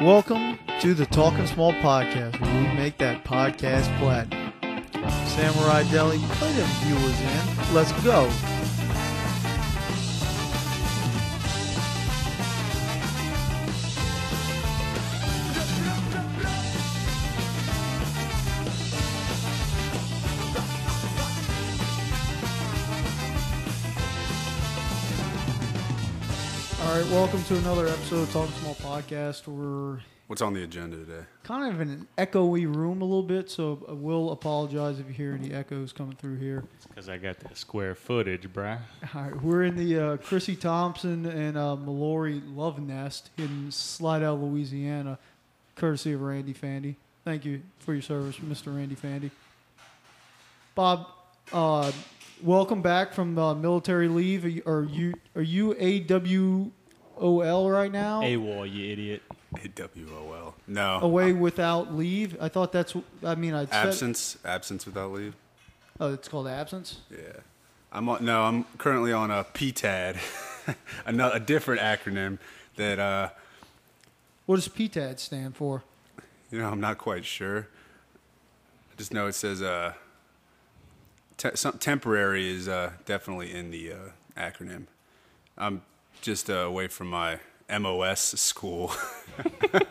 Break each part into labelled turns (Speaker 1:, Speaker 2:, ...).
Speaker 1: Welcome to the Talking Small podcast, where we make that podcast platinum. Samurai Deli, play them viewers in. Let's go. All right, welcome to another episode of Talking Small podcast. We're
Speaker 2: What's on the agenda today?
Speaker 1: kind of in an echoey room a little bit, so I will apologize if you hear any echoes coming through here.
Speaker 3: Because I got that square footage, bruh.
Speaker 1: All right, we're in the uh, Chrissy Thompson and uh, Mallory Love Nest in Slidell, Louisiana, courtesy of Randy Fandy. Thank you for your service, Mr. Randy Fandy. Bob, uh, welcome back from uh, military leave. Are you are you, are you AWOL right
Speaker 3: Oh.
Speaker 1: now?
Speaker 3: AWOL, you idiot.
Speaker 2: A W O L. No.
Speaker 1: Away without leave. I thought that's. I mean, I said.
Speaker 2: Absence. Absence without leave.
Speaker 1: Oh, it's called absence.
Speaker 2: Yeah. I'm on, no. I'm currently on a PTAD, another a different acronym that uh,
Speaker 1: What does PTAD stand for?
Speaker 2: you know I'm not quite sure. I just know it says uh, te- some, temporary is uh, definitely in the uh, acronym. I'm just uh, away from my MOS school.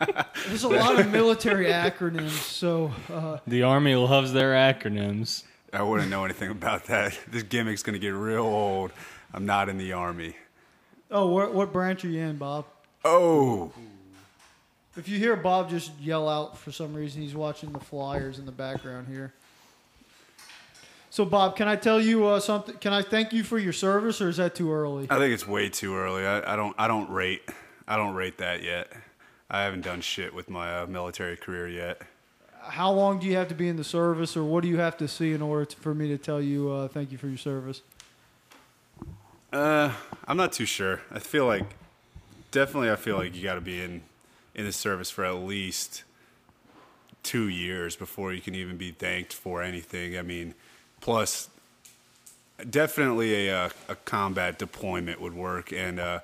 Speaker 1: There's a lot of military acronyms, so. Uh,
Speaker 3: The Army loves their acronyms.
Speaker 2: I wouldn't know anything about that. This gimmick's gonna get real old. I'm not in the army.
Speaker 1: Oh, what, what branch are you in, Bob?
Speaker 2: Oh.
Speaker 1: If you hear Bob just yell out for some reason, he's watching the Flyers in the background here. So, Bob, can I tell you uh, something? Can I thank you for your service, or is that too early?
Speaker 2: I think it's way too early. I, I don't. I don't rate. I don't rate that yet. I haven't done shit with my uh, military career yet.
Speaker 1: How long do you have to be in the service, or what do you have to see in order to, for me to tell you uh, thank you for your service?
Speaker 2: Uh, I'm not too sure. I feel like definitely. I feel like you got to be in in the service for at least two years before you can even be thanked for anything. I mean, plus definitely a, uh, a combat deployment would work, and uh,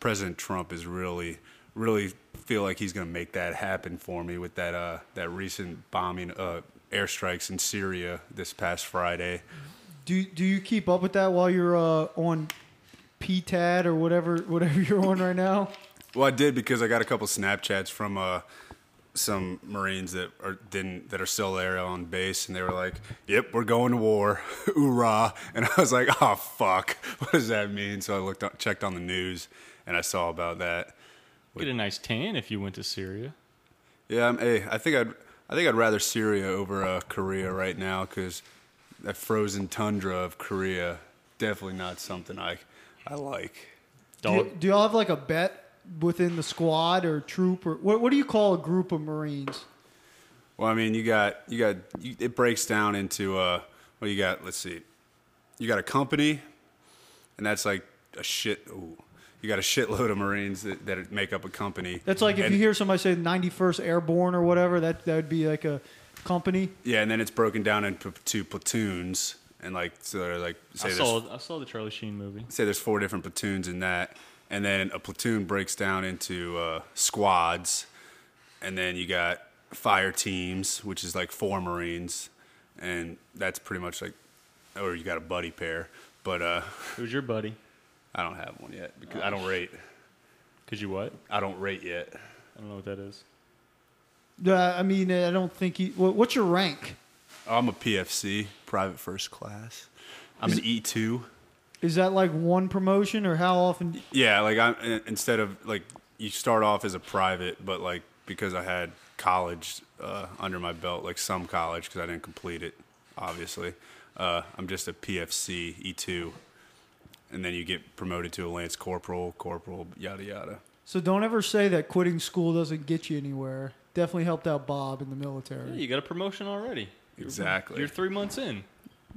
Speaker 2: President Trump is really, really feel like he's going to make that happen for me with that uh, that recent bombing uh, airstrikes in Syria this past Friday.
Speaker 1: Do do you keep up with that while you're uh, on PTAD or whatever whatever you're on right now?
Speaker 2: Well, I did because I got a couple Snapchats from uh, some Marines that are didn't that are still there on base, and they were like, "Yep, we're going to war, hoorah!" And I was like, "Oh fuck, what does that mean?" So I looked up, checked on the news, and I saw about that.
Speaker 3: Get a nice tan if you went to Syria.
Speaker 2: Yeah, I'm, hey, I think I'd I think I'd rather Syria over uh, Korea right now because that frozen tundra of Korea definitely not something I I like.
Speaker 1: Do, you,
Speaker 3: Dog,
Speaker 1: do y'all have like a bet within the squad or troop or what? What do you call a group of Marines?
Speaker 2: Well, I mean, you got you got you, it breaks down into uh, well, you got let's see, you got a company, and that's like a shit. Ooh, you got a shitload of Marines that, that make up a company.
Speaker 1: That's like if
Speaker 2: And-
Speaker 1: you hear somebody say 91st Airborne or whatever, that that would be like a company.
Speaker 2: yeah, and then it's broken down into two platoons, and like so they're like say
Speaker 3: I
Speaker 2: there's
Speaker 3: saw, I saw the Charlie Sheen movie.
Speaker 2: say there's four different platoons in that, and then a platoon breaks down into uh, squads, and then you got fire teams, which is like four Marines, and that's pretty much like, or you got a buddy pair, but uh,
Speaker 3: Who's your buddy?
Speaker 2: I don't have one yet because I don't rate.
Speaker 3: Cause you what?
Speaker 2: I don't rate yet.
Speaker 3: I don't know what that is.
Speaker 1: Uh, I mean, I don't think he. What, what's your rank?
Speaker 2: I'm a PFC, private first class. I'm an E two.
Speaker 1: Is that like one promotion or how often?
Speaker 2: Yeah, like I'm in- instead of like you start off as a private, but like because I had college uh, under my belt, like some college because I didn't complete it, obviously. Uh, I'm just a PFC E two, and then you get promoted to a lance corporal, corporal, yada yada.
Speaker 1: So don't ever say that quitting school doesn't get you anywhere. Definitely helped out Bob in the
Speaker 3: Yeah,
Speaker 1: military.
Speaker 3: you got a promotion already. You're-
Speaker 2: Exactly.
Speaker 3: You're three months in.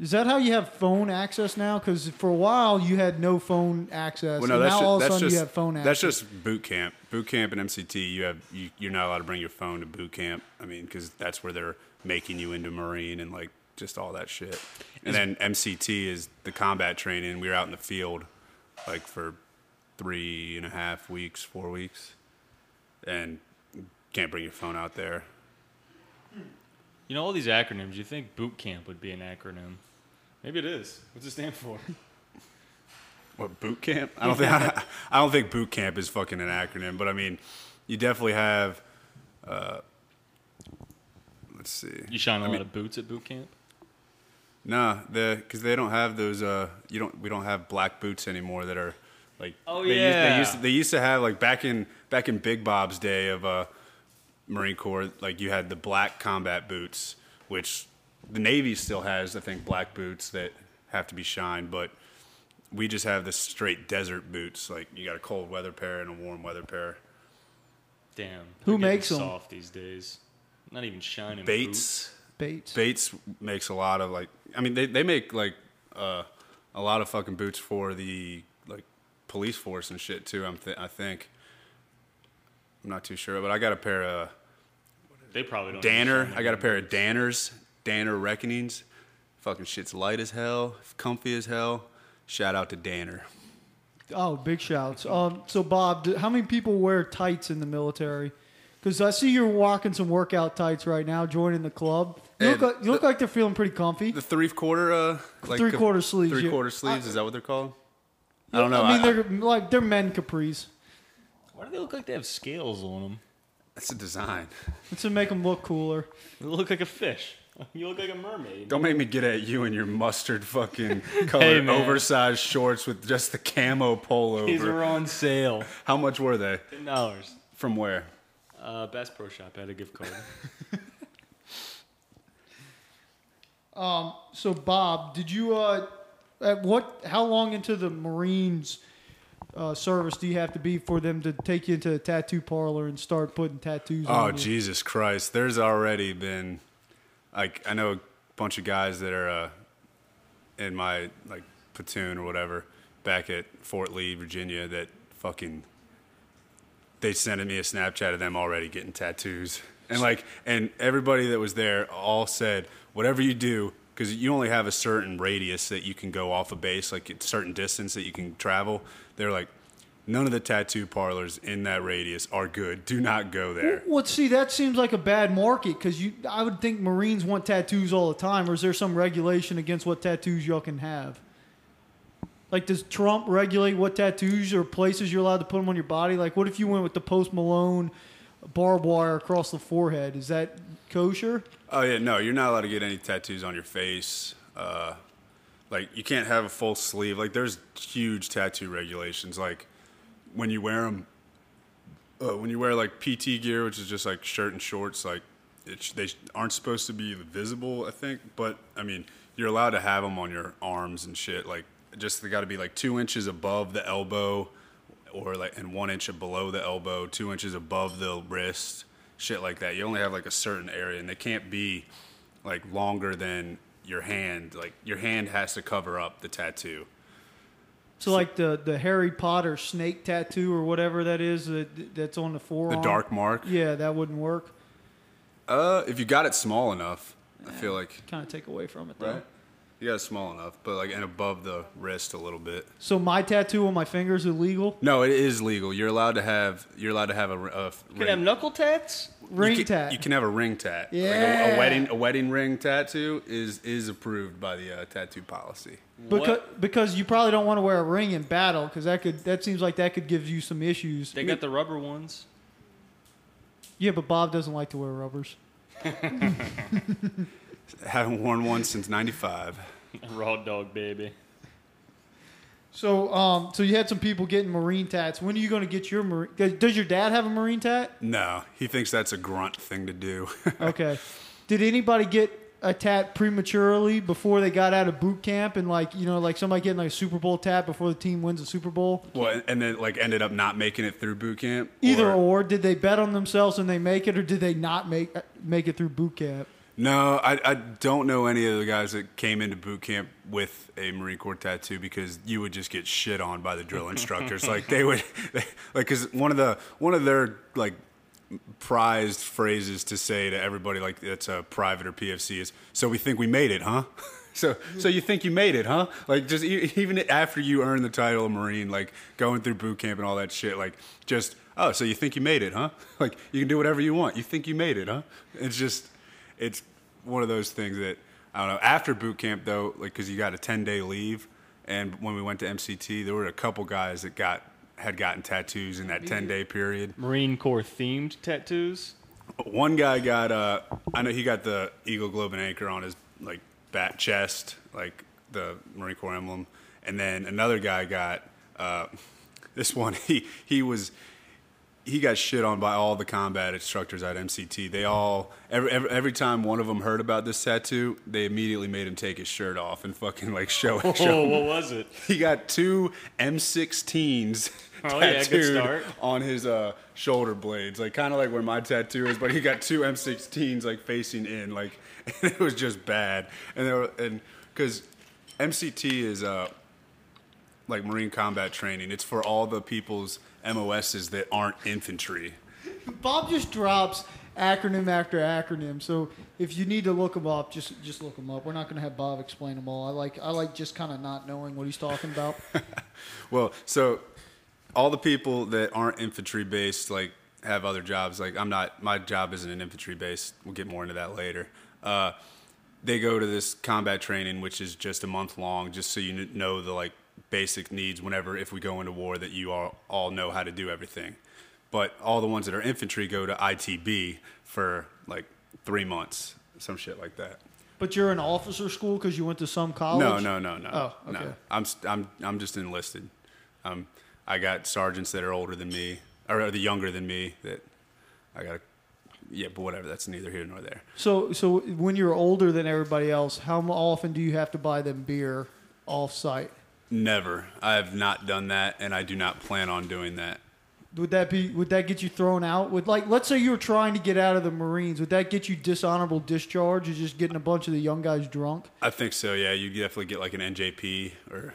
Speaker 1: Is that how you have phone access now? Because for a while you had no phone access, and uh, now
Speaker 2: ju-
Speaker 1: all of a sudden you have phone access.
Speaker 2: that's just boot camp. Boot camp and MCT, you have you, you're not allowed to bring your phone to boot camp. I mean, because that's where they're making you into Marine and like just all that shit. And then MCT is the combat training. We were out in the field like for three and a half weeks, four weeks, and can't bring your phone out there.
Speaker 3: You know all these acronyms. You think boot camp would be an acronym? Maybe it is. What's it stand for?
Speaker 2: What boot camp? I don't think I, don't think boot camp is fucking an acronym, but I mean, you definitely have. Uh, let's see.
Speaker 3: You shine a
Speaker 2: I
Speaker 3: lot
Speaker 2: mean-
Speaker 3: of boots at boot camp.
Speaker 2: Nah, the because they don't have those. Uh, you don't. We don't have black boots anymore that are like.
Speaker 3: Oh,
Speaker 2: they
Speaker 3: yeah.
Speaker 2: Used, they used they used to have like back in back in Big Bob's day of uh, Marine Corps. Like you had the black combat boots, which the Navy still has. I think black boots that have to be shined, but we just have the straight desert boots. Like you got a cold weather pair and a warm weather pair.
Speaker 3: Damn.
Speaker 1: Who
Speaker 3: they're getting
Speaker 1: makes 'em?
Speaker 3: soft these days? Not even shining. boots.
Speaker 2: Bates.
Speaker 1: Bates.
Speaker 2: Bates makes a lot of like I mean they, they make like uh, a lot of fucking boots for the like police force and shit too. I'm th- I think I'm not too sure, but I got a pair of
Speaker 3: They probably don't. even
Speaker 2: Danner.
Speaker 3: shine
Speaker 2: I got a
Speaker 3: them.
Speaker 2: pair of Danners, Danner Reckonings. Fucking shit's light as hell, comfy as hell. Shout out to Danner.
Speaker 1: Oh, big shouts. Um, so, Bob, d- how many people wear tights in the military? Because I see you're rocking some workout tights right now, joining the club. You look,
Speaker 2: And
Speaker 1: like, you look like they're feeling pretty comfy.
Speaker 2: The three quarter uh like
Speaker 1: Three-quarter sleeves, yeah.
Speaker 2: Three quarter sleeves is that what they're called? I don't know.
Speaker 1: I mean,
Speaker 2: I-
Speaker 1: they're like they're men capris.
Speaker 3: Why do they look like they have scales on them?
Speaker 2: that's a design.
Speaker 1: It's to make them look cooler.
Speaker 3: They look like a fish. You look like a mermaid.
Speaker 2: Don't make me get at you in your mustard fucking colored
Speaker 3: Hey, man.
Speaker 2: oversized shorts with just the camo
Speaker 3: These
Speaker 2: pullover.
Speaker 3: are on sale.
Speaker 2: How much were they?
Speaker 3: Ten dollars.
Speaker 2: From where?
Speaker 3: Uh, Best Pro Shop had a gift card.
Speaker 1: So, Bob, did you uh, at what? How long into the Marines uh, service do you have to be for them to take you into a tattoo parlor and start putting tattoos?
Speaker 2: Oh
Speaker 1: on you?
Speaker 2: Jesus Christ! There's already been like I know a bunch of guys that are uh, in my like platoon or whatever back at Fort Lee, Virginia. That fucking they sent me a Snapchat of them already getting tattoos, and like and everybody that was there all said whatever you do. Because you only have a certain radius that you can go off a base, like a certain distance that you can travel. They're like, none of the tattoo parlors in that radius are good. Do not go there.
Speaker 1: Well, see, that seems like a bad market because you. I would think Marines want tattoos all the time, or is there some regulation against what tattoos y'all can have? Like, does Trump regulate what tattoos or places you're allowed to put them on your body? Like, what if you went with the Post Malone barbed wire across the forehead? Is that kosher?
Speaker 2: Oh yeah, no, you're not allowed to get any tattoos on your face. Uh, like you can't have a full sleeve. Like there's huge tattoo regulations. Like when you wear them, uh, when you wear like PT gear, which is just like shirt and shorts, like it sh- they sh- aren't supposed to be visible. I think, but I mean, you're allowed to have them on your arms and shit. Like just they got to be like two inches above the elbow, or like and one inch below the elbow, two inches above the wrist, shit like that. You only have like a certain area, and they can't be like longer than your hand. Like your hand has to cover up the tattoo.
Speaker 1: So, like the the Harry Potter snake tattoo or whatever that is that, that's on the
Speaker 2: The
Speaker 1: forearm.
Speaker 2: dark mark.
Speaker 1: Yeah, that wouldn't work.
Speaker 2: Uh, if you got it small enough, I feel like
Speaker 1: Kind of take away from it though.
Speaker 2: right. You got it small enough, but like and above the wrist a little bit.
Speaker 1: So my tattoo on my finger is illegal.
Speaker 2: No, it is legal. You're allowed to have. You're allowed to have a, r- a f-
Speaker 3: You can have knuckle tats.
Speaker 1: Ring
Speaker 2: you can,
Speaker 1: tat.
Speaker 2: You can have a ring tat. Like, a,
Speaker 1: Yeah.
Speaker 2: a wedding a wedding ring tattoo is is approved by the uh, tattoo policy.
Speaker 1: Because,
Speaker 3: What?
Speaker 1: because you probably don't want to wear a ring in battle because that could that seems like that could give you some issues.
Speaker 3: They got the rubber ones.
Speaker 1: yeah, but Bob doesn't like to wear rubbers.
Speaker 2: Haven't worn one since '95.
Speaker 3: Raw dog baby.
Speaker 1: So um, so you had some people getting marine tats. When are you going to get your marine? Does, does your dad have a marine tat?
Speaker 2: No, he thinks that's a grunt thing to do.
Speaker 1: Okay. Did anybody get a tat prematurely before they got out of boot camp and like you know like somebody getting like a Super Bowl tat before the team wins the Super Bowl?
Speaker 2: well, and then like ended up not making it through boot camp.
Speaker 1: Either or, did they bet on themselves and they make it, or did they not make uh, make it through boot camp?
Speaker 2: No, I, I don't know any of the guys that came into boot camp with a Marine Corps tattoo because you would just get shit on by the drill instructors. like they would, they, like because one of the one of their like prized phrases to say to everybody like that's a private or PFC is, "So we think we made it, huh?" So, so you think you made it, huh? Like, just e- even after you earn the title of Marine, like going through boot camp and all that shit, like, just oh, so you think you made it, huh? Like, you can do whatever you want. You think you made it, huh? It's just, it's one of those things that I don't know. After boot camp, though, like, because you got a ten day leave, and when we went to MCT, there were a couple guys that got had gotten tattoos in that ten day period.
Speaker 3: Marine Corps themed tattoos.
Speaker 2: One guy got uh I know he got the Eagle Globe and Anchor on his like bat chest, like the Marine Corps emblem. And then another guy got uh this one he he was he got shit on by all the combat instructors at MCT. They all every, every every time one of them heard about this tattoo, they immediately made him take his shirt off and fucking like show it.
Speaker 3: Oh,
Speaker 2: Show.
Speaker 3: what was it?
Speaker 2: He got two M16s
Speaker 3: Oh, yeah, good
Speaker 2: tattooed
Speaker 3: start.
Speaker 2: on his uh, shoulder blades, like kind of like where my tattoo is. But he got two M16s like facing in, like and it was just bad. And there were, and because MCT is uh, like Marine combat training, it's for all the people's MOSs that aren't infantry.
Speaker 1: Bob just drops acronym after acronym. So if you need to look them up, just just look them up. We're not going to have Bob explain them all. I like I like just kind of not knowing what he's talking about.
Speaker 2: Well, so all the people that aren't infantry based like have other jobs. Like I'm not, my job isn't an infantry based. We'll get more into that later. Uh, they go to this combat training, which is just a month long, just so you kn- know the like basic needs. Whenever if we go into war, that you all all know how to do everything. But all the ones that are infantry go to ITB for like three months, some shit like that.
Speaker 1: But you're in officer school because you went to some college.
Speaker 2: No, no, no, no.
Speaker 1: Oh, okay.
Speaker 2: No. I'm s- I'm I'm just enlisted. Um, I got sergeants that are older than me, or the younger than me. That I got. to Yeah, but whatever. That's neither here nor there.
Speaker 1: So so when you're older than everybody else, how m- often do you have to buy them beer off site?
Speaker 2: Never. I have not done that, and I do not plan on doing that.
Speaker 1: Would that be? Would that get you thrown out? Would like, let's say you were trying to get out of the Marines. Would that get you dishonorable discharge? Is just getting a bunch of the young guys drunk?
Speaker 2: I think so. Yeah, you definitely get like an NJP or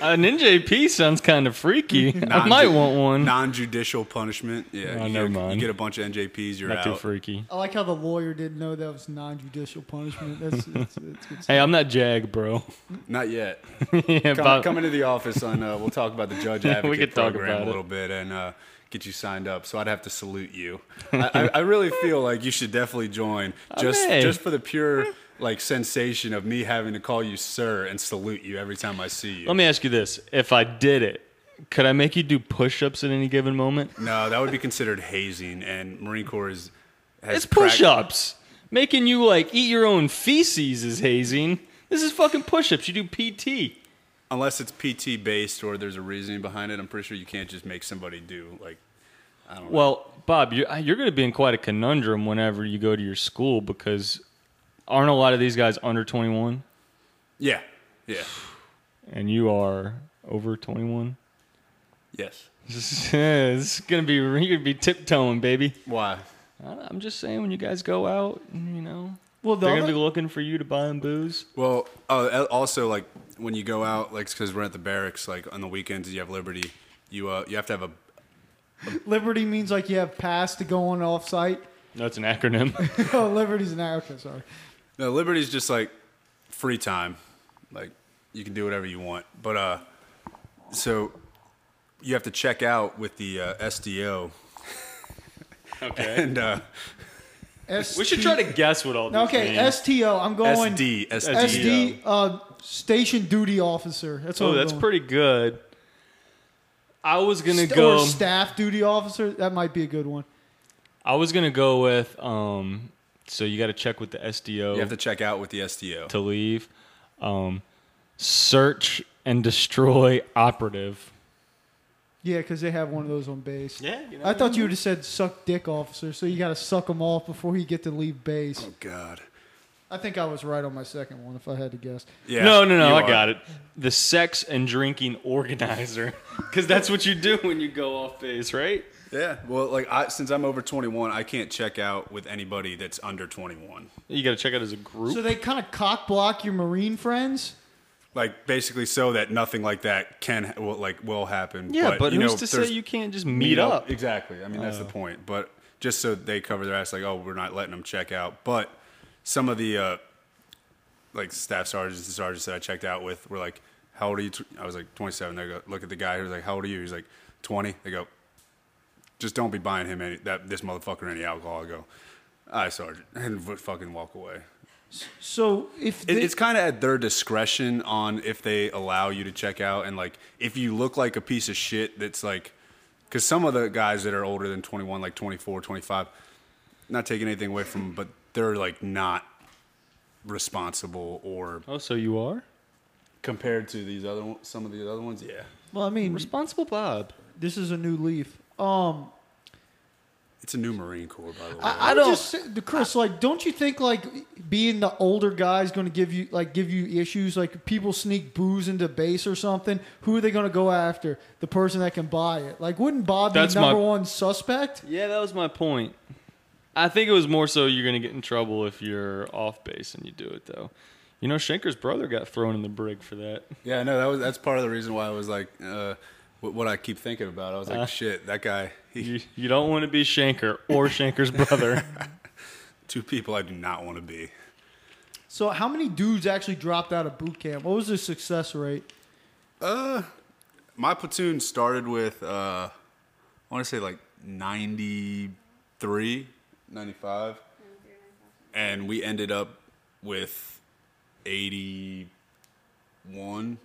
Speaker 3: An NJP sounds kind of freaky. I
Speaker 2: Non-
Speaker 3: might want one.
Speaker 2: non-judicial punishment. Yeah,
Speaker 3: Oh,
Speaker 2: you,
Speaker 3: never
Speaker 2: get,
Speaker 3: mind.
Speaker 2: you get a bunch of NJPs. You're
Speaker 3: Not too
Speaker 2: out.
Speaker 3: freaky.
Speaker 1: I like how the lawyer didn't know that was non-judicial punishment. That's it's, it's good.
Speaker 3: Hey, I'm not Jag, bro.
Speaker 2: Not yet.
Speaker 3: yeah,
Speaker 2: Come,
Speaker 3: Bob-
Speaker 2: come into the office on. Uh, we'll talk about the judge
Speaker 3: We
Speaker 2: advocate
Speaker 3: could talk
Speaker 2: program
Speaker 3: about
Speaker 2: a
Speaker 3: it.
Speaker 2: little bit and uh, get you signed up. So I'd have to salute you. I, I, I really feel like you should definitely join
Speaker 3: Oh,
Speaker 2: just
Speaker 3: Hooray.
Speaker 2: just for the pure like sensation of me having to call you sir and salute you every time I see you.
Speaker 3: Let me ask you this: If I did it, could I make you do push-ups at any given moment?
Speaker 2: no, that would be considered hazing, and Marine Corps is. Has
Speaker 3: It's
Speaker 2: prac-
Speaker 3: push-ups. Making you like eat your own feces is hazing. This is fucking push-ups. You do PT.
Speaker 2: unless it's PT based or there's a reasoning behind it. I'm pretty sure you can't just make somebody do like
Speaker 3: Well, Bob, you're, you're going to be in quite a conundrum whenever you go to your school because aren't a lot of these guys under 21,
Speaker 2: yeah, yeah,
Speaker 3: and you are over 21.
Speaker 2: yes.
Speaker 3: This is going to be you're going to be tiptoeing, baby.
Speaker 2: Why?
Speaker 3: I- I'm just saying, when you guys go out, you know,
Speaker 1: Well, the
Speaker 3: they're going
Speaker 1: other-
Speaker 3: to be looking for you to buy them booze.
Speaker 2: Well, uh, al- also like when you go out, like because we're at the barracks, like on the weekends you have liberty. You uh, you have to have a
Speaker 1: Liberty means like you have pass to go on off site.
Speaker 3: That's an acronym.
Speaker 1: oh, liberty's an hour. Okay, sorry.
Speaker 2: no liberty's just like free time, like you can do whatever you want. But uh, so you have to check out with the uh, SDO,
Speaker 3: okay.
Speaker 2: and uh,
Speaker 1: S-
Speaker 3: We should try to guess what all these
Speaker 1: Okay,
Speaker 3: mean.
Speaker 1: STO. I'm going
Speaker 2: SD, SDO.
Speaker 1: SD, uh, station duty officer. That's what
Speaker 3: Oh,
Speaker 1: I'm
Speaker 3: that's
Speaker 1: going.
Speaker 3: pretty good. I was gonna
Speaker 1: St-
Speaker 3: go.
Speaker 1: or staff duty officer. That might be a good one.
Speaker 3: I was gonna go with. Um, so you got to check with the SDO
Speaker 2: You have to check out with the SDO.
Speaker 3: to leave. Um, search and destroy operative.
Speaker 1: Yeah, because they have one of those on base.
Speaker 3: Yeah, you
Speaker 1: I thought you would have said suck dick officer, so you got to suck them off before you get to leave base.
Speaker 2: Oh God.
Speaker 1: I think I was right on my second one, if I had to guess.
Speaker 2: Yeah.
Speaker 3: no, no, no.
Speaker 2: you
Speaker 3: I
Speaker 2: are.
Speaker 3: got it. The sex and drinking organizer, because that's what you do when you go off base, right?
Speaker 2: Yeah. Well, like I, since I'm over 21, I can't check out with anybody that's under 21.
Speaker 3: You got to check out as a group.
Speaker 1: So they kind of cock block your Marine friends.
Speaker 2: like basically so that nothing like that can will, like will happen.
Speaker 3: yeah, but,
Speaker 2: you
Speaker 3: who's
Speaker 2: know,
Speaker 3: to
Speaker 2: there's-
Speaker 3: say you can't just meet up?
Speaker 2: oh, Exactly. I mean that's the point. But just so they cover their ass, like oh, we're not letting them check out. But some of the uh, like staff sergeants and sergeants that I checked out with were like, "How old are you?" tw- I was like, "27." They go, look at the guy who's like, "How old are you?" He's like, "20." They go, "Just don't be buying him any that this motherfucker any alcohol." I go, "I sergeant," and would fucking walk away.
Speaker 1: So if
Speaker 2: It,
Speaker 1: they-
Speaker 2: it's kind of at their discretion on if they allow you to check out and like if you look like a piece of shit that's like because some of the guys that are older than 21 like 24 25 not taking anything away from them but they're like not responsible or
Speaker 3: Oh, so you are
Speaker 2: compared to these other one- some of the other ones yeah
Speaker 1: well, I mean,
Speaker 3: responsible, Bob.
Speaker 1: this is a new leaf. Um,
Speaker 2: it's a new marine corps by the way
Speaker 1: I, I don't. Just, say- the- Chris, like, don't you think like being the older guy is going to give you like give you issues? Like, people sneak booze into base or something. Who are they going to go after? The person that can buy it. Like, wouldn't Bob
Speaker 3: That's
Speaker 1: be number
Speaker 3: my-
Speaker 1: one suspect?
Speaker 3: Yeah, that was my point. I think it was more so you're going to get in trouble if you're off base and you do it though. You know, Shanker's brother got thrown in the brig for that.
Speaker 2: yeah no that was that's part of the reason why i was like uh what, what i keep thinking about i was like shit that guy he,
Speaker 3: You, you don't want to be Shanker or Shanker's brother.
Speaker 2: two people i do not want to be
Speaker 1: So, how many dudes actually dropped out of boot camp? What was the success rate?
Speaker 2: my platoon started with uh, I want to say like 93, 95, and we ended up with 81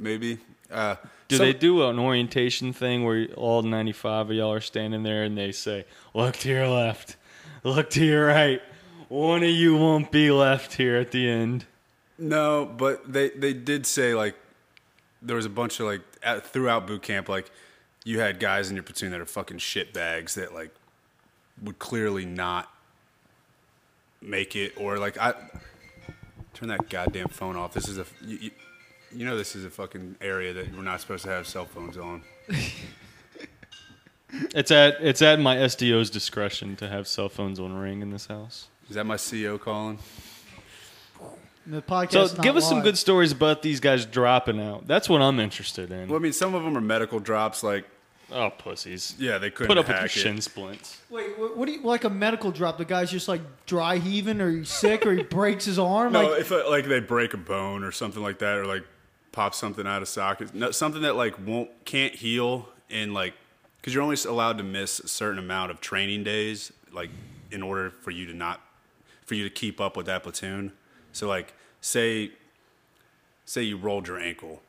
Speaker 2: maybe. Uh,
Speaker 3: Do
Speaker 2: some-
Speaker 3: they do an orientation thing where all 95 of y'all are standing there and they say, look to your left, look to your right. One of you won't be left here at the end.
Speaker 2: No, but they they did say like there was a bunch of like at, throughout boot camp like you had guys in your platoon that are fucking shit bags that like would clearly not make it or like I turn that goddamn phone off. This is a you, you, you know this is a fucking area that we're not supposed to have cell phones on.
Speaker 3: It's at it's at my SDO's discretion to have cell phones on ring in this house.
Speaker 2: Is that my CO calling?
Speaker 1: And The podcast.
Speaker 3: So
Speaker 1: not
Speaker 3: give us some
Speaker 1: live.
Speaker 3: good stories about these guys dropping out. That's what I'm interested in.
Speaker 2: Well, I mean, some of them are medical drops. Like,
Speaker 3: Oh, pussies.
Speaker 2: yeah, they couldn't
Speaker 3: Put up with
Speaker 2: hack
Speaker 3: your
Speaker 2: it.
Speaker 3: shin splints.
Speaker 1: Wait, what, what do you like a medical drop? The guy's just like dry heaving, or he's sick, or he breaks his arm.
Speaker 2: No,
Speaker 1: like,
Speaker 2: if uh, like they break a bone or something like that, or like pop something out of socket, no, something that like won't can't heal, and like because you're only allowed to miss a certain amount of training days, like in order for you to not for you to keep up with that platoon. So like say say you rolled your ankle,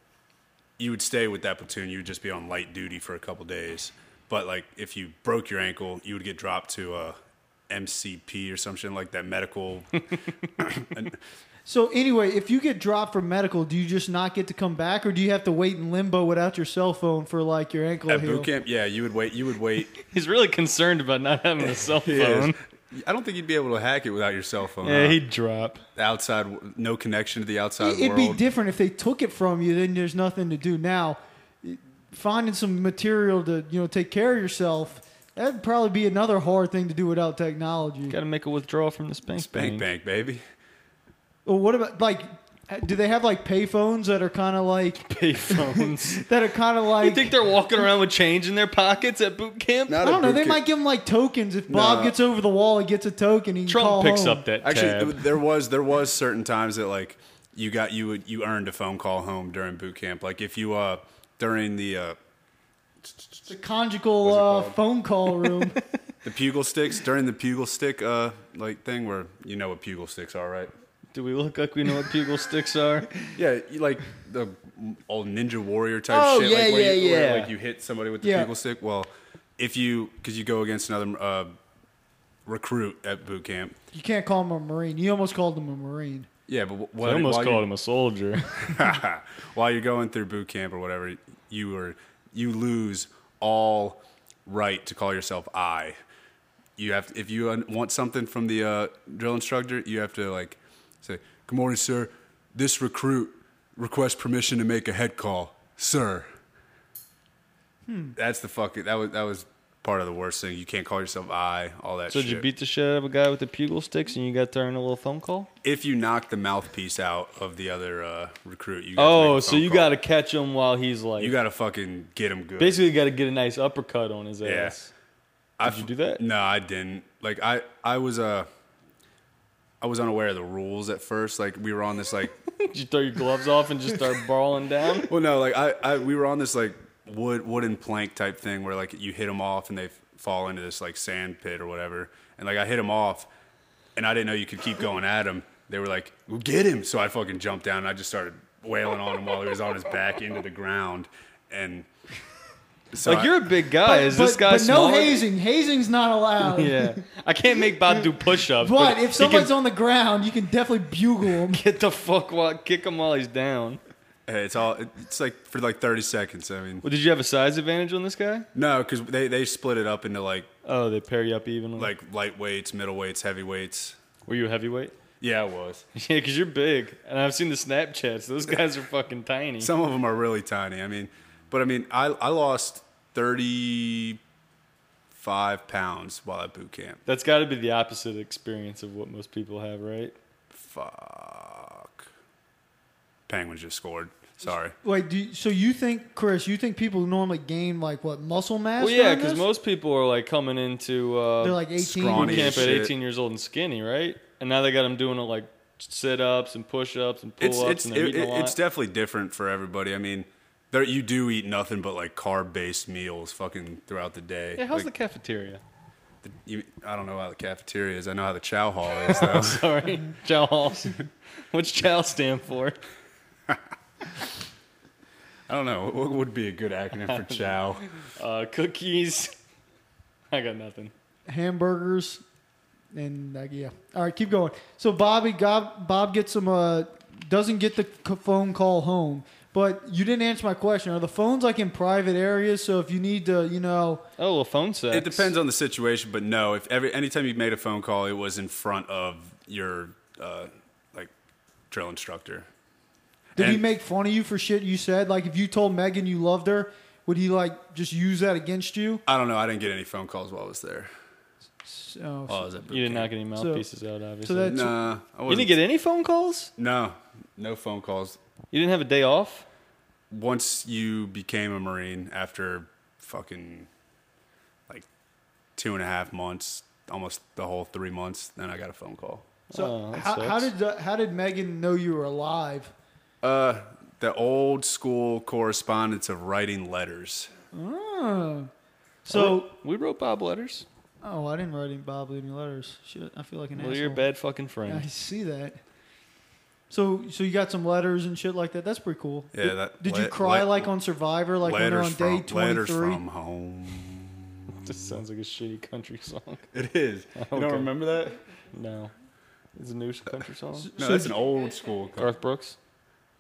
Speaker 2: you would stay with that platoon. You would just be on light duty for a couple days. But like if you broke your ankle, you would get dropped to uh, a MCP or something like that medical
Speaker 1: so anyway, if you get dropped for medical, do you just not get to come back, or do you have to wait in limbo without your cell phone for like your ankle
Speaker 2: At
Speaker 1: to heal?
Speaker 2: boot camp, yeah, you would wait. You would wait.
Speaker 3: He's really concerned about not having a cell phone.
Speaker 2: I don't think you'd be able to hack it without your cell phone.
Speaker 3: Yeah,
Speaker 2: huh?
Speaker 3: he'd drop.
Speaker 2: outside, w- no connection to the outside
Speaker 1: It'd be
Speaker 2: world.
Speaker 1: different if they took it from you. Then there's nothing to do. Now, finding some material to you know take care of yourself. That'd probably be another hard thing to do without technology.
Speaker 3: Got to make a withdrawal from the spank
Speaker 2: Spank bank, baby.
Speaker 1: Well, what about like? Do they have like payphones that are kind of like
Speaker 3: Pay phones.
Speaker 1: that are kind of
Speaker 3: you
Speaker 1: like?
Speaker 3: think they're walking around with change in their pockets at boot camp?
Speaker 1: I
Speaker 2: Not
Speaker 1: don't
Speaker 2: at
Speaker 1: know.
Speaker 2: boot
Speaker 1: They
Speaker 2: camp.
Speaker 1: might give him like tokens. If Bob
Speaker 2: No.
Speaker 1: gets over the wall, he gets a token. He can call
Speaker 3: Trump picks
Speaker 1: home.
Speaker 3: up that
Speaker 2: Actually,
Speaker 3: tab.
Speaker 2: th- there was there was certain times that like you got you would you earned a phone call home during boot camp. Like if you uh during the uh
Speaker 1: the conjugal
Speaker 2: it
Speaker 1: uh,
Speaker 2: called?
Speaker 1: phone call room.
Speaker 2: the pugil sticks during the pugil stick uh like thing where you know what pugil sticks are, right?
Speaker 3: Do we look like we know what bugle sticks are?
Speaker 2: Yeah, you like the old ninja warrior type
Speaker 3: Oh,
Speaker 2: shit.
Speaker 3: yeah,
Speaker 2: like, where
Speaker 3: yeah,
Speaker 2: you,
Speaker 3: yeah.
Speaker 2: Where, like you hit somebody with the
Speaker 1: Yeah.
Speaker 2: people stick. Well, if you because you go against another uh, recruit at boot camp.
Speaker 1: you can't call him a marine. You almost called him a marine.
Speaker 2: Yeah, but wh-
Speaker 3: I
Speaker 2: what,
Speaker 3: almost
Speaker 2: while,
Speaker 3: called him a soldier.
Speaker 2: you're, while you're going through boot camp or whatever, you are you lose all right to call yourself I. You have if you un- want something from the uh, drill instructor, you have to like say, "Good morning, sir. This recruit requests permission to make a head call, sir."
Speaker 3: Hmm.
Speaker 2: That's the fucking that was that was part of the worst thing. You can't call yourself I. All that.
Speaker 3: So
Speaker 2: shit.
Speaker 3: did you beat the shit out of a guy with the bugle sticks and you got there on a little phone call?
Speaker 2: if you knock the mouthpiece out of the other uh, recruit. You guys make
Speaker 3: Oh,
Speaker 2: a
Speaker 3: so
Speaker 2: phone
Speaker 3: you
Speaker 2: call.
Speaker 3: got to catch him while he's like.
Speaker 2: you got to fucking get him good.
Speaker 3: basically got to get a nice uppercut on his
Speaker 2: Yeah.
Speaker 3: ass.
Speaker 2: I
Speaker 3: Did you do that?
Speaker 2: No, I didn't. Like I, I was uh, I was unaware of the rules at first. Like we were on this like
Speaker 3: Did you throw your gloves off and just start balling down?
Speaker 2: well no like I, I we were on this like wood wooden plank type thing where like you hit them off and they fall into this like sand pit or whatever and like I hit them off and I didn't know you could keep going at him. They were like, well, "Get him!" So I fucking jumped down and I just started wailing on him while he was on his back into the ground and. So
Speaker 3: Like
Speaker 2: I-
Speaker 3: you're a big guy. Is this guy
Speaker 1: but no
Speaker 3: smaller?
Speaker 1: hazing. Hazing's not allowed.
Speaker 3: Yeah, I can't make Bob do push-ups.
Speaker 1: But if
Speaker 3: he
Speaker 1: someone's
Speaker 3: can
Speaker 1: on the ground, you can definitely bugle them.
Speaker 3: get the fuck while kick him while he's down.
Speaker 2: Hey, it's all it's like for like 30 seconds. I mean,
Speaker 3: Well, did you have a size advantage on this guy?
Speaker 2: no, because they, they split it up into like
Speaker 3: Oh, they pair you up evenly.
Speaker 2: like lightweights, middleweights, heavyweights.
Speaker 3: were you a heavyweight?
Speaker 2: Yeah, it was.
Speaker 3: Yeah, because you're big, and I've seen the Snapchats. Those guys are fucking tiny.
Speaker 2: Some of them are really tiny. I mean, but I mean, I I lost 35 pounds while at boot camp.
Speaker 3: That's got to be the opposite experience of what most people have, right?
Speaker 2: Fuck. Penguins just scored. Sorry.
Speaker 1: Wait, do you, so you think, Chris? You think people normally gain like what muscle mass?
Speaker 3: Well, yeah,
Speaker 1: during
Speaker 3: because
Speaker 1: this?
Speaker 3: most people are like coming into uh,
Speaker 1: they're like eighteen.
Speaker 2: scrawny.
Speaker 3: boot camp at
Speaker 2: Shit.
Speaker 3: 18 years old and skinny, right? And now they got them doing it like sit-ups and push-ups and
Speaker 2: It's
Speaker 3: pull-ups,
Speaker 2: it's
Speaker 3: and they're
Speaker 2: it,
Speaker 3: eating a lot.
Speaker 2: it's definitely different for everybody. I mean, there you do eat nothing but like carb based meals fucking throughout the day.
Speaker 3: yeah, how's
Speaker 2: Like,
Speaker 3: the cafeteria?
Speaker 2: the, you, I don't know how the cafeteria is. I know how the chow hall is though.
Speaker 3: Sorry, Chow Halls. What's Chow stand for?
Speaker 2: I don't know. What would be a good acronym for chow?
Speaker 3: Uh, cookies. I got nothing.
Speaker 1: hamburgers, and like, yeah. All right, keep going. So Bobby, Bob, Bob gets some. Uh, doesn't get the c- phone call home, but you didn't answer my question. Are the phones like in private areas? So if you need to, you know,
Speaker 3: Oh, well, phone sex.
Speaker 2: It depends on the situation, but no. If every anytime you made a phone call, it was in front of your uh, like drill instructor.
Speaker 1: did he
Speaker 2: And-
Speaker 1: make fun of you for shit you said? Like if you told Megan you loved her, would he like just use that against you?
Speaker 2: I don't know. I didn't get any phone calls while I was there.
Speaker 1: So,
Speaker 2: While I was at boot
Speaker 3: You did not
Speaker 2: camp.
Speaker 3: get any mouthpieces out, obviously.
Speaker 1: that-
Speaker 2: Nah, I
Speaker 3: you
Speaker 2: wasn't.
Speaker 3: didn't get any phone calls.
Speaker 2: no, no phone calls.
Speaker 3: You didn't have a day off.
Speaker 2: Once you became a marine after fucking like two and a half months, almost the whole three months, then I got a phone call.
Speaker 1: so
Speaker 3: Oh, that
Speaker 1: how, how
Speaker 3: sucks.
Speaker 1: did uh, how did Megan know you were alive?
Speaker 2: Uh, the old school correspondence of writing letters.
Speaker 1: Oh. So
Speaker 3: we wrote Bob letters.
Speaker 1: Oh, I didn't write any Bob any letters. Shit, I feel like an
Speaker 3: Well,
Speaker 1: asshole.
Speaker 3: you're a bad fucking
Speaker 1: I
Speaker 3: friend.
Speaker 1: see that. So, so you got some letters and shit like that. That's pretty cool.
Speaker 2: Yeah,
Speaker 1: Did,
Speaker 2: that-
Speaker 1: did you
Speaker 2: let-
Speaker 1: cry
Speaker 2: let-
Speaker 1: like on Survivor, like when they're on
Speaker 2: letters
Speaker 1: day
Speaker 2: from
Speaker 1: twenty
Speaker 2: letters
Speaker 1: three?
Speaker 2: from home.
Speaker 3: This sounds like a shitty country song.
Speaker 2: It is. You
Speaker 3: Okay.
Speaker 2: don't remember that?
Speaker 3: No, it's a new country song.
Speaker 2: No, that's an old school. co-
Speaker 3: Garth Brooks,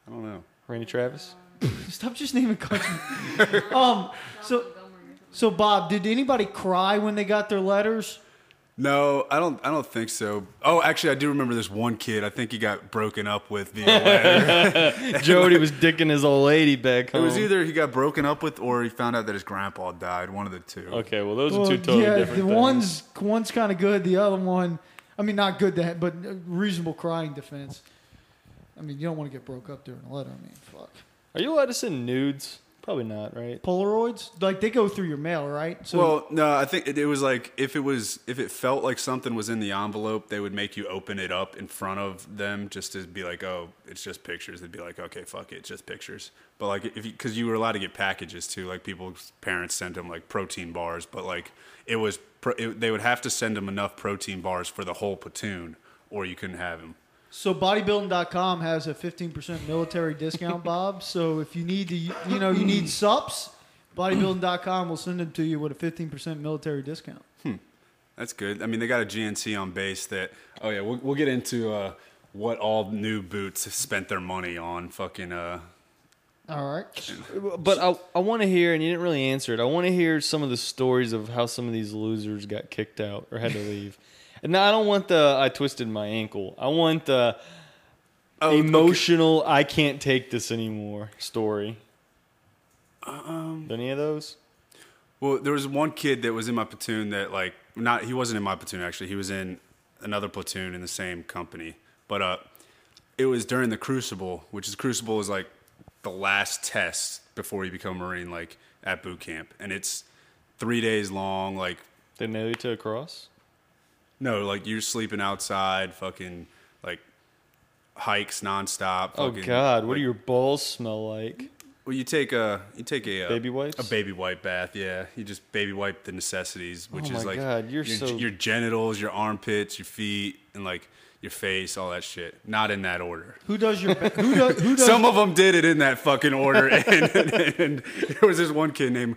Speaker 2: I don't know.
Speaker 3: Randy Travis.
Speaker 1: Stop just naming country. um, so, so Bob, did anybody cry when they got their letters?
Speaker 2: No, I don't. I don't think so. Oh, actually, I do remember this one kid. I think he got broken up with via letter.
Speaker 3: Jody was dicking his old lady back
Speaker 2: it
Speaker 3: home.
Speaker 2: was either he got broken up with, or he found out that his grandpa died. One of the two.
Speaker 3: Okay, well, those
Speaker 1: Well,
Speaker 3: are two totally
Speaker 1: yeah,
Speaker 3: different
Speaker 1: the
Speaker 3: things.
Speaker 1: one's one's kind of good. The other one, I mean, not good to, ha- but uh, reasonable crying defense. I mean, you don't want to get broke up during a letter. I mean, fuck.
Speaker 3: Are you allowed to send nudes? Probably not, right?
Speaker 1: Polaroids, like they go through your mail, right? So
Speaker 2: well, no, I think it, it was like if it was if it felt like something was in the envelope, they would make you open it up in front of them just to be like, oh, it's just pictures. They'd be like, okay, fuck it, it's just pictures. But like if because you, were allowed to get packages too, like people's parents sent them like protein bars, but like it was pro, it, they would have to send them enough protein bars for the whole platoon, or you couldn't have them.
Speaker 1: So bodybuilding.com has a 15% military discount, Bob. So if you need to, you know, you need subs, bodybuilding.com will send them to you with a 15% military discount.
Speaker 2: That's good. I mean, they got a GNC on base that. Oh yeah, we'll, we'll get into uh, what all new boots spent their money on. Fucking. Uh,
Speaker 1: All right.
Speaker 3: But I, I want to hear, and you didn't really answer it. I want to hear some of the stories of how some of these losers got kicked out or had to leave. and now I don't want the I twisted my ankle. I want the
Speaker 2: oh, okay.
Speaker 3: emotional I can't take this anymore story. Um, Any of those?
Speaker 2: Well, there was one kid that was in my platoon that like not he wasn't in my platoon actually. He was in another platoon in the same company. But uh it was during the crucible, which is crucible is like the last test before you become a marine like at boot camp and it's 3 days long like
Speaker 3: They nail you to a cross?
Speaker 2: No, like you're sleeping outside, fucking like hikes nonstop.
Speaker 3: Oh
Speaker 2: fucking-
Speaker 3: God, what
Speaker 2: like,
Speaker 3: do your balls smell like?
Speaker 2: Well, you take a you take a uh,
Speaker 3: Baby wipes?
Speaker 2: a baby wipe bath. Yeah, you just baby wipe the necessities, which
Speaker 3: Oh my
Speaker 2: is like
Speaker 3: God, you're
Speaker 2: your,
Speaker 3: so-
Speaker 2: your genitals, your armpits, your feet, and like your face, all that shit. Not in that order.
Speaker 1: Who does your ba- who does who does
Speaker 2: Some of them did it in that fucking order, and, and, and there was this one kid named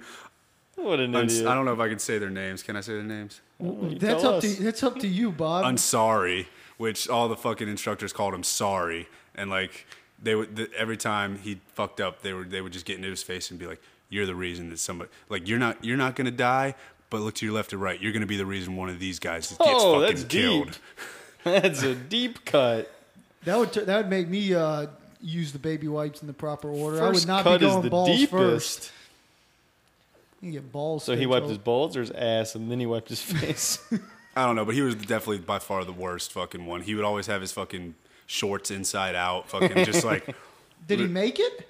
Speaker 3: What an
Speaker 2: Uns-
Speaker 3: idiot!
Speaker 2: I don't know if I can say their names. Can I say their names?
Speaker 3: You
Speaker 1: that's
Speaker 3: tell
Speaker 1: up
Speaker 3: us.
Speaker 1: to that's up to you, Bob.
Speaker 2: Unsari, which all the fucking instructors called him Sorry, and like they would th- every time he fucked up, they were they would just get into his face and be like, "You're the reason that somebody like you're not you're not gonna die, but look to your left or right, you're gonna be the reason one of these guys gets
Speaker 3: Oh,
Speaker 2: fucking
Speaker 3: that's
Speaker 2: killed."
Speaker 3: deep. That's a deep cut.
Speaker 1: That would t- that would make me uh, use the baby wipes in the proper order. I would
Speaker 3: First
Speaker 1: not be
Speaker 3: cut is
Speaker 1: going
Speaker 3: the
Speaker 1: balls
Speaker 3: deepest.
Speaker 1: first. You get balls.
Speaker 3: So he
Speaker 1: stitch
Speaker 3: wiped
Speaker 1: all-
Speaker 3: his balls or his ass, and then he wiped his face.
Speaker 2: I don't know, but he was definitely by far the worst fucking one. He would always have his fucking shorts inside out, fucking just like
Speaker 1: Did he make it?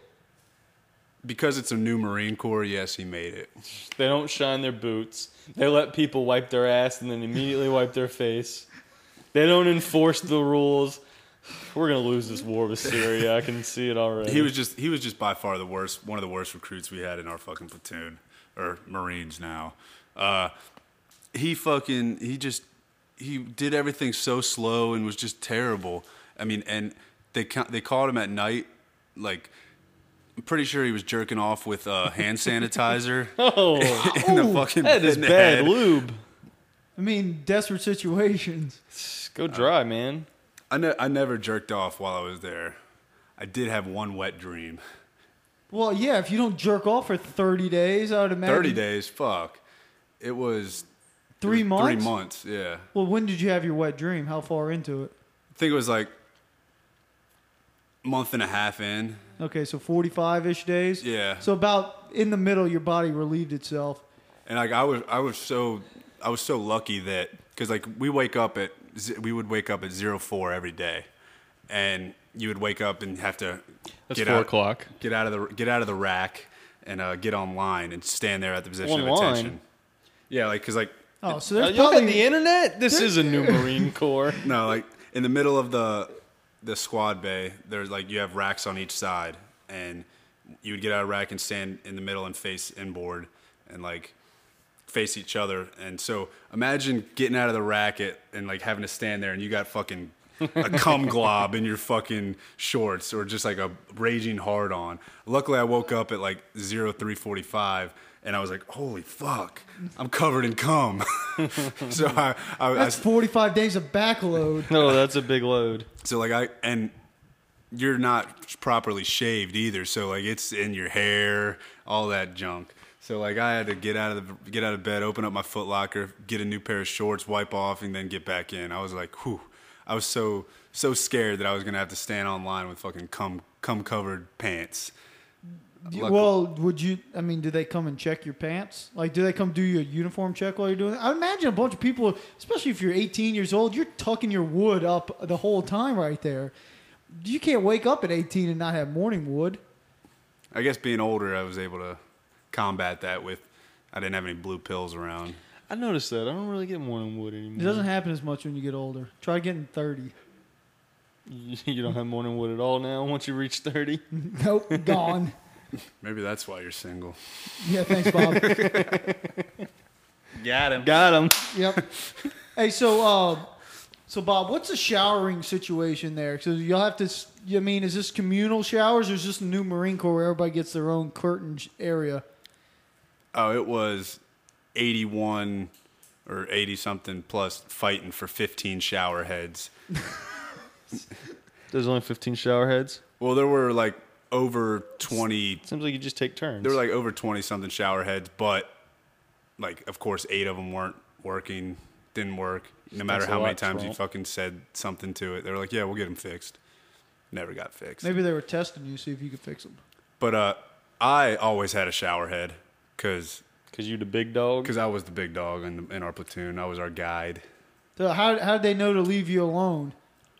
Speaker 2: because it's a new Marine Corps. Yes, he made it.
Speaker 3: they don't shine their boots. They let people wipe their ass and then immediately wipe their face. They don't enforce the rules. We're gonna lose this war with Syria. I can see it already.
Speaker 2: He was just he was just by far the worst one of the worst recruits we had in our fucking platoon or Marines now. Uh, he fucking he just he did everything so slow and was just terrible. I mean, and they ca- they called him at night. Like, I'm pretty sure he was jerking off with uh, hand sanitizer
Speaker 3: oh,
Speaker 2: in the
Speaker 1: Ooh,
Speaker 2: fucking
Speaker 3: that is
Speaker 2: in the
Speaker 3: bad
Speaker 2: head.
Speaker 3: lube.
Speaker 1: I mean, desperate situations.
Speaker 2: Uh,
Speaker 3: Go dry, man.
Speaker 2: I ne- I never jerked off while I was there. I did have one wet dream.
Speaker 1: Well, yeah. If you don't jerk off for thirty days, I would imagine
Speaker 2: Thirty days, fuck. It was it
Speaker 1: Three
Speaker 2: was
Speaker 1: months?
Speaker 2: Three months, yeah.
Speaker 1: Well, when did you have your wet dream? How far into it?
Speaker 2: I think it was like month and a half in.
Speaker 1: Okay, so forty-five ish days.
Speaker 2: Yeah.
Speaker 1: So about in the middle, your body relieved itself.
Speaker 2: And like I was I was so I was so lucky that cuz like we wake up at z- we would wake up at 04 every day. And you would wake up and have to get out
Speaker 3: o'clock.
Speaker 2: get out of the get out of the rack and uh, get online and stand there at the position of
Speaker 3: Online?
Speaker 2: attention. Yeah, like cuz like
Speaker 1: Oh, so
Speaker 3: Are
Speaker 1: there's
Speaker 3: you on
Speaker 1: probably
Speaker 3: the internet? This is a new Marine Corps.
Speaker 2: No, like in the middle of the the squad bay, there's like you have racks on each side, and you would get out of rack and stand in the middle and face inboard, and like face each other. And so imagine getting out of the racket and like having to stand there, and you got fucking a cum glob in your fucking shorts, or just like a raging hard on. Luckily, I woke up at like zero three forty five. And I was like, "Holy fuck! I'm covered in cum." so I, I, I
Speaker 1: that's forty-five days of backload.
Speaker 3: No, Oh, that's a big load.
Speaker 2: so like I and you're not properly shaved either, so like it's in your hair, all that junk. So like I had to get out of the get out of bed, open up my Foot Locker, get a new pair of shorts, wipe off, and then get back in. I was like, whew. I was so so scared that I was gonna have to stand online with fucking cum cum covered pants. Luckily-
Speaker 1: Well, would you? I mean, do they come and check your pants? Like, do they come do your uniform check while you're doing it? I imagine a bunch of people, especially if you're 18 years old, you're tucking your wood up the whole time right there. You can't wake up at 18 and not have morning wood.
Speaker 2: I guess being older, I was able to combat that with I didn't have any blue pills around.
Speaker 3: I noticed that. I don't really get morning wood
Speaker 1: It
Speaker 3: anymore.
Speaker 1: doesn't
Speaker 2: Mm-hmm.
Speaker 1: happen as much when you get older. Try getting 30.
Speaker 3: you don't have morning wood at all now. Once you reach thirty,
Speaker 1: Nope, gone.
Speaker 2: Maybe that's why you're single.
Speaker 1: Yeah, thanks, Bob.
Speaker 2: Got him.
Speaker 3: got him.
Speaker 1: yep. Hey, so um, so Bob, what's the showering situation there? So you'll have to. s- You I mean, is this communal showers or is this the new Marine Corps where everybody gets their own curtain sh- area?
Speaker 2: Oh, it was 81 or 80 something plus fighting for 15 shower heads.
Speaker 3: There's only 15 shower heads.
Speaker 2: Well, there were like over 20,
Speaker 3: Seems like you just take turns.
Speaker 2: there were like over 20 something shower heads, but like, of course, eight of them weren't working, didn't work. No matter
Speaker 3: That's a
Speaker 2: how many
Speaker 3: lot,
Speaker 2: times you
Speaker 3: Trump.
Speaker 2: fucking said something to it, they were like, yeah, we'll get them fixed. Never got fixed.
Speaker 1: Maybe they were testing you, see if you could fix them.
Speaker 2: But uh, I always had a shower head because
Speaker 3: Cause you the big dog.
Speaker 2: I was the big dog in, in our platoon, I was our guide.
Speaker 1: So how how did they know to leave you alone?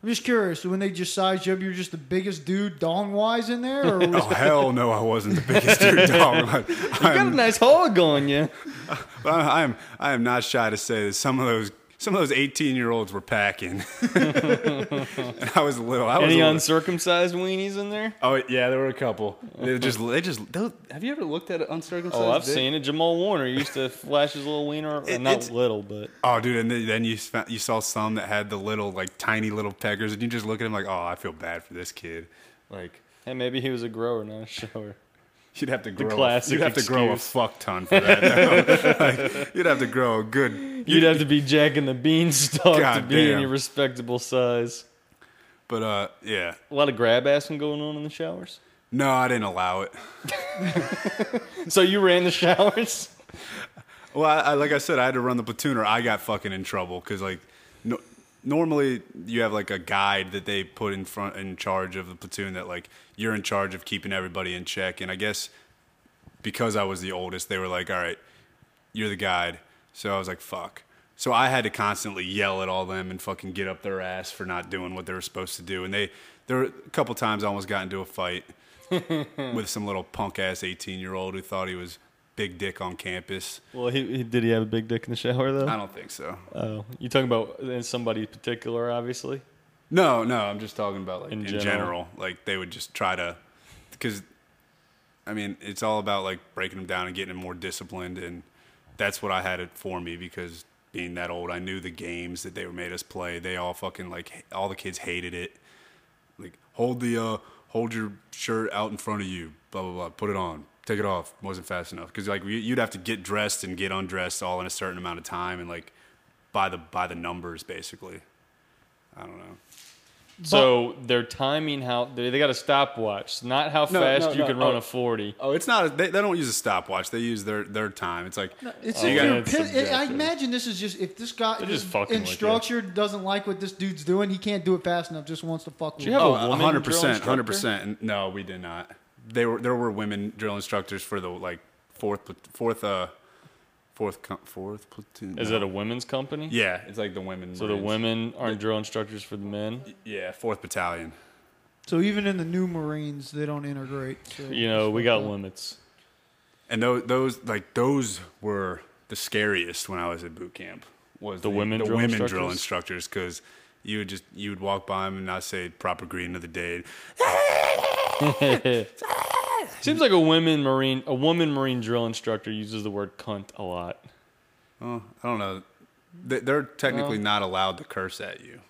Speaker 1: I'm just curious. When they just sized you up, you're just the biggest dude dong wise in there, or
Speaker 2: Oh
Speaker 1: was,
Speaker 2: hell no! I wasn't the biggest dude dog. I-
Speaker 3: You got a nice hog on you.
Speaker 2: But I- I'm I am not shy to say that some of those some of those 18 year olds were packing. And I was little. I was
Speaker 3: Any
Speaker 2: a little-
Speaker 3: uncircumcised weenies in there?
Speaker 2: Oh yeah, there were a couple. They just they just they'll- have you ever looked at an uncircumcised?
Speaker 3: Oh, I've
Speaker 2: dick?
Speaker 3: seen it. Jamal Warner used to flash his little wiener,
Speaker 2: It-
Speaker 3: not
Speaker 2: it's-
Speaker 3: little, but
Speaker 2: Oh, dude, and then then you sp- you saw some that had the little like tiny little peckers, and you just look at him like, oh, I feel bad for this kid. Like
Speaker 3: hey, maybe he was a grower, not a shower.
Speaker 2: you'd have to grow.
Speaker 3: classic
Speaker 2: you'd have to grow a
Speaker 3: excuse.
Speaker 2: fuck ton for that. Like, you'd have to grow a good.
Speaker 3: You'd have to be Jack and the Beanstalk to
Speaker 2: God
Speaker 3: be
Speaker 2: damn.
Speaker 3: any respectable size.
Speaker 2: But uh, yeah,
Speaker 3: A lot of grab assing going on in the showers.
Speaker 2: no, I didn't allow it.
Speaker 3: So you ran the showers?
Speaker 2: Well, I, I, like I said, I had to run the platoon, or I got fucking in trouble because like, no, normally you have like a guide that they put in front in charge of the platoon that like you're in charge of keeping everybody in check. And I guess because I was the oldest, they were like, "All right, you're the guide." So I was like, "Fuck." So I had to constantly yell at all them and fucking get up their ass for not doing what they were supposed to do. And they there were a couple times I almost got into a fight with some little punk ass 18 year old who thought he was big dick on campus.
Speaker 3: Well, he, he did he have a big dick in the shower
Speaker 2: I
Speaker 3: though?
Speaker 2: don't think so.
Speaker 3: Oh, you talking about uh, somebody particular, obviously.
Speaker 2: No, no, I'm just talking about like
Speaker 3: In
Speaker 2: in,
Speaker 3: general.
Speaker 2: general. Like they would just try to, because, I mean, it's all about like breaking them down and getting them more disciplined, and that's what I had it for me because being that old, I knew the games that they were made us play. They all fucking like h- all the kids hated it. Like hold the uh hold your shirt out in front of you, blah blah blah. Put it on, take it off. Wasn't fast enough because like you- you'd have to get dressed and get undressed all in a certain amount of time and like by the by the numbers basically. I don't know.
Speaker 3: So they're timing how they, they got a stopwatch, not how
Speaker 2: No,
Speaker 3: fast
Speaker 2: no,
Speaker 3: you
Speaker 2: no,
Speaker 3: can run
Speaker 2: oh.
Speaker 3: a forty.
Speaker 2: Oh, it's not. They, they don't use a stopwatch. They use their their time. It's like
Speaker 1: It's
Speaker 3: Oh,
Speaker 1: if
Speaker 3: yeah,
Speaker 1: you're
Speaker 3: it's
Speaker 1: pissed. I
Speaker 3: subjective.
Speaker 1: imagine this is just if this guy
Speaker 3: They're just fucking with you.
Speaker 1: instructor doesn't like what this dude's doing, he can't do it fast enough. Just wants to fuck with.
Speaker 3: you
Speaker 1: him.
Speaker 3: have a
Speaker 2: oh,
Speaker 3: woman drill
Speaker 2: 100 percent,
Speaker 3: instructor?
Speaker 2: 100 percent. No, we did not. They were there were women drill instructors for the like fourth pl- fourth uh fourth co- fourth platoon.
Speaker 3: Is
Speaker 2: no.
Speaker 3: it a women's company?
Speaker 2: Yeah, it's like the women.
Speaker 3: So the
Speaker 2: Marines.
Speaker 3: women aren't drill instructors for the men.
Speaker 2: Yeah, fourth battalion.
Speaker 1: So even in the new Marines, they don't integrate. So
Speaker 3: You know, we got limits.
Speaker 2: And those those like those were the scariest when I was at boot camp. Was
Speaker 3: The women
Speaker 2: the
Speaker 3: drill
Speaker 2: women drill
Speaker 3: instructors?
Speaker 2: instructors because you would just you would walk by them and not say proper greeting of the day.
Speaker 3: Seems like a women marine, a woman marine drill instructor uses the word cunt a lot.
Speaker 2: Oh, I don't know. They- They're technically not allowed to curse at you.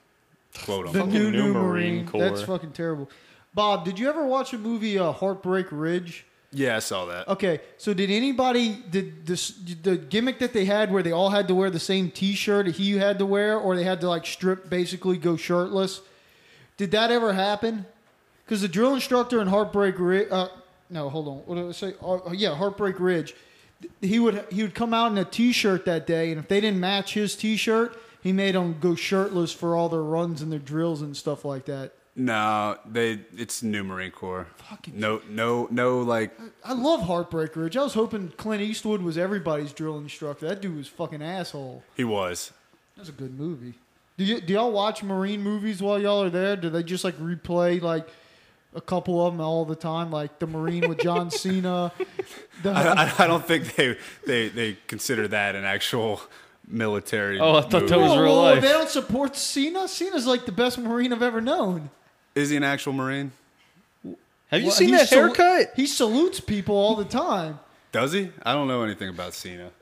Speaker 2: Quote
Speaker 1: the
Speaker 2: unquote.
Speaker 1: new
Speaker 3: Fucking new
Speaker 1: new
Speaker 3: Marine
Speaker 1: Marine.
Speaker 3: Corps.
Speaker 1: That's fucking terrible. Bob, did you ever watch a movie uh, Heartbreak Ridge?
Speaker 2: yeah, I saw that.
Speaker 1: Okay, so did anybody did this the gimmick that they had where they all had to wear the same T-shirt that he had to wear, or they had to like strip basically go shirtless? Did that ever happen? Because the drill instructor in Heartbreak Ridge, uh, no, hold on, what did I say? Oh, yeah, Heartbreak Ridge. th- He would he would come out in a T-shirt that day, and if they didn't match his T-shirt, he made them go shirtless for all their runs and their drills and stuff like that.
Speaker 2: No, they. It's new Marine Corps. no, no, no. Like
Speaker 1: I love Heartbreak Ridge. I was hoping Clint Eastwood was everybody's drill instructor. That dude was fucking asshole.
Speaker 2: he was.
Speaker 1: That's a good movie. Do, you, do y'all watch Marine movies while y'all are there? Do they just like replay like a couple of them all the time? Like the Marine with John Cena. The,
Speaker 2: I, I- I don't think they they they consider that an actual military.
Speaker 3: Oh, I thought that
Speaker 2: move.
Speaker 3: was- real life.
Speaker 1: They don't support Cena. Cena's like the best Marine I've ever known.
Speaker 2: Is he an actual Marine?
Speaker 3: Have you
Speaker 1: Well,
Speaker 3: seen
Speaker 1: he
Speaker 3: that
Speaker 1: salu-
Speaker 3: haircut?
Speaker 1: He salutes people all the time.
Speaker 2: Does he? I don't know anything about Cena.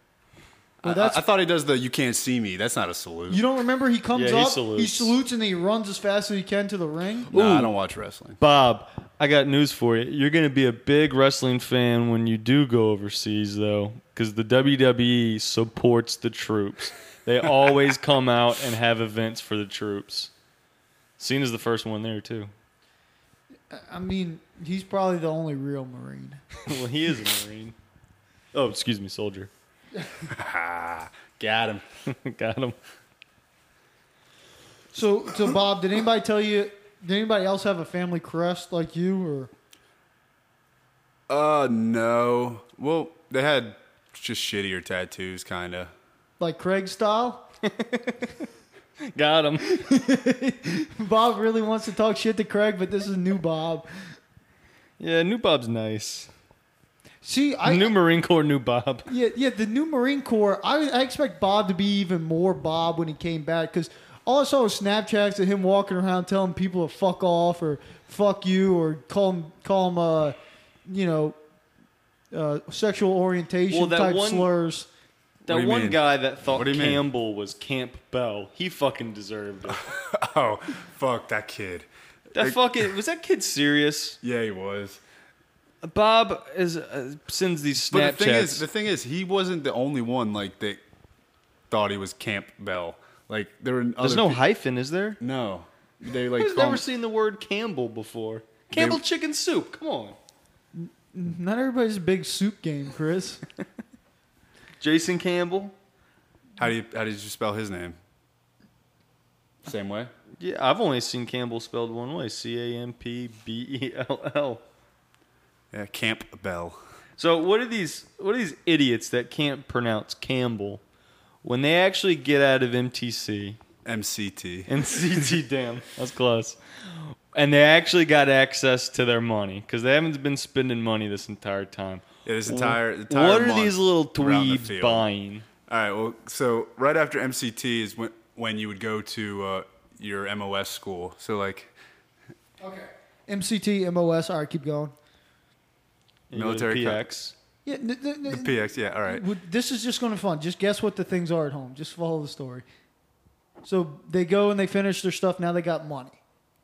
Speaker 1: Well,
Speaker 2: I-
Speaker 1: that's-
Speaker 2: I, I thought he does the "You can't see me." That's not a salute.
Speaker 1: You don't remember he comes
Speaker 3: Yeah, he
Speaker 1: up, he
Speaker 3: salutes.
Speaker 1: salutes, and then he runs as fast as he can to the ring.
Speaker 2: no, I don't watch wrestling.
Speaker 3: Bob, I got news for you. You're going to be a big wrestling fan when you do go overseas, though, because the WWE supports the troops. They always come out and have events for the troops. Cena's the first one there too.
Speaker 1: I mean, he's probably the only real Marine.
Speaker 3: well, he is a marine. Oh, excuse me, soldier.
Speaker 2: Got him.
Speaker 3: got him.
Speaker 1: So, so Bob, did anybody tell you? Did anybody else have a family crest like you? Or
Speaker 2: Uh, no. Well, they had just shittier tattoos, kind of.
Speaker 1: like Craig style?
Speaker 3: Got him.
Speaker 1: Bob really wants to talk shit to Craig, but this is new Bob.
Speaker 3: Yeah, new Bob's nice.
Speaker 1: See, I
Speaker 3: new Marine Corps, new Bob.
Speaker 1: yeah yeah the new Marine Corps. I, I expect Bob to be even more Bob when he came back because all I saw was Snapchats of him walking around telling people to fuck off or fuck you or call him call him uh you know uh, sexual orientation
Speaker 3: Well, that
Speaker 1: type
Speaker 3: one-
Speaker 1: slurs.
Speaker 2: What
Speaker 3: That
Speaker 2: do you
Speaker 3: one
Speaker 2: mean?
Speaker 3: guy that thought
Speaker 2: What do you mean?
Speaker 3: Campbell was Camp Bell, he fucking deserved it.
Speaker 2: Oh, fuck that kid.
Speaker 3: That
Speaker 2: Like-
Speaker 3: fucking was that kid serious?
Speaker 2: Yeah, he was.
Speaker 3: Bob is uh, sends these
Speaker 2: But the thing is,
Speaker 3: Snapchats.
Speaker 2: the thing is, he wasn't the only one like that thought he was Camp Bell. Like there were
Speaker 3: There's
Speaker 2: other
Speaker 3: no
Speaker 2: pe-
Speaker 3: hyphen, is there?
Speaker 2: no. They like
Speaker 3: Who's
Speaker 2: call him-
Speaker 3: never seen the word Campbell before? Campbell chicken soup. Come on.
Speaker 1: Not everybody's a big soup game, Chris.
Speaker 3: Jason Campbell.
Speaker 2: How do you how did you spell his name? Same way.
Speaker 3: Yeah, I've only seen Campbell spelled one way: C A M P B E L L.
Speaker 2: Yeah, Camp Bell.
Speaker 3: So what are these? What are these idiots that can't pronounce Campbell when they actually get out of MTC?
Speaker 2: MCT.
Speaker 3: NCT, damn, that's close. And they actually got access to their money because they haven't been spending money this entire time.
Speaker 2: Yeah, this entire-
Speaker 3: Wh-
Speaker 2: entire
Speaker 3: what are
Speaker 2: month
Speaker 3: these little
Speaker 2: around the
Speaker 3: tweebs
Speaker 2: field.
Speaker 3: buying?
Speaker 2: All right. Well, so right after MCT is when when you would go to uh, your MOS school. So like
Speaker 1: Okay. MCT, MOS. All right, keep going.
Speaker 3: You go to
Speaker 2: Military co-
Speaker 3: PX.
Speaker 1: Yeah, n- n-
Speaker 2: the
Speaker 1: n-
Speaker 2: PX. Yeah. All right.
Speaker 1: Would- This is just going to be fun. Just guess what the things are at home. Just follow the story. So they go and they finish their stuff. Now they got money.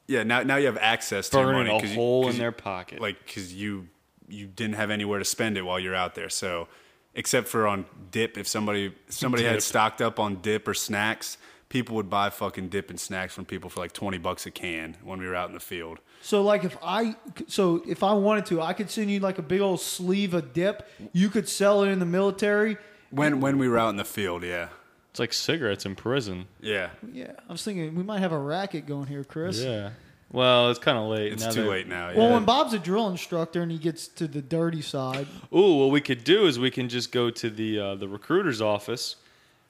Speaker 2: Yeah. Now now you have access to your
Speaker 3: burning
Speaker 2: money
Speaker 3: a
Speaker 2: 'cause you-
Speaker 3: hole
Speaker 2: 'cause
Speaker 3: in
Speaker 2: you-
Speaker 3: their pocket.
Speaker 2: like because you you didn't have anywhere to spend it while you're out there. So except for on dip, if somebody somebody
Speaker 3: Dip.
Speaker 2: had stocked up on dip or snacks, people would buy fucking dip and snacks from people for like twenty bucks a can when we were out in the field.
Speaker 1: So like if I so if I wanted to, I could send you like a big old sleeve of dip. You could sell it in the military.
Speaker 2: When when we were out in the field, yeah,
Speaker 3: it's like cigarettes in prison.
Speaker 2: yeah.
Speaker 1: Yeah, I was thinking we might have a racket going here, Chris.
Speaker 3: Yeah. Well, it's kind of late.
Speaker 2: It's
Speaker 3: now
Speaker 2: too
Speaker 3: that-
Speaker 2: late now. Yeah.
Speaker 1: Well, when Bob's a drill instructor and he gets to the dirty side,
Speaker 3: Ooh, what we could do is we can just go to the uh, the recruiter's office,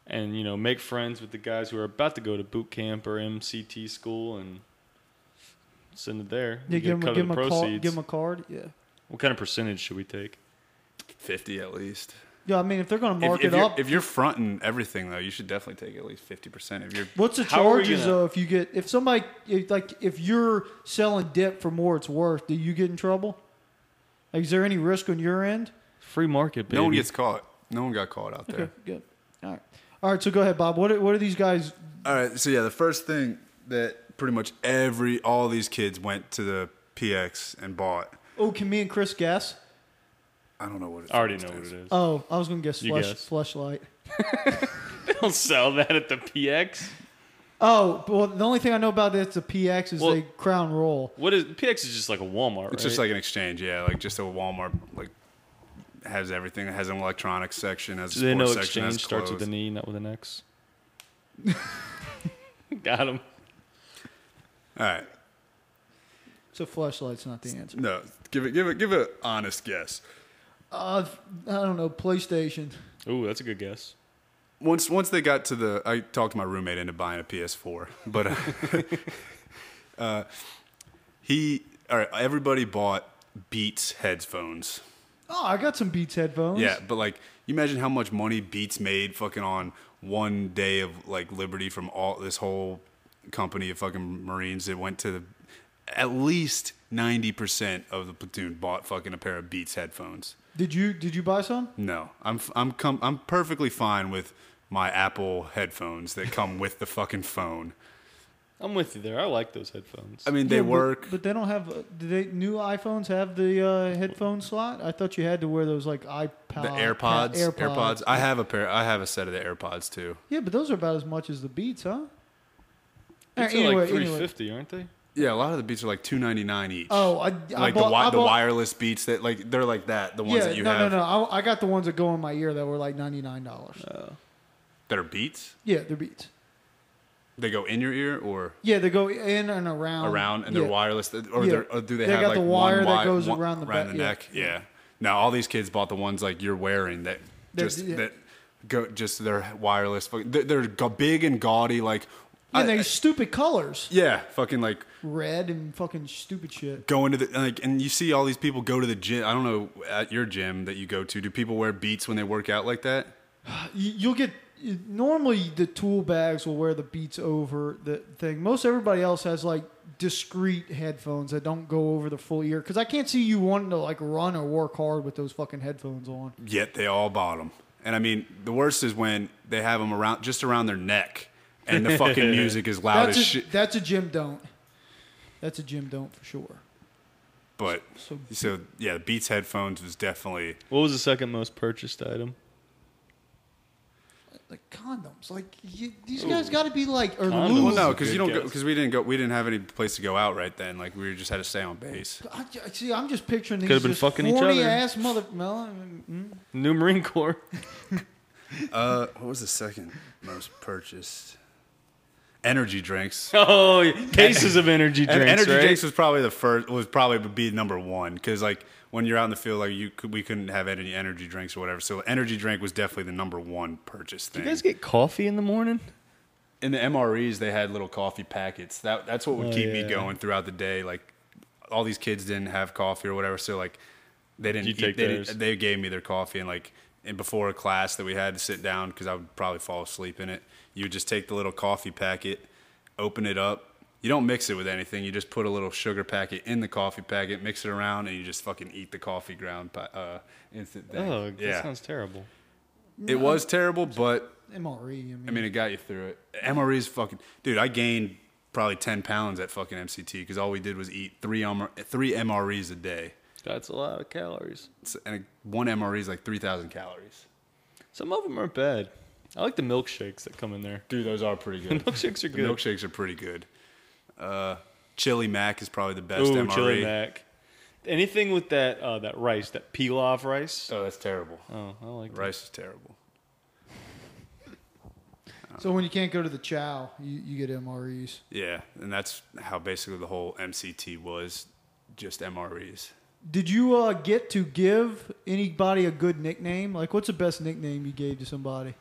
Speaker 3: and you know make friends with the guys who are about to go to boot camp or MCT school, and send it there.
Speaker 1: you
Speaker 3: We
Speaker 1: give him,
Speaker 3: cover
Speaker 1: give him
Speaker 3: the
Speaker 1: a call,
Speaker 3: proceeds.
Speaker 1: give him a card. Yeah.
Speaker 3: What kind of percentage should we take?
Speaker 2: Fifty at least.
Speaker 1: Yeah, I mean if they're going to
Speaker 2: If,
Speaker 1: mark
Speaker 2: if
Speaker 1: it
Speaker 2: you're,
Speaker 1: up,
Speaker 2: if you're fronting everything though, you should definitely take at least fifty percent. If you're
Speaker 1: What's the
Speaker 3: How are we
Speaker 1: charges
Speaker 3: gonna-
Speaker 1: though if you get if somebody if, like if you're selling dip for more it's worth, do you get in trouble? Like, is there any risk on your end?
Speaker 3: Free market, baby.
Speaker 2: no one gets caught, no one got caught out there.
Speaker 1: Okay, good. All right, all right. So go ahead, Bob. What are, what are these guys?
Speaker 2: All right. So yeah, the first thing that pretty much every all these kids went to the PX and bought.
Speaker 1: Oh, can me and Chris guess?
Speaker 2: I don't know what. It's
Speaker 3: I already know what it is.
Speaker 1: Oh, I was gonna guess
Speaker 3: You
Speaker 1: flesh,
Speaker 3: guess.
Speaker 1: fleshlight.
Speaker 3: they don't sell that at the PX.
Speaker 1: Oh, well, the only thing I know about this the PX is
Speaker 3: Well-
Speaker 1: they crown roll.
Speaker 3: What is PX? Is just like a Walmart.
Speaker 2: It's just like an exchange, yeah. Like just a Walmart, like has everything. It has an electronics section, has a
Speaker 3: they
Speaker 2: sports
Speaker 3: know
Speaker 2: section, has
Speaker 3: exchange starts with
Speaker 2: clothes.
Speaker 3: an E, not with an X. Got him.
Speaker 2: All right,
Speaker 1: So fleshlight's not the answer.
Speaker 2: no, give it, give it, give it. An honest guess.
Speaker 1: Uh, I don't know. PlayStation.
Speaker 3: Ooh, that's a good guess.
Speaker 2: Once, once they got to the, I talked my roommate into buying a PS4, but uh, uh, he, all right, everybody bought Beats headphones.
Speaker 1: Oh, I got some Beats headphones.
Speaker 2: Yeah, but like, you imagine how much money Beats made fucking on one day of like liberty from all this whole company of fucking Marines that went to the, at least ninety percent of the platoon bought fucking a pair of Beats headphones.
Speaker 1: Did you did you buy some?
Speaker 2: No, I'm f- I'm com- I'm perfectly fine with my Apple headphones that come with the fucking phone.
Speaker 3: I'm with you there. I like those headphones.
Speaker 2: I mean, they
Speaker 1: Yeah, but-
Speaker 2: work.
Speaker 1: but, they don't have. uh, Do they new iPhones have the uh, headphone slot? I thought you had to wear those like iPod,
Speaker 2: the AirPods, AirPods, I have a pair. I have a set of the AirPods too.
Speaker 1: Yeah, but those are about as much as the Beats, huh? All right,
Speaker 3: These are
Speaker 1: anyway,
Speaker 3: like
Speaker 1: anyway.
Speaker 3: 350, aren't they?
Speaker 2: Yeah, a lot of the beats are like two ninety nine each.
Speaker 1: Oh, I, I
Speaker 2: like
Speaker 1: bought,
Speaker 2: the wi-
Speaker 1: I
Speaker 2: the
Speaker 1: bought-
Speaker 2: wireless beats that like they're like that. The ones
Speaker 1: Yeah,
Speaker 2: that you
Speaker 1: no,
Speaker 2: have
Speaker 1: no, no. I, I got the ones that go in my ear that were like ninety nine dollars.
Speaker 2: that are beats.
Speaker 1: yeah, they're Beats.
Speaker 2: They go in your ear or
Speaker 1: Yeah, they go in and around.
Speaker 2: around, and
Speaker 1: Um, yeah.
Speaker 2: they're wireless. Or,
Speaker 1: Yeah.
Speaker 2: they're, or do they,
Speaker 1: They
Speaker 2: have
Speaker 1: got
Speaker 2: like
Speaker 1: the wire
Speaker 2: one
Speaker 1: that
Speaker 2: wi-
Speaker 1: goes
Speaker 2: one-
Speaker 1: around the back, yeah.
Speaker 2: neck? Yeah. Now all these kids bought the ones like you're wearing that
Speaker 1: That-
Speaker 2: just
Speaker 1: yeah.
Speaker 2: that go just they're wireless. fuck- They're, they're ga- big and gaudy like
Speaker 1: and
Speaker 2: I-
Speaker 1: they stupid colors,
Speaker 2: Yeah, fucking like
Speaker 1: red and fucking stupid shit.
Speaker 2: going to the like, and you see all these people go to the gym. I don't know at your gym that you go to. Do people wear beats when they work out like that?
Speaker 1: You, you'll get normally the tool bags will wear the Beats over the thing. Most everybody else has like discreet headphones that don't go over the full ear because I can't see you wanting to like run or work hard with those fucking headphones on.
Speaker 2: Yet they all bought them. And I mean, the worst is when they have them around just around their neck, and the fucking music is loud
Speaker 1: That's
Speaker 2: as
Speaker 1: a,
Speaker 2: shit.
Speaker 1: that's a Jim don't. That's a Jim don't for sure.
Speaker 2: But
Speaker 1: So
Speaker 2: so yeah, Beats headphones was definitely
Speaker 3: What was the second most purchased item?
Speaker 1: like condoms, like you, these guys got to be like or
Speaker 3: Condoms.
Speaker 1: lube.
Speaker 2: well, no,
Speaker 3: Ooh.
Speaker 2: because you don't
Speaker 3: Good guess.
Speaker 2: because we didn't go we didn't have any place to go out right then. Like we just had to stay on base.
Speaker 1: I, I- see, I'm just picturing these
Speaker 3: Could've been
Speaker 1: just
Speaker 3: fucking each
Speaker 1: horny
Speaker 3: other.
Speaker 1: ass mother. Well, I mean, mm,
Speaker 3: New Marine Corps.
Speaker 2: Uh, what was the second most purchased? Energy drinks.
Speaker 3: Oh, yeah. cases of energy
Speaker 2: And
Speaker 3: drinks.
Speaker 2: energy
Speaker 3: right?
Speaker 2: drinks was probably the first was probably would be number one because like when you're out in the field like you could, we couldn't have any energy drinks or whatever so energy drink was definitely the number one purchase thing
Speaker 3: You guys get coffee in the morning?
Speaker 2: in the MREs they had little coffee packets that that's what would
Speaker 3: Oh,
Speaker 2: keep me
Speaker 3: yeah.
Speaker 2: going throughout the day like all these kids didn't have coffee or whatever so like they didn't
Speaker 3: You
Speaker 2: eat,
Speaker 3: take
Speaker 2: they,
Speaker 3: theirs.
Speaker 2: didn't, they gave me their coffee and like and before a class that we had to sit down because I would probably fall asleep in it you would just take the little coffee packet open it up you don't mix it with anything you just put a little sugar packet in the coffee packet mix it around and you just fucking eat the coffee ground pa- uh, instant thing
Speaker 3: Oh, that
Speaker 2: yeah
Speaker 3: sounds terrible.
Speaker 2: it was terrible but
Speaker 1: MRE. E, I mean,
Speaker 2: I mean, it got you through it. MRE is fucking dude. I gained probably ten pounds at fucking MCT because all we did was eat three MR, three MREs a day,
Speaker 3: That's a lot of calories.
Speaker 2: It's- and one MRE is like three thousand calories.
Speaker 3: Some of them aren't bad. I like the milkshakes that come in there.
Speaker 2: Dude, those are pretty
Speaker 3: The
Speaker 2: good.
Speaker 3: milkshakes are
Speaker 2: the
Speaker 3: good.
Speaker 2: milkshakes are pretty good. Uh, Chili Mac is probably the best E.
Speaker 3: Ooh,
Speaker 2: MRE.
Speaker 3: chili mac. Anything with that uh, that rice, that pilaf rice.
Speaker 2: Oh, that's terrible.
Speaker 3: Oh, I like that.
Speaker 2: Rice is terrible.
Speaker 1: so when you can't go to the chow, you, you get MREs.
Speaker 2: Yeah, and that's how basically the whole MCT was, just MREs.
Speaker 1: Did you uh, get to give anybody a good nickname? Like, what's the best nickname you gave to somebody?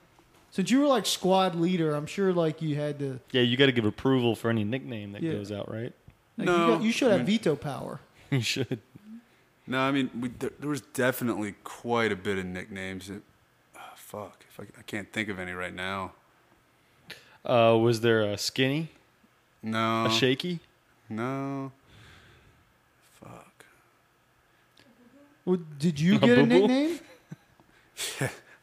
Speaker 1: Since you were like squad leader, I'm sure like you had to.
Speaker 3: Yeah, you got to give approval for any nickname that
Speaker 1: Yeah.
Speaker 3: goes out, right?
Speaker 1: Like,
Speaker 2: No,
Speaker 1: you, got, you should
Speaker 2: I
Speaker 1: have
Speaker 2: mean-
Speaker 1: veto power.
Speaker 3: you should.
Speaker 2: No, I mean, we, there, there was definitely quite a bit of nicknames. That, ah, fuck, if I, I can't think of any right now.
Speaker 3: Uh, was there a skinny,
Speaker 2: No,
Speaker 3: a shaky?
Speaker 2: no. Fuck.
Speaker 1: Well, did you
Speaker 3: A
Speaker 1: get a
Speaker 3: boo-boo?
Speaker 1: nickname?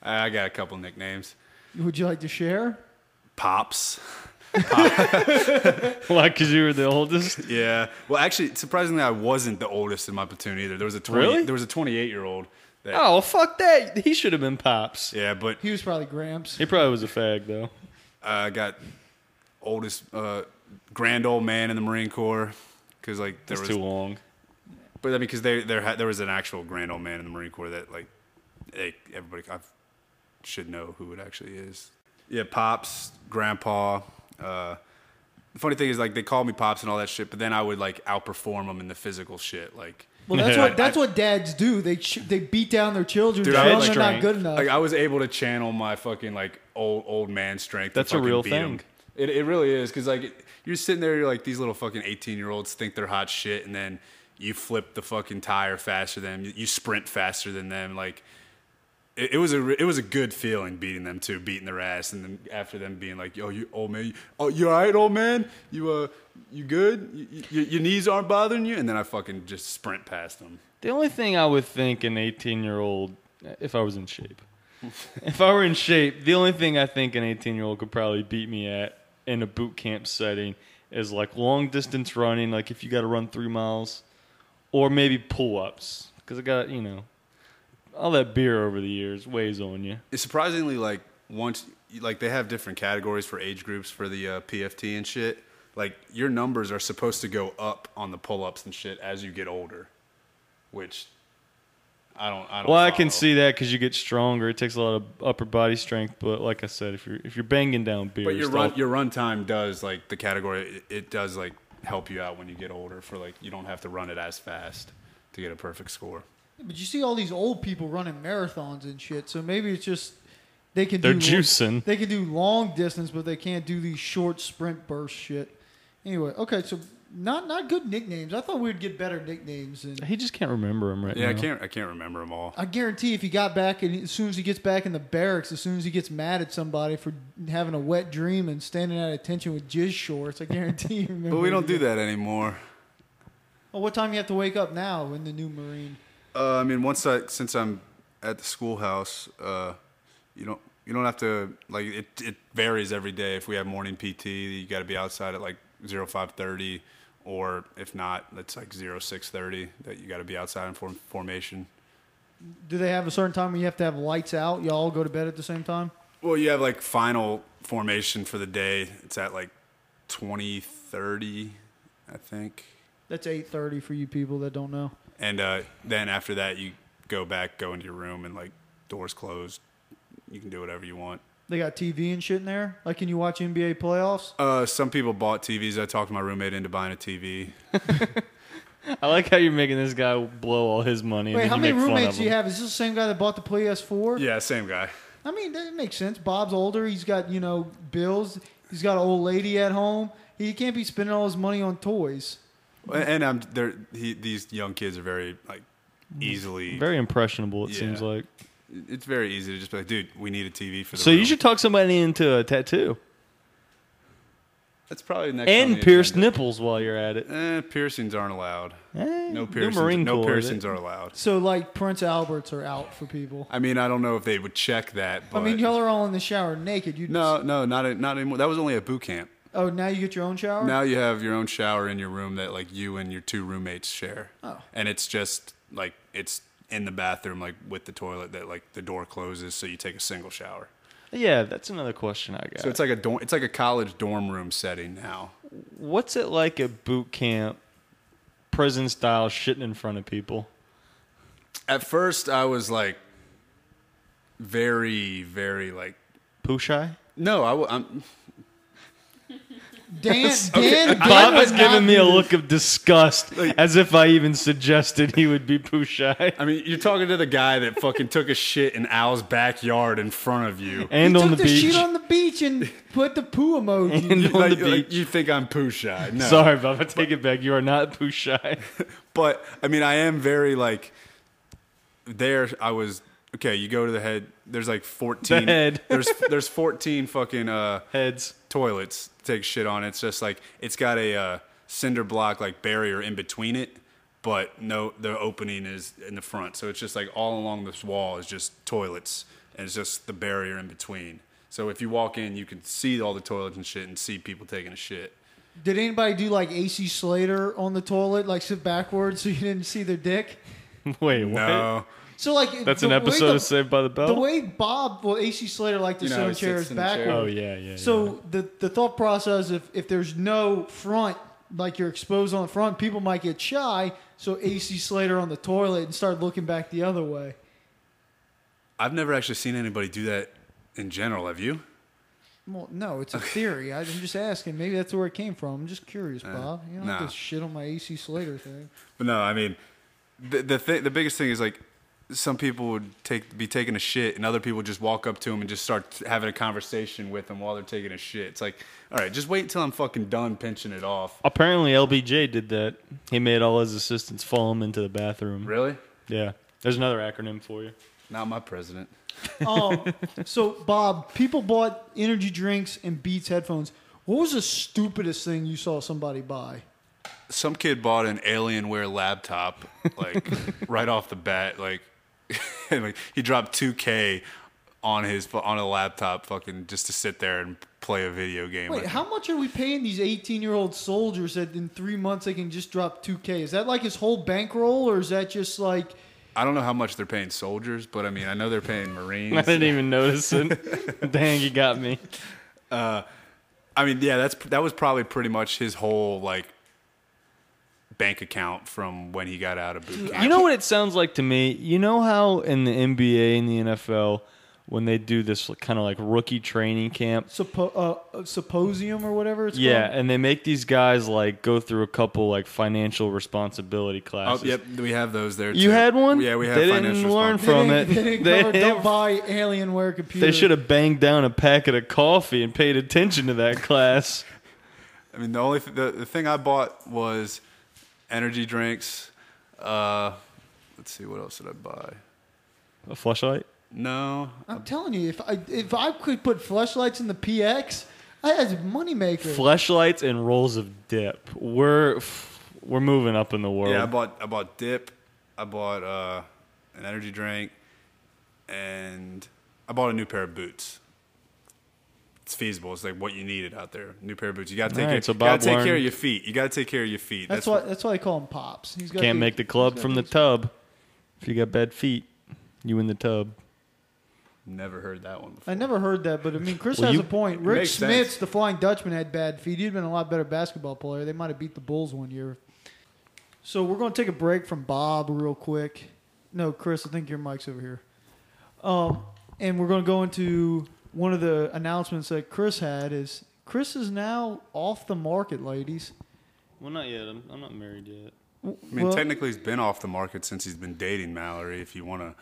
Speaker 2: I, I got a couple nicknames.
Speaker 1: Would you like to share?
Speaker 2: Pops.
Speaker 3: like, because you were the oldest.
Speaker 2: Yeah. Well, actually, surprisingly, I wasn't the oldest in my platoon either. There was a 20,
Speaker 3: Really?
Speaker 2: there was a 28 year old. That,
Speaker 3: Oh, well, fuck that! He should have been pops.
Speaker 2: Yeah, but
Speaker 1: He was probably Gramps.
Speaker 3: He probably was a fag though.
Speaker 2: I got oldest uh, grand old man in the Marine Corps because like there was
Speaker 3: That's too long.
Speaker 2: But I mean, because they there ha- there was an actual grand old man in the Marine Corps that like, they, everybody I should know who it actually is. Yeah, pops, grandpa. Uh, the funny thing is, like, they called me pops and all that shit, but then I would like outperform them in the physical shit. Like,
Speaker 1: Well, that's
Speaker 3: Yeah.
Speaker 1: what that's what dads do. They ch- they beat down their children.
Speaker 2: Dude,
Speaker 1: tell
Speaker 2: I
Speaker 1: them
Speaker 2: was
Speaker 1: they're not
Speaker 3: strength.
Speaker 1: good enough.
Speaker 2: like I was able to channel my fucking like old old man strength. to
Speaker 3: That's a
Speaker 2: fucking
Speaker 3: real
Speaker 2: beat 'em.
Speaker 3: thing.
Speaker 2: It it really is because like you're sitting there, you're like these little fucking eighteen year olds think they're hot shit, and then you flip the fucking tire faster than them, you sprint faster than them, like. It, it was a re- it was a good feeling beating them too, beating their ass, and then after them being like, "Yo, you old man, you, oh you all right, old man? You uh, you good? You, you, your knees aren't bothering you?" And then I fucking just sprint past them.
Speaker 3: The only thing I would think an 18 year old, if I was in shape, if I were in shape, the only thing I think an 18 year old could probably beat me at in a boot camp setting is like long distance running, like if you got to run three miles, or maybe pull ups. Because I got, you know, all that beer over the years weighs on you.
Speaker 2: it's surprisingly like once like they have different categories for age groups for the uh, PFT and shit. Like your numbers are supposed to go up on the pull-ups and shit as you get older, which I don't. I don't
Speaker 3: Well, I can
Speaker 2: follow.
Speaker 3: see that because you get stronger. It takes a lot of upper body strength, but like I said, if you're if you're banging down beer,
Speaker 2: But your
Speaker 3: it's all-
Speaker 2: run your run time does like the category. It, it does like help you out when you get older for like you don't have to run it as fast to get a perfect score.
Speaker 1: But you see all these old people running marathons and shit. So maybe it's just They can
Speaker 3: They're
Speaker 1: do
Speaker 3: juicing.
Speaker 1: They can do long distance, but they can't do these short sprint burst shit. Anyway, okay, so not not good nicknames. I thought we'd get better nicknames, and
Speaker 3: He just can't remember him right
Speaker 2: Yeah,
Speaker 3: now.
Speaker 2: I can't. I can't remember them all.
Speaker 1: I guarantee if he got back, and as soon as he gets back in the barracks, as soon as he gets mad at somebody for having a wet dream and standing out of attention with jizz shorts, I guarantee you remember.
Speaker 2: But we don't
Speaker 1: everything.
Speaker 2: do that anymore.
Speaker 1: Well, Oh, what time you have to wake up now in the new Marine?
Speaker 2: Uh, I mean, once I since I'm at the schoolhouse, uh, you don't you don't have to like it. It varies every day. If we have morning PT, you got to be outside at like zero five thirty, or if not, it's like zero six thirty that you got to be outside in form, formation.
Speaker 1: Do they have a certain time when you have to have lights out? You all go to bed at the same time?
Speaker 2: Well, you have like final formation for the day. It's at like twenty thirty, I think,
Speaker 1: That's eight thirty for you people that don't know.
Speaker 2: and uh, then after that you go back, go into your room, and like doors closed. You can do whatever you want.
Speaker 1: They got TV and shit in there. Like, can you watch NBA playoffs?
Speaker 2: Uh, some people bought TVs. I talked my roommate into buying a TV.
Speaker 3: I like how you're making this guy blow all his money.
Speaker 1: Wait,
Speaker 3: and
Speaker 1: how
Speaker 3: then
Speaker 1: many
Speaker 3: make fun
Speaker 1: roommates
Speaker 3: of
Speaker 1: do you
Speaker 3: him.
Speaker 1: have? Is this the same guy that bought the PS4?
Speaker 2: Yeah, same guy.
Speaker 1: I mean, that makes sense. Bob's older. He's got you know bills. He's got an old lady at home. He can't be spending all his money on toys.
Speaker 2: And I'm there. He, these young kids are very like easily.
Speaker 3: Very impressionable. It
Speaker 2: Yeah.
Speaker 3: seems like.
Speaker 2: it's very easy to just be like, dude, we need a TV for the.
Speaker 3: So you
Speaker 2: room."
Speaker 3: should talk somebody into a tattoo
Speaker 2: That's probably next. on
Speaker 3: and
Speaker 2: the
Speaker 3: pierce
Speaker 2: agenda.
Speaker 3: nipples while you're at it.
Speaker 2: Eh, piercings aren't allowed.
Speaker 3: Eh,
Speaker 2: No
Speaker 3: new
Speaker 2: piercings.
Speaker 3: Marine
Speaker 2: no
Speaker 3: Corps,
Speaker 2: piercings
Speaker 3: they-
Speaker 2: are allowed.
Speaker 1: So like Prince Alberts are out for people.
Speaker 2: I mean, I don't know if they would check that. But
Speaker 1: I mean, y'all are all in the shower naked. You
Speaker 2: no, no, not a, not anymore. That was only at boot camp.
Speaker 1: Oh, now you get your own shower.
Speaker 2: Now you have your own shower in your room that like you and your two roommates share.
Speaker 1: Oh.
Speaker 2: And it's just like it's in the bathroom like with the toilet that like the door closes so you take a single shower.
Speaker 3: Yeah, that's another question I got.
Speaker 2: So it's like a dorm it's like a college dorm room setting now.
Speaker 3: What's it like at boot camp, prison style, shitting in front of people?
Speaker 2: At first I was like very very like
Speaker 3: Poo shy?
Speaker 2: no, I w- I'm
Speaker 1: Dan, Dan, Dan
Speaker 3: Bob
Speaker 1: would
Speaker 3: is giving
Speaker 1: not
Speaker 3: me a
Speaker 1: do this.
Speaker 3: look of disgust as if I even suggested he would be poo shy.
Speaker 2: I mean, you're talking to the guy that fucking took a shit in Al's backyard in front of you.
Speaker 3: And
Speaker 1: he
Speaker 3: on the
Speaker 1: took the,
Speaker 3: beach.
Speaker 1: sheet on the beach and put the poo emoji.
Speaker 3: and
Speaker 2: You-
Speaker 3: on the
Speaker 2: like- like,
Speaker 3: beach.
Speaker 2: you think I'm poo shy. No.
Speaker 3: Sorry, Bob, I take it back. You are not poo shy.
Speaker 2: but I mean, I am very like there. I was okay. You go to the head. There's like fourteen.
Speaker 3: The head.
Speaker 2: there's there's fourteen fucking uh,
Speaker 3: Heads.
Speaker 2: toilets to take shit on. It's just like it's got a uh, cinder block like barrier in between it, but no, the opening is in the front. So it's just like all along this wall is just toilets, and it's just the barrier in between. So if you walk in, you can see all the toilets and shit, and see people taking a shit.
Speaker 1: Did anybody do like AC Slater on the toilet, like sit backwards so you didn't see their dick?
Speaker 3: Wait, what?
Speaker 2: No,
Speaker 1: So like
Speaker 3: That's
Speaker 1: the
Speaker 3: an
Speaker 1: way
Speaker 3: episode
Speaker 1: the-
Speaker 3: of Saved by the Bell?
Speaker 1: The way Bob, well, AC Slater liked to
Speaker 2: You know,
Speaker 1: sit on
Speaker 2: he sits
Speaker 1: chairs
Speaker 2: in a chair.
Speaker 1: backwards.
Speaker 3: oh, yeah, yeah. yeah.
Speaker 1: So the the thought process if if there's no front, like you're exposed on the front, people might get shy. So AC Slater on the toilet and start looking back the other way.
Speaker 2: I've never actually seen anybody do that in general. Have you?
Speaker 1: Well, no, it's a theory. I, I'm just asking. Maybe that's where it came from. I'm just curious, Bob. You don't have
Speaker 2: Uh, nah.
Speaker 1: to shit on my AC Slater thing.
Speaker 2: But no, I mean, the the, th- the biggest thing is like some people would take be taking a shit, and other people would just walk up to them and just start having a conversation with them while they're taking a shit. It's like, all right, just wait until I'm fucking done pinching it off.
Speaker 3: Apparently, LBJ did that. He made all his assistants follow him into the bathroom.
Speaker 2: Really?
Speaker 3: Yeah. There's another acronym for you.
Speaker 2: Not my president.
Speaker 1: Um, so Bob, people bought energy drinks and Beats headphones. What was the stupidest thing you saw somebody buy?
Speaker 2: Some kid bought an Alienware laptop, like right off the bat, like, and, like he dropped two k on his on a laptop, fucking just to sit there and play a video game.
Speaker 1: Wait,
Speaker 2: with
Speaker 1: how much are we paying these 18 year old soldiers that in three months they can just drop 2K? Is that like his whole bankroll or is that just like.
Speaker 2: I don't know how much they're paying soldiers, but I mean, I know they're paying Marines.
Speaker 3: I didn't even notice it. Dang, you got me.
Speaker 2: I mean, yeah, that's that was probably pretty much his whole like bank account from when he got out of boot camp.
Speaker 3: You know what it sounds like to me? You know how in the NBA and the NFL, when they do this kind of like rookie training camp.
Speaker 1: Suppo- uh, uh, symposium or whatever it's
Speaker 3: yeah,
Speaker 1: called.
Speaker 3: and they make these guys like go through a couple like financial responsibility
Speaker 2: Oh,
Speaker 3: classes.
Speaker 2: yep, we have those there.
Speaker 3: You
Speaker 2: too.
Speaker 3: had one?
Speaker 2: Yeah, we have
Speaker 3: They didn't
Speaker 2: financial
Speaker 3: learn
Speaker 1: They
Speaker 2: responsibility.
Speaker 3: from
Speaker 1: didn't-
Speaker 3: it.
Speaker 1: They didn't
Speaker 3: They-
Speaker 1: cover- don't buy Alienware computers.
Speaker 3: They should have banged down a packet of coffee and paid attention to that class.
Speaker 2: I mean, the only th- the, the thing I bought was energy drinks. Uh, let's see, what else did I buy?
Speaker 3: a flashlight.
Speaker 2: No,
Speaker 1: I'm telling you, if I if I could put flashlights in the PX, I had a moneymaker.
Speaker 3: Flashlights and rolls of dip. We're we're moving up in the world.
Speaker 2: yeah, I bought I bought dip, I bought uh, an energy drink, and I bought a new pair of boots. It's feasible. It's like what you needed out there. New pair of boots. You got to take,
Speaker 3: All right,
Speaker 2: care,
Speaker 3: so
Speaker 2: you gotta
Speaker 3: Bob
Speaker 2: take care of
Speaker 3: learned-
Speaker 2: your feet. You got to take care of your feet.
Speaker 1: that's
Speaker 2: That's,
Speaker 1: why
Speaker 2: what.
Speaker 1: that's why they call him pops. He's got
Speaker 3: Can't make the club
Speaker 1: he's got
Speaker 3: from the
Speaker 1: these-
Speaker 3: tub. If you got bad feet, you in the tub.
Speaker 2: Never heard that one before.
Speaker 1: I never heard that, but I mean, Chris
Speaker 3: Well,
Speaker 1: has
Speaker 3: you-
Speaker 1: a point.
Speaker 2: It
Speaker 1: Rick
Speaker 2: makes
Speaker 1: Smits,
Speaker 2: sense.
Speaker 1: the Flying Dutchman, had bad feet. He'd been a lot better basketball player. They might have beat the Bulls one year. So we're going to take a break from Bob real quick. No, Chris, I think your mic's over here. Um, and we're going to go into one of the announcements that Chris had is Chris is now off the market, ladies.
Speaker 3: Well, not yet. I'm, I'm not married yet.
Speaker 2: I mean,
Speaker 1: Well-
Speaker 2: technically, he's been off the market since he's been dating Mallory. If you want to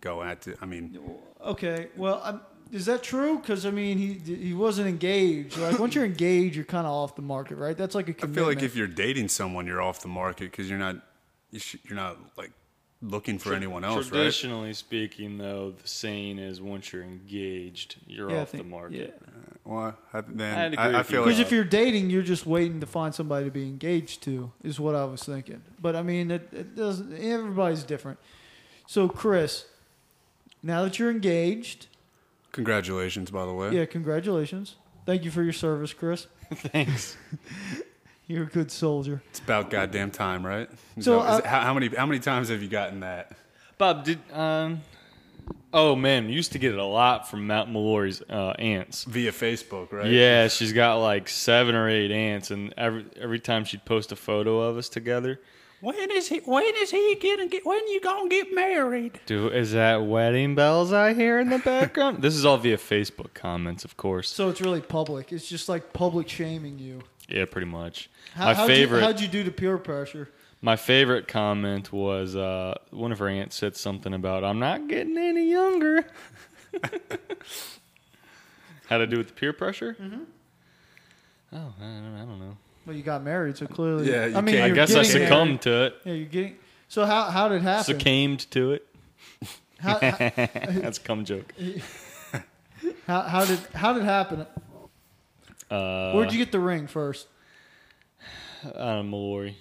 Speaker 2: go at it, I mean,
Speaker 1: Okay, well, I'm, is that true? Because I mean, he he wasn't engaged. Like once you're engaged, you're kind of off the market, right? That's like a
Speaker 2: I
Speaker 1: commitment.
Speaker 2: feel like if you're dating someone, you're off the market because you're not, you sh- you're not like looking for anyone else, right?
Speaker 3: Traditionally speaking, though, the saying is once you're engaged, you're
Speaker 1: Yeah, I
Speaker 3: off
Speaker 1: think-
Speaker 3: the market.
Speaker 1: yeah.
Speaker 2: Well, I,
Speaker 3: I'd
Speaker 2: then
Speaker 3: agree
Speaker 2: I, I
Speaker 3: with you.
Speaker 2: feel
Speaker 1: Because
Speaker 2: like
Speaker 1: if you're dating, you're just waiting to find somebody to be engaged to, is what I was thinking. But I mean, it, it doesn't. Everybody's different. So, Chris, now that you're engaged,
Speaker 2: congratulations, by the way.
Speaker 1: yeah, congratulations. Thank you for your service, Chris.
Speaker 3: Thanks.
Speaker 1: You're a good soldier.
Speaker 2: It's about goddamn time, right?
Speaker 1: So,
Speaker 2: So, is
Speaker 1: uh,
Speaker 2: it- how, how many how many times have you gotten that?
Speaker 3: Bob, did um. Oh man, we used to get it a lot from Mount Mallory's uh, aunts.
Speaker 2: Via Facebook, right?
Speaker 3: Yeah, she's got like seven or eight ants, and every every time she'd post a photo of us together.
Speaker 2: When is he? When is he gonna get? When you gonna get married?
Speaker 3: Do is that wedding bells I hear in the background? this is all via Facebook comments, of course.
Speaker 1: So it's really public. It's just like public shaming you.
Speaker 3: yeah, pretty much.
Speaker 1: How,
Speaker 3: my
Speaker 1: how'd
Speaker 3: favorite,
Speaker 1: You, how'd you do to peer pressure?
Speaker 3: my favorite comment was uh, one of her aunts said something about "I'm not getting any younger." How to do with the peer pressure? Mm-hmm. Oh, I don't, I don't know.
Speaker 1: Well, you got married, so clearly.
Speaker 2: Yeah, you
Speaker 1: I mean,
Speaker 2: can't-
Speaker 3: I
Speaker 1: you're
Speaker 3: guess I
Speaker 1: getting married.
Speaker 3: succumbed to it,
Speaker 1: Yeah, you're getting. So how how did it happen?
Speaker 3: succumbed to it.
Speaker 1: How, how,
Speaker 3: That's a cum joke.
Speaker 1: how, how did how did it happen?
Speaker 3: Uh,
Speaker 1: Where'd you get the ring first?
Speaker 3: Uh, Mallory.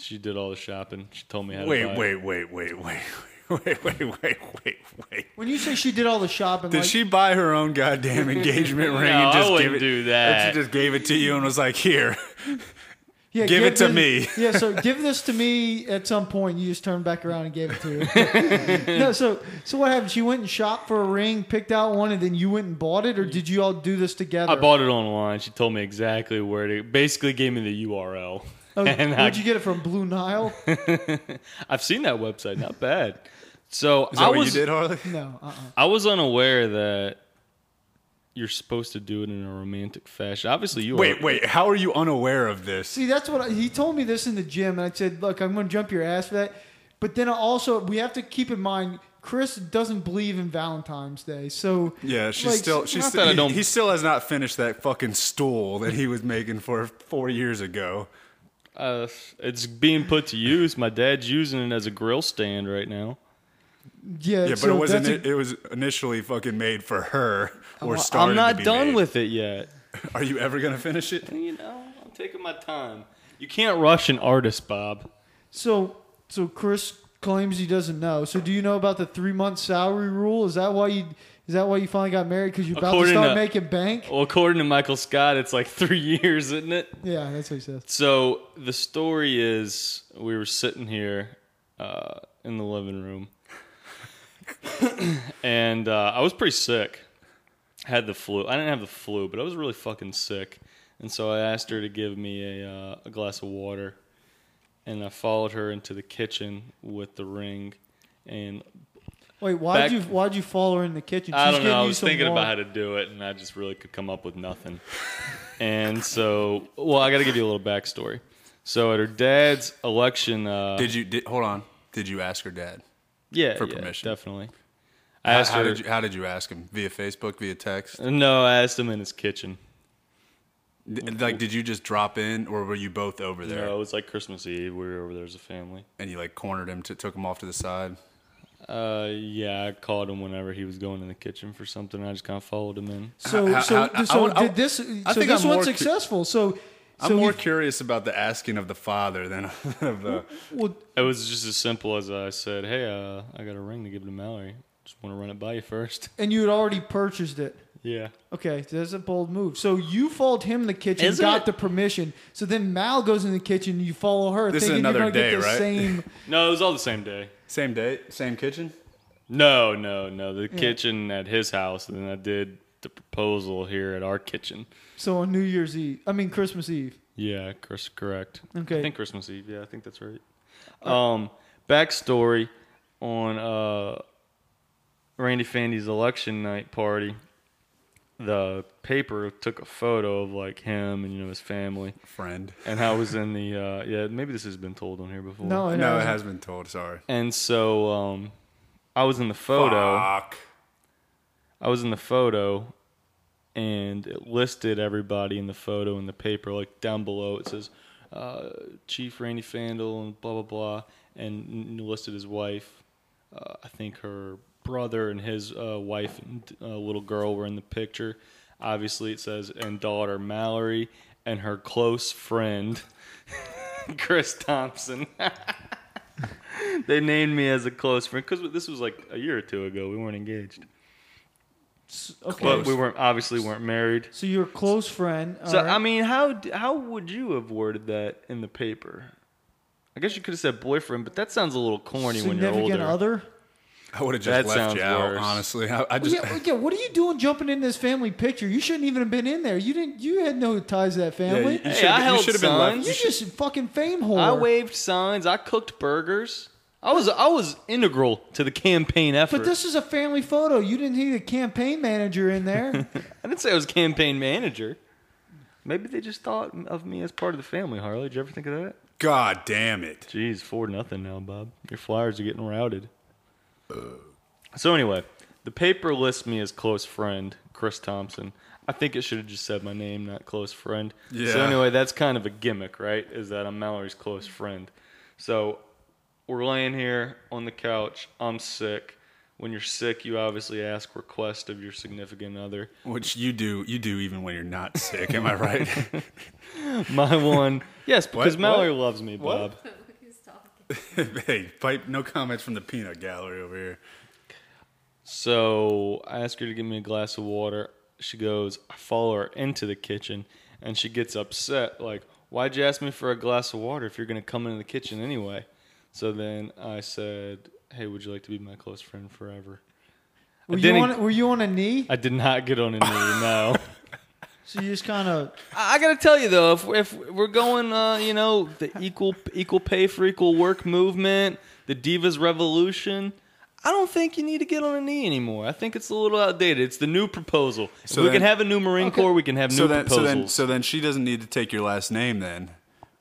Speaker 3: She did all the shopping. She told me how to buy
Speaker 2: Wait,
Speaker 3: it.
Speaker 2: wait, wait, wait, wait, wait, wait, wait, wait, wait.
Speaker 1: When you say she did all the shopping,
Speaker 2: Did
Speaker 1: like,
Speaker 2: she buy her own goddamn engagement ring
Speaker 3: No, I
Speaker 2: and just give
Speaker 3: wouldn't
Speaker 2: it?
Speaker 3: do that.
Speaker 2: She just gave it to you and was like, "Here."
Speaker 1: yeah,
Speaker 2: give it to
Speaker 1: this-
Speaker 2: me.
Speaker 1: yeah, so give this to me at some point. You just turned back around and gave it to her. no, so so what happened? She went and shopped for a ring, picked out one, and then you went and bought it, or did you all do this together?
Speaker 3: I bought it online. She told me exactly where to. Basically, gave me the URL.
Speaker 1: Oh,
Speaker 3: and
Speaker 1: where'd
Speaker 3: I,
Speaker 1: you get it from? Blue Nile?
Speaker 3: I've seen that website. Not bad. So
Speaker 2: Is that
Speaker 3: I
Speaker 2: what
Speaker 3: was
Speaker 2: you did, Harley?
Speaker 1: No, uh, uh
Speaker 3: I was unaware that you're supposed to do it in a romantic fashion. Obviously, you
Speaker 2: Wait,
Speaker 3: are.
Speaker 2: wait. How are you unaware of this?
Speaker 1: See, that's what I, he told me this in the gym, and I said, "Look, I'm going to jump your ass for that." But then I also, we have to keep in mind, Chris doesn't believe in Valentine's Day, so
Speaker 2: Yeah, she's
Speaker 1: like,
Speaker 2: still. She's
Speaker 3: not
Speaker 2: still.
Speaker 3: that I
Speaker 2: he-
Speaker 3: don't-
Speaker 2: He, still has not finished that fucking stool that he was making for four years ago.
Speaker 3: Uh, it's being put to use. My dad's using it as a grill stand right now.
Speaker 1: yeah.
Speaker 2: Yeah, but
Speaker 1: so
Speaker 2: it wasn't.
Speaker 1: that's a-
Speaker 2: it was initially fucking made for her or started.
Speaker 3: I'm not
Speaker 2: to be
Speaker 3: done
Speaker 2: made.
Speaker 3: with it yet.
Speaker 2: Are you ever gonna finish it?
Speaker 3: You know, I'm taking my time. You can't rush an artist, Bob.
Speaker 1: So, so Chris claims he doesn't know. So, do you know about the three month salary rule? Is that why you? Is that why you finally got married? Because you're about
Speaker 3: According
Speaker 1: to start
Speaker 3: to-
Speaker 1: making bank.
Speaker 3: Well, according to Michael Scott, it's like three years, isn't it?
Speaker 1: Yeah, that's what he says.
Speaker 3: So the story is we were sitting here uh, in the living room, and uh, I was pretty sick. Had the flu. I didn't have the flu, but I was really fucking sick. And so I asked her to give me a, uh, a glass of water, and I followed her into the kitchen with the ring, and
Speaker 1: Wait, why'd
Speaker 3: Back-
Speaker 1: you why'd you follow her in the kitchen?
Speaker 3: I don't
Speaker 1: getting
Speaker 3: know. I
Speaker 1: you
Speaker 3: was
Speaker 1: some
Speaker 3: thinking
Speaker 1: more-
Speaker 3: about how to do it, and I just really could come up with nothing. and so, well, I got to give you a little backstory. So at her dad's election, uh,
Speaker 2: Did you did, hold on? Did you ask her dad?
Speaker 3: yeah,
Speaker 2: for
Speaker 3: yeah,
Speaker 2: permission?
Speaker 3: definitely. I asked
Speaker 2: how,
Speaker 3: her.
Speaker 2: did you, how did you ask him? Via Facebook? Via text?
Speaker 3: no, I asked him in his kitchen.
Speaker 2: D- like, did you just drop in, or were you both over there
Speaker 3: No, it was like Christmas Eve. We were over there as a family.
Speaker 2: and you like cornered him, to, took him off to the side?
Speaker 3: Uh, yeah, I called him whenever he was going in the kitchen for something. I just kind of followed him in.
Speaker 1: So
Speaker 2: How-
Speaker 1: so
Speaker 2: how-
Speaker 1: so
Speaker 2: I would- I
Speaker 1: did
Speaker 2: would-
Speaker 1: this? so
Speaker 2: I think
Speaker 1: this
Speaker 2: I'm
Speaker 1: one's
Speaker 2: more cu-
Speaker 1: successful. So
Speaker 2: I'm
Speaker 1: so
Speaker 2: more
Speaker 1: you-
Speaker 2: curious about the asking of the father than of the.
Speaker 1: well,
Speaker 3: It was just as simple as I said, "Hey, uh, I got a ring to give to Mallory. Just want to run it by you first.
Speaker 1: and you had already purchased it.
Speaker 3: Yeah.
Speaker 1: Okay, so that's a bold move. So you followed him in the kitchen,
Speaker 3: Isn't
Speaker 1: got
Speaker 3: it-
Speaker 1: the permission. So then Mal goes in the kitchen, you follow her,
Speaker 2: This is
Speaker 1: thinking
Speaker 2: another
Speaker 1: you're gonna
Speaker 2: day,
Speaker 1: get the
Speaker 2: right?
Speaker 1: same.
Speaker 3: No, it was all the same day.
Speaker 2: Same date, same kitchen.
Speaker 3: No, no, no. The kitchen at his house, and then I did the proposal here at our kitchen.
Speaker 1: So on New Year's Eve, I mean Christmas Eve.
Speaker 3: Yeah, Chris, correct.
Speaker 1: Okay. Uh,
Speaker 3: I think Christmas Eve. Yeah, I think that's right. Um, backstory on uh, Randy Fandy's election night party. The paper took a photo of like him and you know his family,
Speaker 2: Friend.
Speaker 3: and how it was in the uh, yeah. Maybe this has been told on here before.
Speaker 1: No, I
Speaker 2: No,
Speaker 1: know.
Speaker 2: it has been told. Sorry.
Speaker 3: And so um, I was in the photo.
Speaker 2: Fuck.
Speaker 3: I was in the photo and it listed everybody in the photo in the paper. Like down below, it says uh, Chief Randy Fandle and blah, blah, blah. And n- listed his wife. Uh, I think her brother and his uh, wife and uh, little girl were in the picture. Obviously, it says, and daughter Mallory and her close friend, Chris Thompson. they named me as a close friend because this was like a year or two ago. We weren't engaged.
Speaker 1: S- Okay.
Speaker 3: But we weren't obviously weren't married.
Speaker 1: so you're a close friend.
Speaker 3: So
Speaker 1: all right.
Speaker 3: I mean, how d- how would you have worded that in the paper? I guess you could have said boyfriend, but that sounds a little corny when you're
Speaker 1: significant
Speaker 3: older.
Speaker 1: other.
Speaker 2: I would have
Speaker 3: That
Speaker 2: just left
Speaker 3: sounds
Speaker 2: you out.
Speaker 3: worse.
Speaker 2: Honestly, I, I
Speaker 1: Well,
Speaker 2: just.
Speaker 1: yeah, well, yeah, what are you doing jumping in this family picture? You shouldn't even have been in there. You didn't. You had no ties to that family.
Speaker 2: you
Speaker 1: you,
Speaker 3: Hey,
Speaker 2: should've-
Speaker 3: I
Speaker 2: you
Speaker 3: held
Speaker 2: should've been left-
Speaker 3: signs.
Speaker 2: you
Speaker 1: just a fucking fame whore.
Speaker 3: I waved signs. I cooked burgers. I was I was integral to the campaign effort.
Speaker 1: But this is a family photo. You didn't need a campaign manager in there.
Speaker 3: I didn't say I was campaign manager. Maybe they just thought of me as part of the family. Harley, did you ever think of that?
Speaker 2: God damn it.
Speaker 3: Jeez, four nothing now, Bob. Your Flyers are getting routed. So anyway, the paper lists me as close friend, Chris Thompson. I think it should have just said my name, not close friend. So
Speaker 2: Yeah.
Speaker 3: anyway, that's kind of a gimmick, right? Is that I'm Mallory's close friend. So we're laying here on the couch. I'm sick. When you're sick, you obviously ask request of your significant other.
Speaker 2: Which you do, you do even when you're not sick. Am I right?
Speaker 3: My one, yes, because
Speaker 2: What?
Speaker 3: Mallory loves me, Bob.
Speaker 2: What?
Speaker 4: Who's talking?
Speaker 2: hey, pipe. No comments from the peanut gallery over here.
Speaker 3: So I ask her to give me a glass of water. She goes, I follow her into the kitchen and she gets upset. Like, why'd you ask me for a glass of water if you're going to come into the kitchen anyway? So then I said, Hey, would you like to be my close friend forever?
Speaker 1: Were
Speaker 3: I,
Speaker 1: you,
Speaker 3: didn't-
Speaker 1: on, were you on a knee?
Speaker 3: I did not get on a knee, no.
Speaker 1: So you just kind of.
Speaker 3: I I gotta tell you though, if, if we're going, uh, you know, the equal equal pay for equal work movement, the divas revolution, I don't think you need to get on a knee anymore. I think it's a little outdated. It's the new proposal. If
Speaker 2: So
Speaker 3: we
Speaker 2: then-
Speaker 3: can have a new Marine Corps. We can have new
Speaker 2: So then, so
Speaker 3: proposals.
Speaker 2: then, so then, she doesn't need to take your last name. Then,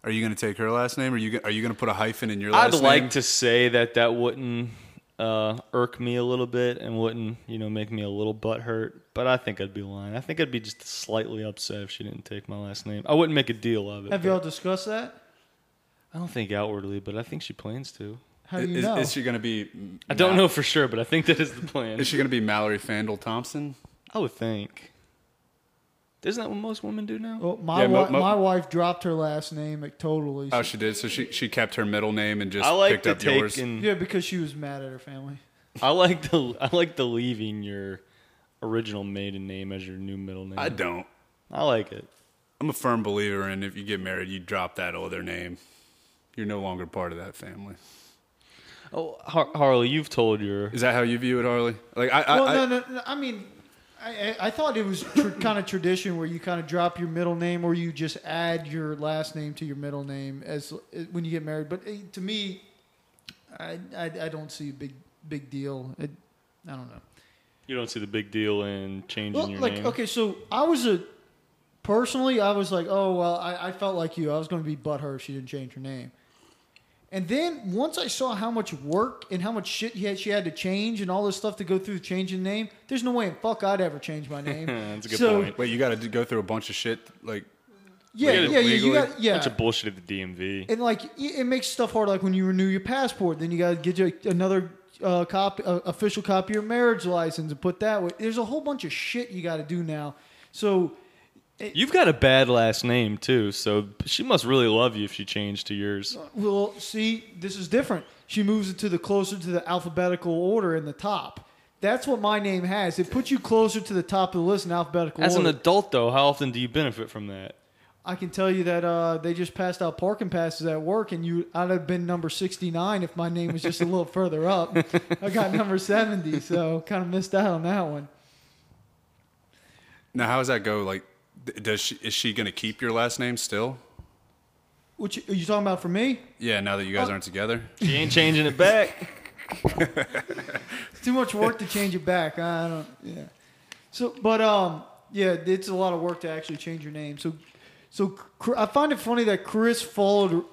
Speaker 2: are you going to take her last name? Are you go- are you going to put a hyphen in your last
Speaker 3: I'd
Speaker 2: name?
Speaker 3: like to say that that wouldn't uh, irk me a little bit and wouldn't, you know, make me a little butt hurt. But I think I'd be lying. I think I'd be just slightly upset if she didn't take my last name. I wouldn't make a deal of it.
Speaker 1: Have
Speaker 3: but-
Speaker 1: y'all discussed that?
Speaker 3: I don't think outwardly, but I think she plans to.
Speaker 1: How do you
Speaker 2: is,
Speaker 1: know?
Speaker 2: is she going to be?
Speaker 3: I don't know for sure, but I think that is the plan.
Speaker 2: Is she going to be Mallory Fandle Thompson?
Speaker 3: I would think. Isn't that what most women do now?
Speaker 1: well, my,
Speaker 2: Yeah, mo-
Speaker 1: wi-
Speaker 2: mo-
Speaker 1: my wife dropped her last name like, totally.
Speaker 2: Oh, she did. So she she kept her middle name and just
Speaker 3: I like
Speaker 2: picked
Speaker 3: the
Speaker 2: up yours.
Speaker 3: taking.
Speaker 1: yeah, because she was mad at her family.
Speaker 3: I like the. I like the leaving your original maiden name as your new middle name.
Speaker 2: I don't.
Speaker 3: I like it.
Speaker 2: I'm a firm believer in if you get married, you drop that other name. You're no longer part of that family.
Speaker 3: Oh, Har- Harley, you've told your.
Speaker 2: Is that how you view it, Harley? Like I, I,
Speaker 1: well,
Speaker 2: I
Speaker 1: no, no, no, I mean, I, I, I thought it was tr- kind of tradition where you kind of drop your middle name or you just add your last name to your middle name as when eh, you get married. But eh, to me, I, I, I don't see a big big deal. It, I don't know.
Speaker 3: You don't see the big deal in changing
Speaker 1: Well,
Speaker 3: your
Speaker 1: like
Speaker 3: name.
Speaker 1: okay, so I was a personally, I was like, oh well, I, I felt like you. I was going to be butthurt if she didn't change her name. And then once I saw how much work and how much shit he had, she had to change and all this stuff to go through changing the name, there's no way in fuck I'd ever change my name.
Speaker 3: That's a good
Speaker 1: So-
Speaker 3: point.
Speaker 2: Wait, you got to go through a bunch of shit. Like,
Speaker 1: Yeah,
Speaker 2: Legally-
Speaker 1: yeah, yeah, you
Speaker 2: legally?
Speaker 1: got yeah.
Speaker 3: Bunch of bullshit at the DMV.
Speaker 1: and like it it makes stuff hard. Like when you renew your passport, then you got to get you another uh, copy, uh, official copy of your marriage license, and put that. Way. There's a whole bunch of shit you got to do now. So
Speaker 3: You've got a bad last name too, so she must really love you if she changed to yours.
Speaker 1: Well, see, this is different. She moves it to the closer to the alphabetical order in the top. That's what my name has. It puts you closer to the top of the list in alphabetical
Speaker 3: As an
Speaker 1: order.
Speaker 3: adult, though, how often do you benefit from that?
Speaker 1: I can tell you that uh, they just passed out parking passes at work, and you I'd have been number sixty nine if my name was just a little further up. I got number seventy, so kind of missed out on that one.
Speaker 2: now how does that go? Like, th- does she is she gonna keep your last name still?
Speaker 1: What you, are you talking about for me?
Speaker 2: Yeah, now that you
Speaker 3: Oh.
Speaker 2: guys aren't together.
Speaker 3: She ain't changing it back.
Speaker 1: It's too much work to change it back. I don't. Yeah. So, but um, yeah, it's a lot of work to actually change your name. So, so Cr- I find it funny that Chris followed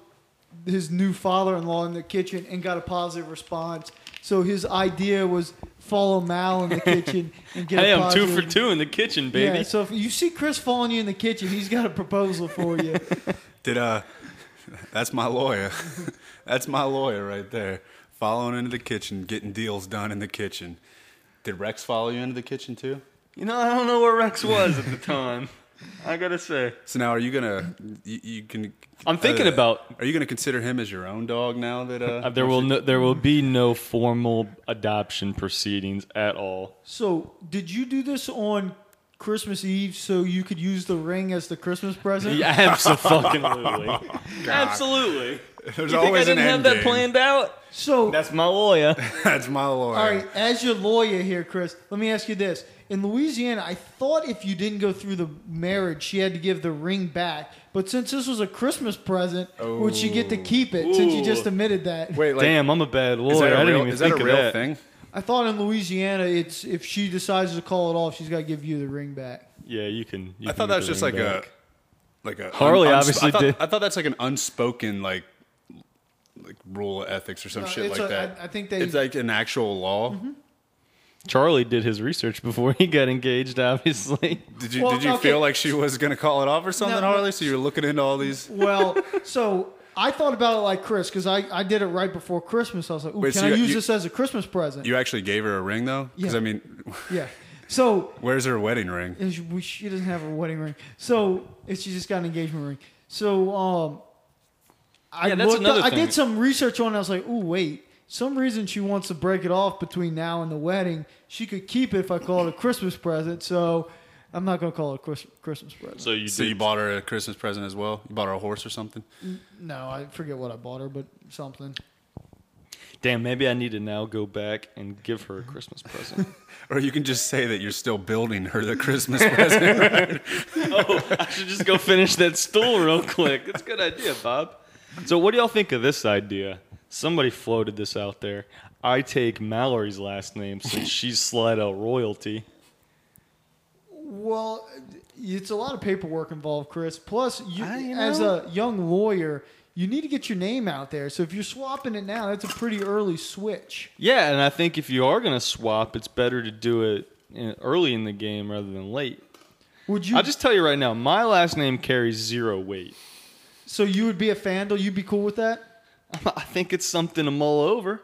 Speaker 1: his new father-in-law in the kitchen and got a positive response. So his idea was follow Mal in the kitchen and get.
Speaker 3: Hey,
Speaker 1: a
Speaker 3: I'm two
Speaker 1: positive
Speaker 3: for two in the kitchen, baby.
Speaker 1: Yeah, so if you see Chris following you in the kitchen, he's got a proposal for you.
Speaker 2: Did uh, that's my lawyer. that's my lawyer right there, following into the kitchen, getting deals done in the kitchen. Did Rex follow you into the kitchen too?
Speaker 3: You know, I don't know where Rex was at the time. I gotta say,
Speaker 2: So now, are you gonna? You, you can.
Speaker 3: I'm thinking
Speaker 2: uh,
Speaker 3: about-
Speaker 2: Are you gonna consider him as your own dog now that uh?
Speaker 3: Uh, there will no, there will be no formal adoption proceedings at all.
Speaker 1: So, did you do this on Christmas Eve so you could use the ring as the Christmas present?
Speaker 3: Yeah, absolutely, absolutely.
Speaker 2: There's
Speaker 3: you think I
Speaker 2: always
Speaker 3: didn't
Speaker 2: an
Speaker 3: have
Speaker 2: end
Speaker 3: that
Speaker 2: game.
Speaker 3: planned out?
Speaker 1: So
Speaker 3: That's my lawyer.
Speaker 2: That's my lawyer.
Speaker 1: All right, as your lawyer here, Chris, let me ask you this. In Louisiana, I thought if you didn't go through the marriage, she had to give the ring back. But since this was a Christmas present, would she get
Speaker 2: Oh.
Speaker 1: to keep it since you just
Speaker 3: Ooh.
Speaker 1: admitted that?
Speaker 2: Wait, like,
Speaker 3: Damn, I'm a bad lawyer.
Speaker 2: Is that
Speaker 3: I
Speaker 2: a
Speaker 3: didn't
Speaker 2: real,
Speaker 3: even
Speaker 2: is that
Speaker 3: think
Speaker 2: a
Speaker 3: of
Speaker 2: real
Speaker 3: that.
Speaker 2: thing?
Speaker 1: I thought in Louisiana, it's if she decides to call it off, she's got to give you the ring back.
Speaker 3: Yeah, you can. You
Speaker 2: I thought that was just like a like a
Speaker 3: Harley
Speaker 2: unsp-
Speaker 3: obviously
Speaker 2: I thought,
Speaker 3: did.
Speaker 2: I thought that's like an unspoken like like rule of ethics or some
Speaker 1: No,
Speaker 2: shit
Speaker 1: it's
Speaker 2: like
Speaker 1: a-
Speaker 2: that.
Speaker 1: I- I think they- Mm-hmm.
Speaker 2: it's like an actual law.
Speaker 3: a. Charlie did his research before he got engaged. Obviously,
Speaker 2: Did you
Speaker 1: Well,
Speaker 2: did you
Speaker 1: okay.
Speaker 2: feel like she was gonna call it off or something,
Speaker 1: no.
Speaker 2: Harley? So you were looking into all these.
Speaker 1: Well, so I thought about it like Chris because I, I did it right before Christmas. I was like, ooh,
Speaker 2: Wait,
Speaker 1: can
Speaker 2: so
Speaker 1: I
Speaker 2: you-
Speaker 1: use
Speaker 2: you-
Speaker 1: this as a Christmas present?
Speaker 2: You actually gave her a ring though, because
Speaker 1: Yeah.
Speaker 2: I mean,
Speaker 1: yeah. So
Speaker 2: where's her wedding ring?
Speaker 1: And she, we- she doesn't have a wedding ring, so and she just got an engagement ring. So um, I
Speaker 3: Yeah, that's
Speaker 1: looked
Speaker 3: another
Speaker 1: up- I
Speaker 3: thing.
Speaker 1: did some research on. it. I was like, oh wait, some reason she wants to break it off between now and the wedding. She could keep it if I call it a Christmas present. So I'm not gonna call it a Chris- Christmas present.
Speaker 3: so you
Speaker 2: So you bought her a Christmas present as well. You bought her a horse or something.
Speaker 1: no, I forget what I bought her, but something.
Speaker 3: Damn, maybe I need to now go back and give her a Christmas present.
Speaker 2: Or you can just say that you're still building her the Christmas present.
Speaker 3: I should just go finish that stool real quick. That's a good idea, Bob. So, what do y'all think of this idea? Somebody floated this out there. I take Mallory's last name since she's Slidell royalty.
Speaker 1: Well, it's a lot of paperwork involved, Chris. Plus, you,
Speaker 3: I- you
Speaker 1: as
Speaker 3: know-
Speaker 1: a young lawyer, you need to get your name out there. So if you're swapping it now, that's a pretty early switch.
Speaker 3: Yeah, and I think if you are going to swap, it's better to do it in, early in the game rather than late.
Speaker 1: Would you?
Speaker 3: I'll just tell you right now, my last name carries zero weight.
Speaker 1: so you would be a Fandle? You'd be cool with that?
Speaker 3: I think it's something to mull over.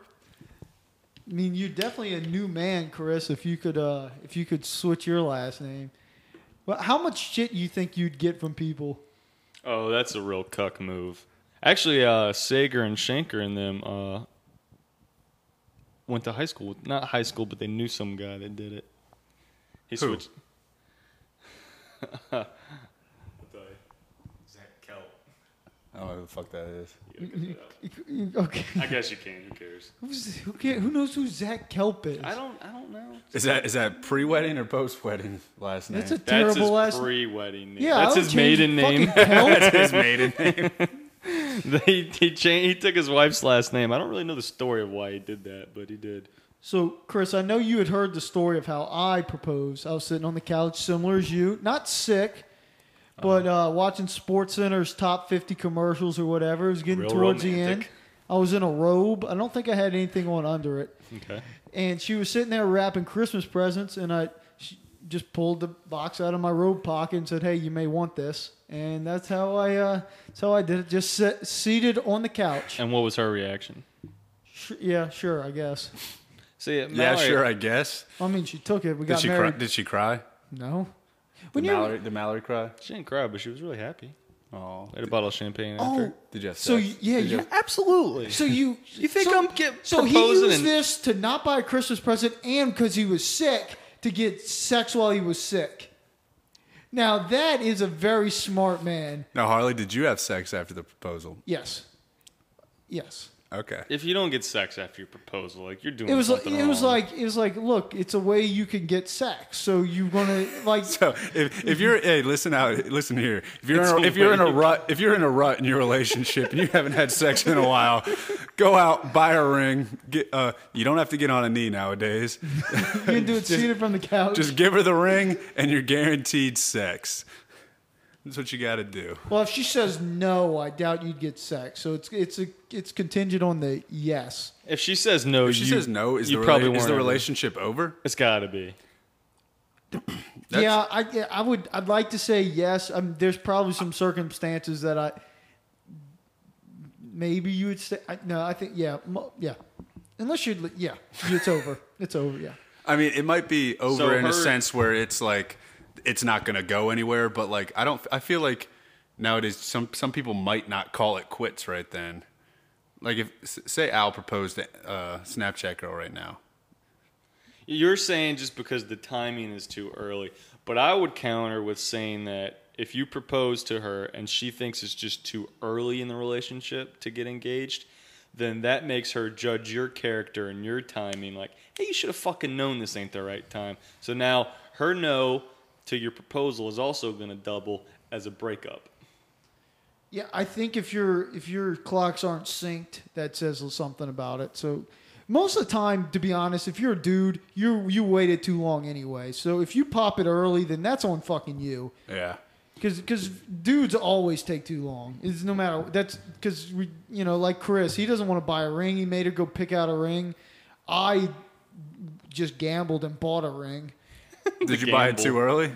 Speaker 1: I mean, you're definitely a new man, Chris. If you could, uh, if you could switch your last name, well, how much shit you think you'd get from people?
Speaker 3: Oh, that's a real cuck move. Actually, uh, Sager and Shanker and them uh, went to high school. with- Not high school, but they knew some guy that did it.
Speaker 2: Who?
Speaker 3: He switched. Zach Kelp.
Speaker 2: I don't know who the fuck that is.
Speaker 1: Okay,
Speaker 3: I guess you can. Who cares?
Speaker 1: Who's, who can Who knows who Zach Kelp is?
Speaker 3: I don't. I don't know.
Speaker 2: Is that is that pre wedding or post wedding last name?
Speaker 1: That's a terrible
Speaker 3: That's
Speaker 1: last.
Speaker 3: his pre-wedding name.
Speaker 1: yeah, I
Speaker 3: that's
Speaker 1: would
Speaker 3: his
Speaker 1: change
Speaker 3: maiden
Speaker 1: fucking
Speaker 3: name.
Speaker 1: Kelp.
Speaker 2: That's his maiden name.
Speaker 3: he, he, changed, he took his wife's last name. I don't really know the story of why he did that, but he did.
Speaker 1: So, Chris, I know you had heard the story of how I proposed. I was sitting on the couch, similar as you, not sick,
Speaker 2: Uh-huh.
Speaker 1: but uh, watching Sports Center's top 50 commercials or whatever. It was getting
Speaker 3: Real
Speaker 1: towards the end.
Speaker 3: romantic.
Speaker 1: I was in a robe. I don't think I had anything on under it.
Speaker 3: Okay.
Speaker 1: And she was sitting there wrapping Christmas presents, and I she just pulled the box out of my robe pocket and said, "Hey, you may want this." And that's how I uh, that's how I did it. Just sit, seated on the couch.
Speaker 3: And what was her reaction?
Speaker 1: Sh- yeah, sure, I guess.
Speaker 3: See,
Speaker 2: Yeah, sure, I guess.
Speaker 1: I mean, she took it. We
Speaker 2: Did
Speaker 1: got
Speaker 2: she cry?
Speaker 1: married.
Speaker 2: Did she cry?
Speaker 1: No.
Speaker 2: Did
Speaker 1: When you
Speaker 2: Mallory, did Mallory cry?
Speaker 3: She didn't cry, but she was really happy.
Speaker 2: Oh,
Speaker 3: I had a bottle of champagne
Speaker 1: oh,
Speaker 3: after.
Speaker 2: did you have
Speaker 1: so
Speaker 2: sex?
Speaker 1: you, yeah,
Speaker 2: Did you
Speaker 1: you
Speaker 2: have-
Speaker 3: Absolutely.
Speaker 1: so you
Speaker 3: You think
Speaker 1: so,
Speaker 3: I'm get-
Speaker 1: so he
Speaker 3: proposing
Speaker 1: used
Speaker 3: and-
Speaker 1: this to not buy a Christmas present and because he was sick to get sex while he was sick. Now that is a very smart man.
Speaker 2: now, Harley, did you have sex after the proposal?
Speaker 1: Yes, yes.
Speaker 2: Okay.
Speaker 3: If you don't get sex after your proposal, like you're doing
Speaker 1: It was like,
Speaker 3: something
Speaker 1: it was
Speaker 3: wrong.
Speaker 1: like it was like look, it's a way you can get sex. So you're gonna like
Speaker 2: So if, if you're hey listen out listen here if you're
Speaker 3: It's
Speaker 2: in a,
Speaker 3: a
Speaker 2: if you're in a
Speaker 3: weird-
Speaker 2: rut if you're in a rut in your relationship and you haven't had sex in a while go out buy a ring get uh you don't have to get on a knee nowadays
Speaker 1: you can do it seated from the couch.
Speaker 2: just give her the ring and you're guaranteed sex that's what you got to do
Speaker 1: well, if she says no, I doubt you'd get sex. So it's it's a it's contingent on the yes.
Speaker 3: if she says no,
Speaker 2: if she
Speaker 3: you,
Speaker 2: says no is
Speaker 3: you
Speaker 2: the,
Speaker 3: probably
Speaker 2: rela- is
Speaker 3: weren't
Speaker 2: the
Speaker 3: ever-
Speaker 2: relationship over
Speaker 3: It's got to be.
Speaker 2: That's-
Speaker 1: yeah, I yeah, I would I'd like to say yes. Um, there's probably some circumstances that I maybe you would say I, no. I think yeah mo- yeah. Unless you yeah, it's over. It's over. Yeah.
Speaker 2: I mean, it might be over
Speaker 3: So
Speaker 2: in a
Speaker 3: her-
Speaker 2: sense where it's like it's not going to go anywhere. But like, I don't. I feel like nowadays some some people might not call it quits right then. Like if s- say Al proposed to uh, Snapchat girl right now.
Speaker 3: You're saying just because the timing is too early, but I would counter with saying that if you propose to her and she thinks it's just too early in the relationship to get engaged, then that makes her judge your character and your timing like, hey, you should have fucking known this ain't the right time. So now her no to your proposal is also going to double as a breakup.
Speaker 1: Yeah, I think if your if your clocks aren't synced, that says something about it. So most of the time, to be honest, if you're a dude, you you waited too long anyway. So if you pop it early, then that's on fucking you.
Speaker 2: Yeah.
Speaker 1: Because dudes always take too long. It's no matter that's because we you know like Chris, he doesn't want to buy a ring. He made her go pick out a ring. I just gambled and bought a ring.
Speaker 2: Did you buy it
Speaker 3: gamble.
Speaker 2: too early?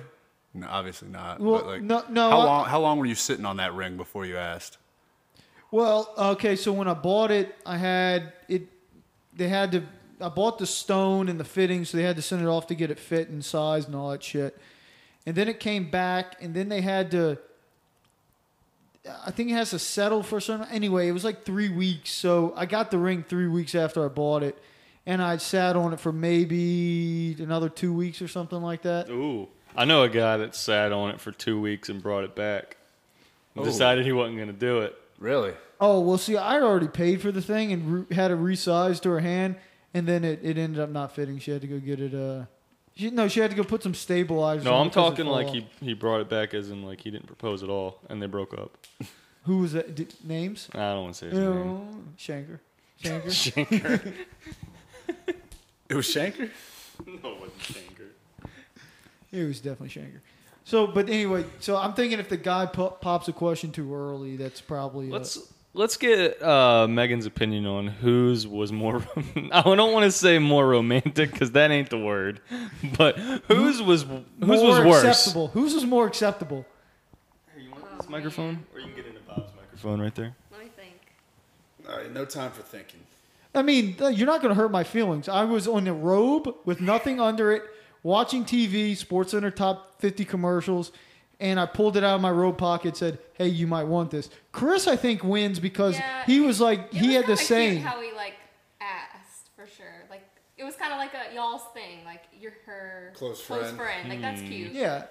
Speaker 2: No, obviously not.
Speaker 1: Well,
Speaker 2: but like,
Speaker 1: no- no,
Speaker 2: How
Speaker 1: I-
Speaker 2: long? How long were you sitting on that ring before you asked?
Speaker 1: Well, okay, so when I bought it, I had it. They had to. I bought the stone and the fitting, so they had to send it off to get it fit and sized and all that shit. And then it came back, and then they had to. I think it has to settle for some. Anyway, it was like three weeks. So I got the ring three weeks after I bought it, and I sat on it for maybe another two weeks or something like that.
Speaker 3: Ooh. I know a guy that sat on it for two weeks and brought it back.
Speaker 2: Oh.
Speaker 3: Decided he wasn't going to do it.
Speaker 2: Really?
Speaker 1: Oh well, see, I already paid for the thing and re- had it resized to her hand, and then it, it ended up not fitting. She had to go get it. Uh, she, no, she had to go put some stabilizers.
Speaker 3: No,
Speaker 1: on
Speaker 3: I'm
Speaker 1: because it
Speaker 3: talking
Speaker 1: fell
Speaker 3: like
Speaker 1: off.
Speaker 3: he, he brought it back as in like he didn't propose at all and they broke up.
Speaker 1: Who was that? Did, names?
Speaker 3: I don't want to say his name.
Speaker 1: No, Shanker. Shanker.
Speaker 3: Shanker.
Speaker 2: It was Shanker.
Speaker 3: no, it wasn't Shanker.
Speaker 1: it was definitely Shanker. So, but anyway, so I'm thinking if the guy po- pops a question too early, that's probably. uh,
Speaker 3: Let's let's get uh, Megan's opinion on whose was more. I don't want to say more romantic because that ain't the word, but whose was whose was
Speaker 1: more
Speaker 3: worse?
Speaker 1: acceptable. Whose is more acceptable?
Speaker 3: Here, you want this microphone, or you can get into Bob's microphone right there.
Speaker 4: Let me think.
Speaker 2: All right, no time for thinking.
Speaker 1: I mean, th- you're not going to hurt my feelings. I was on a robe with nothing under it, watching TV, Sports Center top 50 commercials, and I pulled it out of my robe pocket. Said, "Hey, you might want this." Chris, I think wins because
Speaker 4: Yeah,
Speaker 1: he was like
Speaker 4: It
Speaker 1: he
Speaker 4: was
Speaker 1: had the
Speaker 4: kinda cute
Speaker 1: same.
Speaker 4: How he like asked for sure. Like it was kind of like a y'all's thing. Like you're her
Speaker 2: Close friend.
Speaker 4: Like that's cute.
Speaker 1: Hmm. yeah,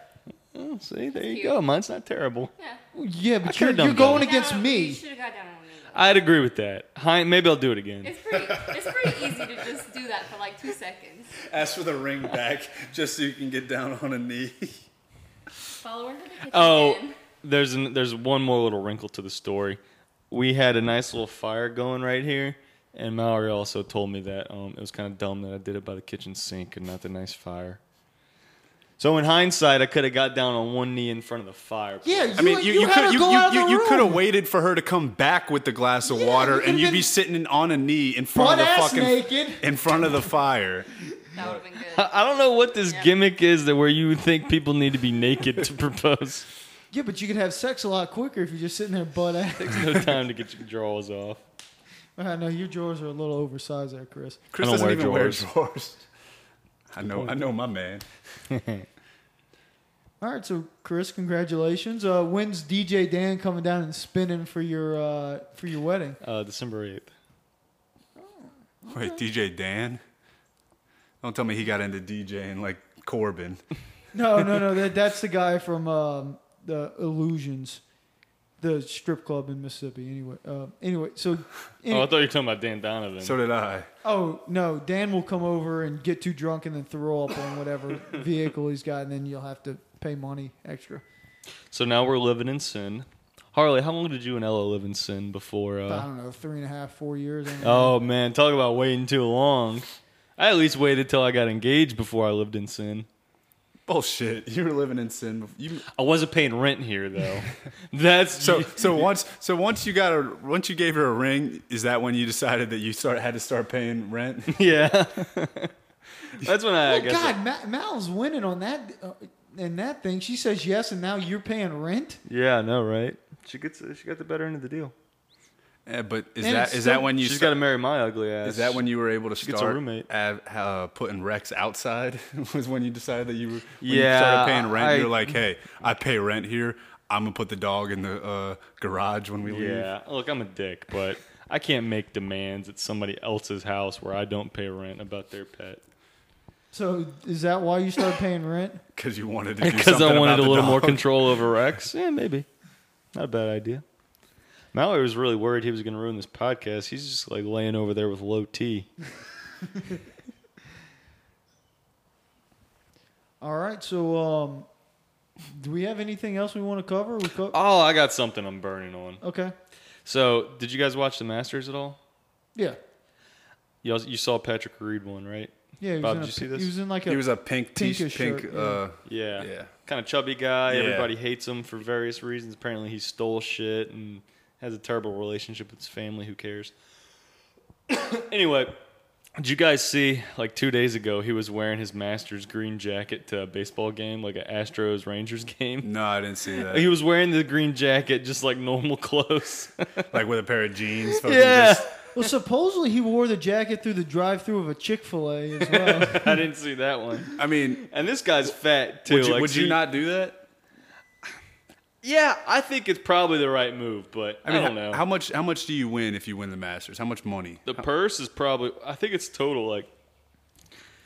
Speaker 3: Oh, see, there you
Speaker 4: Cute.
Speaker 3: go. Mine's not terrible.
Speaker 4: Yeah.
Speaker 1: yeah, but
Speaker 3: could've
Speaker 1: you're,
Speaker 3: done
Speaker 1: you're going
Speaker 3: better.
Speaker 1: against
Speaker 4: Down- You
Speaker 1: me.
Speaker 4: should have got down on me. though.
Speaker 3: I'd agree with that. Hi, maybe I'll do it again.
Speaker 4: It's pretty. It's pretty easy to just do that for like two seconds.
Speaker 2: Ask for the ring back just so you can get down on a knee.
Speaker 4: Follow her to the kitchen.
Speaker 3: Oh,
Speaker 4: and-
Speaker 3: there's an, there's one more little wrinkle to the story. We had a nice little fire going right here, And Mallory also told me that um, it was kind of dumb that I did it by the kitchen sink and not the nice fire. So in hindsight, I could have got down on one knee in front of the fire.
Speaker 1: Yeah, you,
Speaker 2: I mean, you, you,
Speaker 1: had
Speaker 2: could
Speaker 1: her
Speaker 2: you,
Speaker 1: go out
Speaker 2: you,
Speaker 1: of
Speaker 2: you,
Speaker 1: the
Speaker 2: you
Speaker 1: room.
Speaker 2: could have waited for her to come back with the glass of
Speaker 1: Yeah, you
Speaker 2: water,
Speaker 1: could've
Speaker 2: and you'd
Speaker 1: been
Speaker 2: be sitting on a knee in
Speaker 1: butt
Speaker 2: front of the
Speaker 1: ass
Speaker 2: fucking
Speaker 1: naked.
Speaker 2: in front of the fire.
Speaker 4: That would have been
Speaker 1: Uh,
Speaker 4: good.
Speaker 3: I I don't know what this
Speaker 4: Yeah.
Speaker 3: gimmick is that where you think people need to be naked to propose.
Speaker 1: Yeah, but you could have sex a lot quicker if you're just sitting there butt ass.
Speaker 3: Takes no time to get your drawers off.
Speaker 1: I know your drawers are a little oversized there, Chris.
Speaker 2: Chris
Speaker 3: I don't
Speaker 2: doesn't
Speaker 3: wear
Speaker 2: even
Speaker 3: drawers.
Speaker 2: wear drawers. I know, I know, my man.
Speaker 1: All right, so Chris, congratulations. Uh, when's DJ Dan coming down and spinning for your uh, for your wedding?
Speaker 3: Uh, December eighth.
Speaker 2: Wait, DJ Dan? Don't tell me he got into DJing like Corbin.
Speaker 1: No, no, no. That that's the guy from um, the Illusions, the strip club in Mississippi. Anyway, uh, anyway, so
Speaker 3: Oh, I thought you were talking about Dan Donovan.
Speaker 2: So did I.
Speaker 1: Oh no, Dan will come over and get too drunk and then throw up on whatever vehicle he's got, and then you'll have to pay money extra.
Speaker 3: So now we're living in sin. Harley, how long did you and Ella live in sin before?
Speaker 1: I
Speaker 3: Uh,
Speaker 1: don't know, three and a half, four years. I don't know.
Speaker 3: oh man, talk about waiting too long. I at least waited till I got engaged before I lived in sin.
Speaker 2: Bullshit. You were living in sin. bef- You,
Speaker 3: I wasn't paying rent here though. That's
Speaker 2: so so once so once you got a once you gave her a ring, is that when you decided that you start had to start paying rent?
Speaker 3: yeah. That's when I, I
Speaker 1: well,
Speaker 3: guess.
Speaker 1: God, Ma- Mal's winning on that uh, and that thing. She says yes, and now you're paying rent.
Speaker 3: yeah, I know, right? She gets she got the better end of the deal.
Speaker 2: Eh, but is
Speaker 1: And
Speaker 2: that
Speaker 1: it's
Speaker 2: is
Speaker 1: still-
Speaker 2: that when you
Speaker 3: She's
Speaker 2: start,
Speaker 3: got to marry my ugly ass.
Speaker 2: is that when you were able to
Speaker 3: gets a
Speaker 2: start
Speaker 3: roommate.
Speaker 2: av- uh, putting Rex outside? was when you decided that you were when
Speaker 3: Yeah,
Speaker 2: you started paying rent.
Speaker 3: I-
Speaker 2: you're like, hey, I pay rent here. I'm gonna put the dog in the uh, garage when we leave.
Speaker 3: Yeah, look, I'm a dick, but I can't make demands at somebody else's house where I don't pay rent about their pet.
Speaker 1: So is that why you started paying rent?
Speaker 2: Because you wanted to do
Speaker 3: Because I
Speaker 2: something
Speaker 3: wanted
Speaker 2: about
Speaker 3: a
Speaker 2: the
Speaker 3: little more
Speaker 2: dog.
Speaker 3: control over Rex. Yeah, maybe. Not a bad idea. Mallory was really worried he was going to ruin this podcast. He's just like laying over there with low T.
Speaker 1: All right, so um, do we have anything else we want to cover? We co-
Speaker 3: Oh, I got something I'm burning on.
Speaker 1: okay,
Speaker 3: So, did you guys watch the Masters at all?
Speaker 1: yeah,
Speaker 3: You, you saw Patrick Reed one, right?
Speaker 1: yeah. He was in
Speaker 3: Bob, did
Speaker 1: a,
Speaker 3: you see
Speaker 1: pi-
Speaker 3: this?
Speaker 1: He was in like a.
Speaker 2: He was a pink t
Speaker 1: Pinkish
Speaker 2: pink.
Speaker 1: shirt, yeah.
Speaker 2: uh,
Speaker 3: Yeah.
Speaker 2: Yeah.
Speaker 3: Kind of chubby guy.
Speaker 2: Yeah.
Speaker 3: Everybody hates him for various reasons. Apparently, he stole shit and has a terrible relationship with his family. Who cares? anyway, did you guys see like two days ago he was wearing his Masters green jacket to a baseball game, like an Astros Rangers game?
Speaker 2: No, I didn't see
Speaker 3: He
Speaker 2: that.
Speaker 3: was wearing the green jacket just like normal clothes.
Speaker 2: like with a pair of jeans. fucking
Speaker 3: yeah.
Speaker 2: just-
Speaker 1: well, supposedly he wore the jacket through the drive-through of a Chick Fil A as well.
Speaker 3: I didn't see that one.
Speaker 2: I mean,
Speaker 3: And this guy's fat too.
Speaker 2: would you,
Speaker 3: like,
Speaker 2: would
Speaker 3: so
Speaker 2: you not do that?
Speaker 3: Yeah, I think it's probably the right move, but I,
Speaker 2: mean,
Speaker 3: don't
Speaker 2: how-
Speaker 3: know.
Speaker 2: How much? How much do you win if you win the Masters? How much money?
Speaker 3: The purse is probably, I think it's total like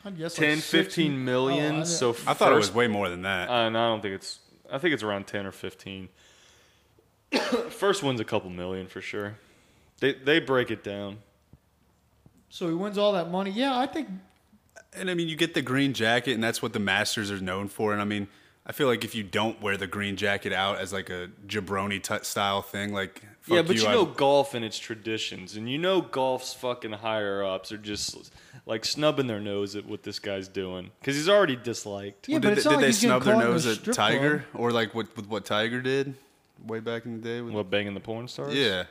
Speaker 1: I guess
Speaker 3: 10,
Speaker 1: like 60
Speaker 3: 15 million.
Speaker 1: Oh, I-
Speaker 3: so
Speaker 2: I thought it was
Speaker 3: first-
Speaker 2: way more than that.
Speaker 3: Uh, no, I don't think it's. I think it's around 10 or 15. first one's a couple million for sure. They, they break it down.
Speaker 1: so he wins all that money. Yeah, I think
Speaker 2: And I mean, you get the green jacket, and that's what the Masters are known for. And I mean, I feel like if you don't wear the green jacket out as like a jabroni t- style thing, like fuck
Speaker 3: yeah, but you,
Speaker 2: I-
Speaker 3: know golf and its traditions, and you know golf's fucking higher ups are just like snubbing their nose at what this guy's doing because he's already disliked.
Speaker 1: Yeah,
Speaker 2: Well,
Speaker 1: but
Speaker 2: did
Speaker 1: it's
Speaker 2: they,
Speaker 1: not
Speaker 2: did
Speaker 1: like
Speaker 2: they
Speaker 1: he's getting
Speaker 2: snub their
Speaker 1: caught in a
Speaker 2: nose at
Speaker 1: strip
Speaker 2: Tiger or like what with what Tiger did way back in the day? With,
Speaker 3: What banging the porn stars?
Speaker 2: yeah,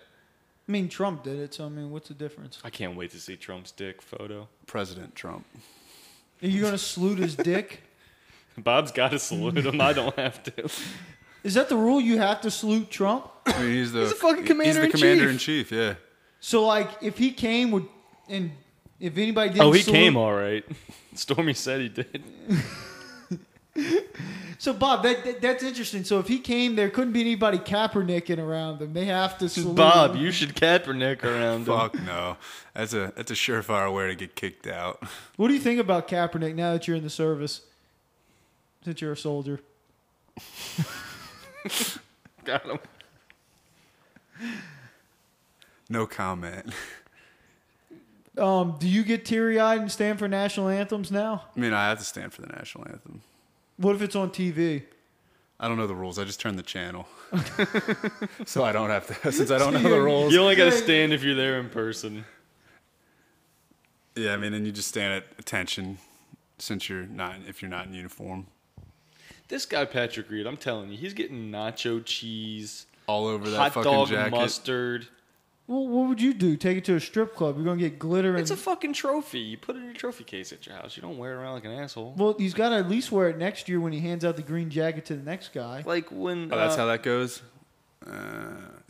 Speaker 1: I mean Trump did it. So I mean, what's the difference?
Speaker 3: I can't wait to see Trump's dick photo.
Speaker 2: President Trump.
Speaker 1: Are you gonna salute his dick?
Speaker 3: Bob's got to salute him. I don't have to.
Speaker 1: Is that the rule? You have to salute Trump.
Speaker 2: I mean, he's the
Speaker 1: He's the fucking commander in
Speaker 2: He's the commander in chief. Yeah.
Speaker 1: So like, if he came would and if anybody did,
Speaker 3: Oh, he came all right. Stormy said he did.
Speaker 1: So Bob, that, that that's interesting. So if he came, there couldn't be anybody Kaepernicking around them. They have to salute.
Speaker 3: Bob,
Speaker 1: him.
Speaker 3: you should Kaepernick around him.
Speaker 2: Fuck no. That's a that's a surefire way to get kicked out.
Speaker 1: What do you think about Kaepernick now that you're in the service? Since you're a soldier,
Speaker 3: Got him.
Speaker 2: No comment.
Speaker 1: um, do you get teary eyed and stand for national anthems now?
Speaker 2: I mean, I have to stand for the national anthem.
Speaker 1: What if it's on TV?
Speaker 2: I don't know the rules. I just turn the channel, so I don't have to. Since I don't know the rules,
Speaker 3: You only got to stand if you're there in person.
Speaker 2: Yeah, I mean, and you just stand at attention since you're not if you're not in uniform.
Speaker 3: This guy Patrick Reed, I'm telling you, he's getting nacho cheese,
Speaker 2: All over that
Speaker 3: hot
Speaker 2: fucking
Speaker 3: dog
Speaker 2: jacket.
Speaker 3: mustard.
Speaker 1: Well, what would you do? Take it to a strip club? You're gonna get glitter and
Speaker 3: It's a fucking trophy. You put it in your trophy case at your house. You don't wear it around like an asshole.
Speaker 1: well, he's got to at least wear it next year when he hands out the green jacket to the next guy.
Speaker 3: Like when
Speaker 2: Oh, that's
Speaker 3: uh,
Speaker 2: how that goes. Uh,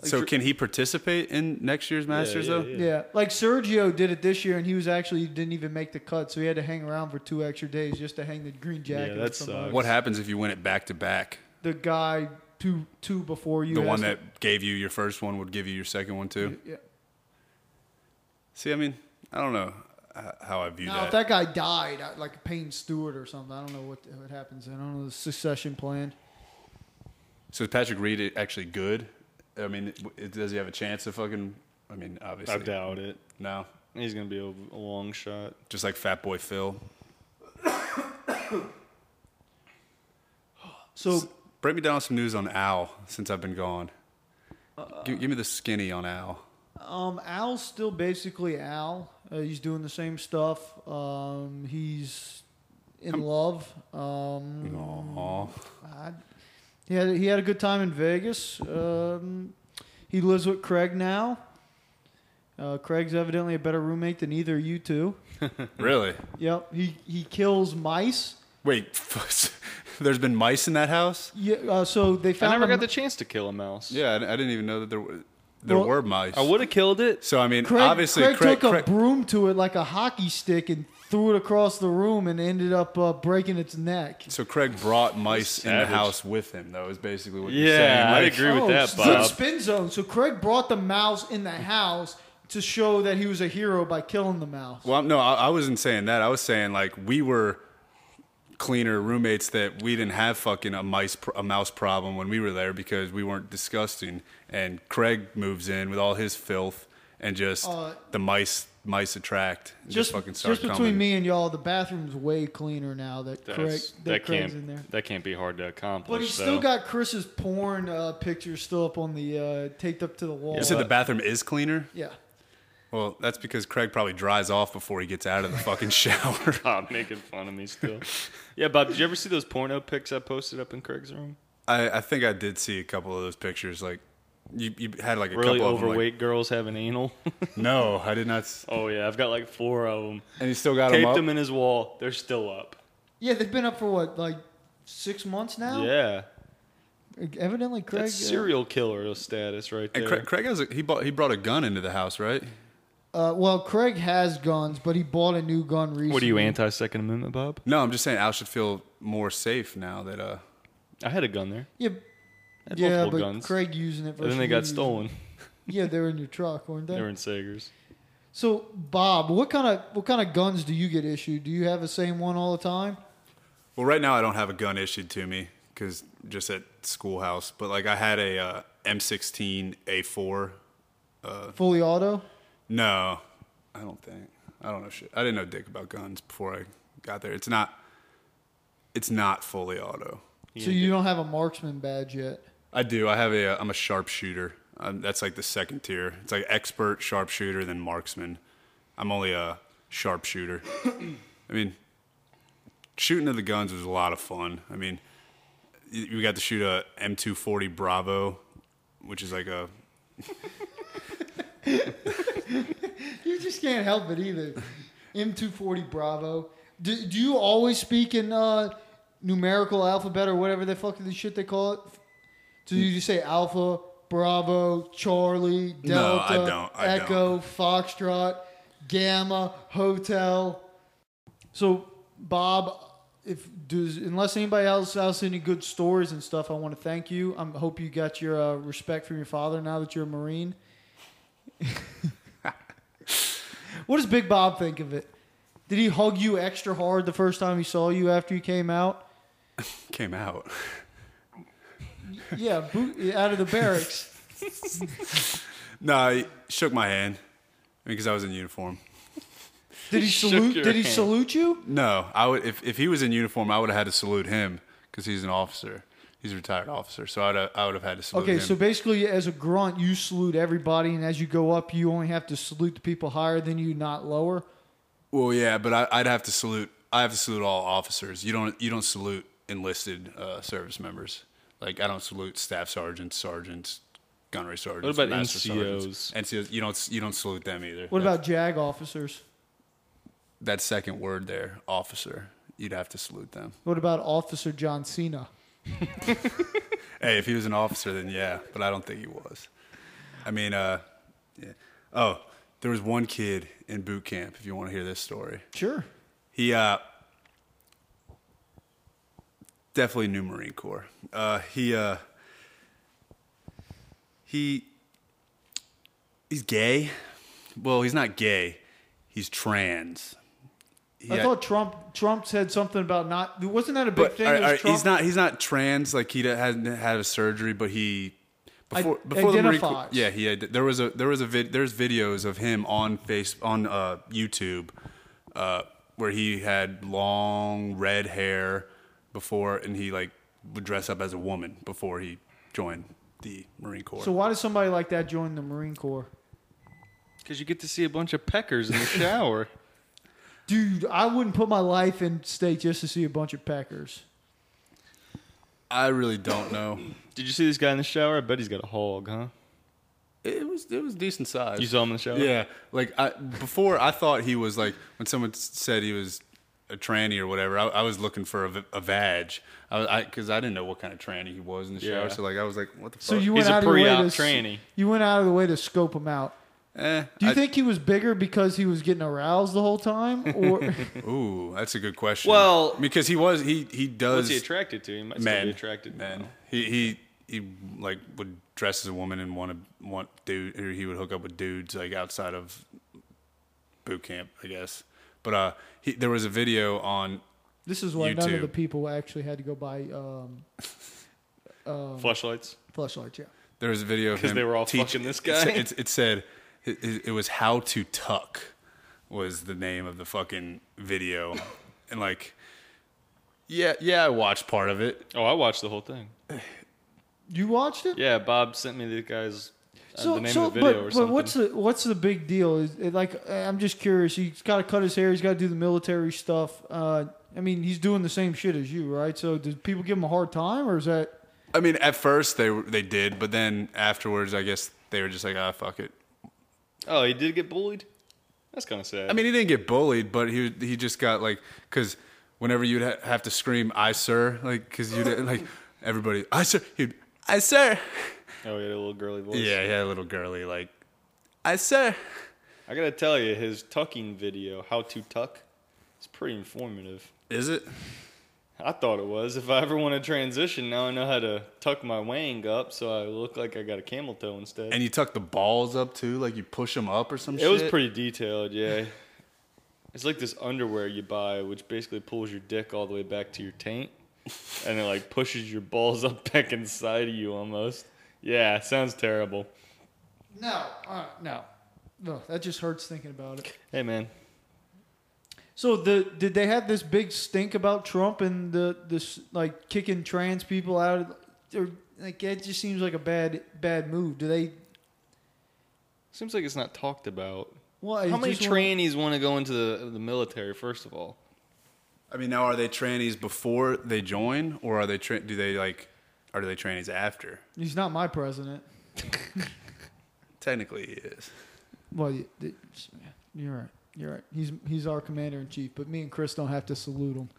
Speaker 2: so
Speaker 3: dr-
Speaker 2: can he participate in next year's Masters
Speaker 3: yeah,
Speaker 2: though?
Speaker 3: yeah.
Speaker 1: Yeah. like Sergio did it this year, and he was actually he didn't even make the cut, so he had to hang around for two extra days just to hang the green jacket.
Speaker 3: that
Speaker 1: with somebody.
Speaker 3: sucks.
Speaker 2: What happens if you win it back to back?
Speaker 1: The guy two two before you.
Speaker 2: The one
Speaker 1: has to-
Speaker 2: that gave you your first one would give you your second one too.
Speaker 1: yeah.
Speaker 2: See, I mean, I don't know h- how I view
Speaker 1: Now, if that
Speaker 2: that.
Speaker 1: guy died, I- like Payne Stewart or something, I don't know what what happens. then. I don't know the succession plan.
Speaker 2: So is Patrick Reed i- actually good? I mean, w- it- does he have a chance of fucking? I mean, obviously,
Speaker 3: I doubt it.
Speaker 2: no.
Speaker 3: He's gonna be a, a long shot.
Speaker 2: Just like Fat Boy Phil.
Speaker 1: So
Speaker 2: Break me down some news on Al since I've been gone. Gi- give me the skinny on Al.
Speaker 1: Um, Al's still basically Al. Uh, he's doing the same stuff. Um, he's in love. Um,
Speaker 2: Aw.
Speaker 1: I, he had he had a good time in Vegas. Um, he lives with Craig now. Uh, Craig's evidently a better roommate than either of you two.
Speaker 2: Really?
Speaker 1: Yep. He he kills mice.
Speaker 2: Wait, there's been mice in that house?
Speaker 1: Yeah. Uh, so they
Speaker 3: I
Speaker 1: found.
Speaker 3: never
Speaker 1: a
Speaker 3: got
Speaker 1: mi-
Speaker 3: the chance to kill a mouse.
Speaker 2: Yeah, I, I didn't even know that there were there
Speaker 1: Well-
Speaker 2: were mice.
Speaker 3: I would have killed it.
Speaker 2: So I mean,
Speaker 1: Craig,
Speaker 2: obviously,
Speaker 1: Craig,
Speaker 2: Craig,
Speaker 1: took
Speaker 2: Craig-
Speaker 1: a broom to it like a hockey stick and threw it across the room and ended up uh, breaking its neck.
Speaker 2: so Craig brought mice in the
Speaker 3: Savage.
Speaker 2: house with him. Though is basically what you're saying.
Speaker 3: Yeah, I
Speaker 2: Like,
Speaker 3: agree with that,
Speaker 1: good
Speaker 3: Bob.
Speaker 1: spin zone. So Craig brought the mouse in the house to show that he was a hero by killing the mouse.
Speaker 2: Well, no, I, I wasn't saying that. I was saying like we were cleaner roommates that we didn't have fucking a mice pr- a mouse problem when we were there because we weren't disgusting. And Craig moves in with all his filth and just
Speaker 1: Uh,
Speaker 2: the mice mice attract. and
Speaker 1: just
Speaker 2: fucking
Speaker 1: just,
Speaker 2: start
Speaker 1: between
Speaker 2: coming.
Speaker 1: me and y'all, the bathroom's way cleaner now that Craig
Speaker 3: That's-
Speaker 1: that,
Speaker 3: that
Speaker 1: Craig's
Speaker 3: can't
Speaker 1: in there.
Speaker 3: that can't be hard to accomplish.
Speaker 1: But he's
Speaker 3: though.
Speaker 1: still got Chris's porn uh, pictures still up on the uh, taped up to the wall.
Speaker 2: You said the bathroom is cleaner.
Speaker 1: yeah.
Speaker 2: Well, that's because Craig probably dries off before he gets out of the fucking shower.
Speaker 3: Bob making fun of me still. yeah, Bob, did you ever see those porno pics I posted up in Craig's room?
Speaker 2: I, I think I did see a couple of those pictures. Like, you, you had like a
Speaker 3: Really
Speaker 2: couple
Speaker 3: overweight girls having anal.
Speaker 2: of them. Like, no, I did not. s-
Speaker 3: oh yeah, I've got like four of them.
Speaker 2: And he still got 'em
Speaker 3: Taped
Speaker 2: up.
Speaker 3: them in his wall. They're still up.
Speaker 1: Yeah, they've been up for what, like six months now?
Speaker 3: Yeah,
Speaker 1: Evidently Craig uh,
Speaker 3: that's serial killer status right there.
Speaker 2: and Craig, Craig has a, he bought he brought a gun into the house, right?
Speaker 1: uh, well Craig has guns, but he bought a new gun recently.
Speaker 3: what are you anti Second Amendment, Bob?
Speaker 2: No, I'm just saying Al should feel more safe now that uh.
Speaker 3: I had a gun there.
Speaker 1: Yeah,
Speaker 3: I had
Speaker 1: yeah
Speaker 3: multiple
Speaker 1: but
Speaker 3: guns.
Speaker 1: Craig using it versus
Speaker 3: and then they
Speaker 1: you
Speaker 3: got
Speaker 1: using it.
Speaker 3: stolen.
Speaker 1: Yeah, they were in your truck, weren't they?
Speaker 3: They were in Sager's.
Speaker 1: So, Bob, what kind of what kind of guns do you get issued? Do you have the same one all the time?
Speaker 2: Well, right now I don't have a gun issued to me because just at schoolhouse. But like I had a uh, M16A4.
Speaker 1: Fully auto?
Speaker 2: No, I don't think. I don't know shit. I didn't know dick about guns before I got there. It's not. It's not fully auto.
Speaker 1: so you don't have a marksman badge yet.
Speaker 2: I do. I have a. Uh, I'm a sharpshooter. Um, that's like the second tier. It's like expert sharpshooter, then marksman. I'm only a sharpshooter. I mean, shooting at the guns was a lot of fun. I mean, y- we got to shoot a M240 Bravo, which is like a.
Speaker 1: You just can't help it either. M240 Bravo. Do, do you always speak in uh, numerical alphabet or whatever the fuck the shit they call it? Do you just say Alpha, Bravo, Charlie,
Speaker 2: No,
Speaker 1: Delta,
Speaker 2: I don't. I don't.
Speaker 1: Echo, Foxtrot, Gamma, Hotel? So, Bob, if does unless anybody else has any good stories and stuff, I want to thank you. I hope you got your uh, respect from your father now that you're a Marine. what does Big Bob think of it? Did he hug you extra hard the first time he saw you after you came out?
Speaker 2: Came out.
Speaker 1: Yeah, boot, out of the barracks.
Speaker 2: No, he shook my hand because I was in uniform.
Speaker 1: Did he
Speaker 3: Shook
Speaker 1: salute?
Speaker 3: your
Speaker 1: Did he
Speaker 3: hand.
Speaker 1: salute you?
Speaker 2: No, I would if, if he was in uniform, I would have had to salute him because he's an officer. He's a retired officer, so I'd have, I would have had to salute
Speaker 1: Okay,
Speaker 2: him.
Speaker 1: so basically, as a grunt, you salute everybody, and as you go up, you only have to salute the people higher than you, not lower.
Speaker 2: Well, yeah, but I, I'd have to salute. I have to salute all officers. You don't. You don't salute enlisted uh, service members. Like I don't salute staff sergeants, sergeants, gunnery sergeants.
Speaker 3: about
Speaker 2: master
Speaker 3: NCOs?
Speaker 2: Sergeants. NCOs. You don't. You don't salute them either.
Speaker 1: What
Speaker 2: That's-
Speaker 1: about JAG officers?
Speaker 2: that second word there, officer? You'd have to salute them.
Speaker 1: What about Officer John Cena?
Speaker 2: Hey, if he was an officer, then yeah, but I don't think he was. I mean, uh, yeah. oh, there was one kid in boot camp. If you want to hear this story,
Speaker 1: Sure.
Speaker 2: He uh, definitely new Marine Corps. Uh, he uh, he he's gay. Well, he's not gay. He's trans. He
Speaker 1: I
Speaker 2: had-
Speaker 1: thought Trump Trump said something about not. Wasn't that a big
Speaker 2: but
Speaker 1: thing?
Speaker 2: all right,
Speaker 1: It was
Speaker 2: all right,
Speaker 1: Trump-
Speaker 2: he's not he's not trans. Like he hasn't had a surgery, but he before
Speaker 1: Id-
Speaker 2: before the Marine Corps,
Speaker 1: identifies.
Speaker 2: yeah, he had, there was a there was a vid, there's videos of him on face on uh, YouTube uh, where he had long red hair before, and he like would dress up as a woman before he joined the Marine Corps.
Speaker 1: So why does somebody like that join the Marine Corps?
Speaker 3: Because you get to see a bunch of peckers in the shower.
Speaker 1: Dude, I wouldn't put my life in stake just to see a bunch of Packers.
Speaker 2: I really don't know.
Speaker 3: Did you see this guy in the shower? I bet he's got a hog, huh?
Speaker 2: it was it was decent size.
Speaker 3: You saw him in the shower?
Speaker 2: Yeah, like I before I thought he was like when someone s- said he was a tranny or whatever. I, I was looking for a, v- a vag, I because I, didn't know what kind of tranny he was in the shower.
Speaker 3: Yeah.
Speaker 2: So like I was like, what the
Speaker 1: So
Speaker 2: fuck?
Speaker 1: you
Speaker 3: He's
Speaker 1: went
Speaker 3: a
Speaker 1: out of your way
Speaker 3: pre-op
Speaker 1: to s-
Speaker 3: tranny.
Speaker 1: You went out of the way to scope him out.
Speaker 2: Eh,
Speaker 1: Do you
Speaker 2: I-
Speaker 1: think he was bigger because he was getting aroused the whole time, or
Speaker 2: Ooh, that's a good question.
Speaker 3: Well-
Speaker 2: because he was he he does
Speaker 3: What's he attracted to? He might still
Speaker 2: men
Speaker 3: be attracted to
Speaker 2: men.
Speaker 3: men.
Speaker 2: He he he like would dress as a woman and want to want dude or he would hook up with dudes like outside of boot camp, I guess. But uh, he, there was a video on
Speaker 1: this is why none of
Speaker 2: YouTube.
Speaker 1: the people actually had to go buy um, Oh.
Speaker 3: Flashlights.
Speaker 1: flashlights? Yeah.
Speaker 2: There was a video of
Speaker 3: 'Cause
Speaker 2: him
Speaker 3: they were all
Speaker 2: teach-
Speaker 3: fucking this
Speaker 2: it sa-
Speaker 3: guy.
Speaker 2: It, it said it, it- it was "How to Tuck" was the name of the fucking video, and like, yeah, yeah, I watched part of it.
Speaker 3: Oh, I watched the whole thing.
Speaker 1: You watched it?
Speaker 3: Yeah, Bob sent me the guy's uh, the name of the
Speaker 1: but,
Speaker 3: video or
Speaker 1: but
Speaker 3: something.
Speaker 1: what's the what's the big deal? Is it like uh, I'm just curious. He's got to cut his hair. He's got to do the military stuff. Uh, I mean, he's doing the same shit as you, right? So, do people give him a hard time, or is that
Speaker 2: I mean, at first they were- they did, but then afterwards, I guess they were just like, ah, fuck it.
Speaker 3: oh, he did get bullied. That's kind of sad.
Speaker 2: I mean, he didn't get bullied, but he he just got like because whenever you'd ha- have to scream "I sir," like because you would like everybody "I sir," he'd "I sir."
Speaker 3: oh, he had a little girly voice.
Speaker 2: Yeah, he had a little girly like "I sir."
Speaker 3: I gotta tell you, his tucking video, how to tuck, it's pretty informative.
Speaker 2: Is it?
Speaker 3: I thought it was. If I ever want to transition, now I know how to tuck my wang up so I look like I got a camel toe instead.
Speaker 2: And you tuck the balls up too, like you push them up or some
Speaker 3: it
Speaker 2: shit.
Speaker 3: was pretty detailed, yeah. it's like this underwear you buy, which basically pulls your dick all the way back to your taint, and it like pushes your balls up back inside of you almost. Yeah, it sounds terrible.
Speaker 1: no, uh, no, no? That just hurts thinking about it.
Speaker 3: Hey man,
Speaker 1: So, the did they have this big stink about Trump and the this like kicking trans people out? Of, or like that just seems like a bad bad move. Do they?
Speaker 3: seems like it's not talked about.
Speaker 1: Well,
Speaker 3: How many trainees want to go into the, the military? First of all,
Speaker 2: I mean, now are they trannies before they join, or are they tra- do they like are they trannies after?
Speaker 1: He's not my president.
Speaker 2: Technically, he is.
Speaker 1: Well, you- th- you're right. You're right. He's he's our commander in chief, but me and Chris don't have to salute him.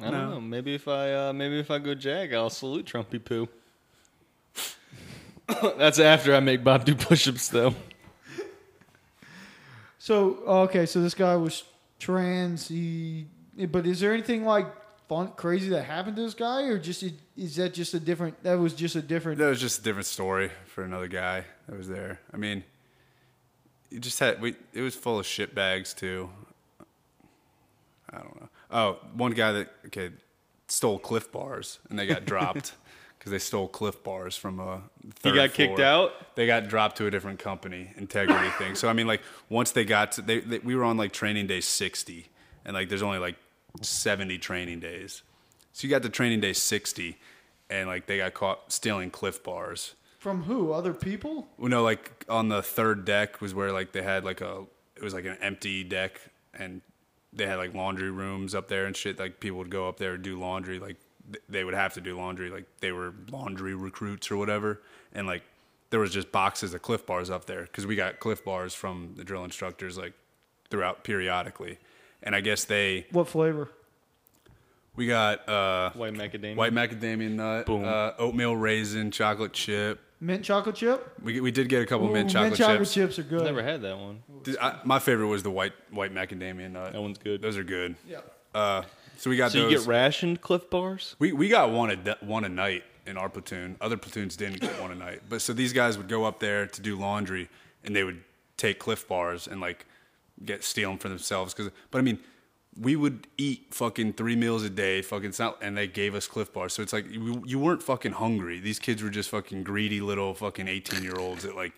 Speaker 3: I don't
Speaker 2: No.
Speaker 3: know. Maybe if I uh, maybe if I go jag, I'll salute Trumpy poo. That's after I make Bob do push-ups, though.
Speaker 1: So okay, so this guy was trans. He, but is there anything like fun, crazy that happened to this guy, or just is that just a different? That was just a different.
Speaker 2: That was just a different story for another guy that was there. I mean, it just had we. It was full of shit bags too. I don't know. Oh, one guy that okay stole Cliff bars and they got dropped because they stole Cliff bars from a. Third
Speaker 3: got kicked
Speaker 2: floor.
Speaker 3: out?
Speaker 2: They got dropped to a different company, integrity thing. So I mean, like once they got to, they, they we were on like training day sixty, and like there's only like seventy training days. So you got to training day sixty, and like they got caught stealing Cliff bars.
Speaker 1: From who? Other people?
Speaker 2: Well, no, like on the third deck was where like they had like a it was like an empty deck, and they had like laundry rooms up there and shit. Like people would go up there and do laundry. Like th- they would have to do laundry. Like they were laundry recruits or whatever. And like there was just boxes of Cliff Bars up there because we got Cliff Bars from the drill instructors like throughout periodically. And I guess they
Speaker 1: What flavor?
Speaker 2: we got uh,
Speaker 3: White macadamia.
Speaker 2: white macadamia nut,
Speaker 3: Boom.
Speaker 2: Uh, oatmeal raisin, chocolate chip.
Speaker 1: Mint chocolate chip?
Speaker 2: We, we did get a couple
Speaker 1: Ooh,
Speaker 2: mint chocolate chips.
Speaker 1: chips are good.
Speaker 3: Never had that one.
Speaker 2: Did- I, my favorite was the white white macadamia nut.
Speaker 3: That one's good.
Speaker 2: uh, Those are good.
Speaker 1: Yeah.
Speaker 2: Uh, so we got
Speaker 3: So
Speaker 2: those.
Speaker 3: you get rationed Cliff Bars?
Speaker 2: we we got one a d- one a night in our platoon. Other platoons didn't get one a night. But so these guys would go up there to do laundry, and they would take Cliff bars and like get steal them for themselves. Cause, but I mean, we would eat fucking three meals a day, fucking sal- and they gave us Cliff bars. So it's like you, you weren't fucking hungry. These kids were just fucking greedy little fucking eighteen year olds that like.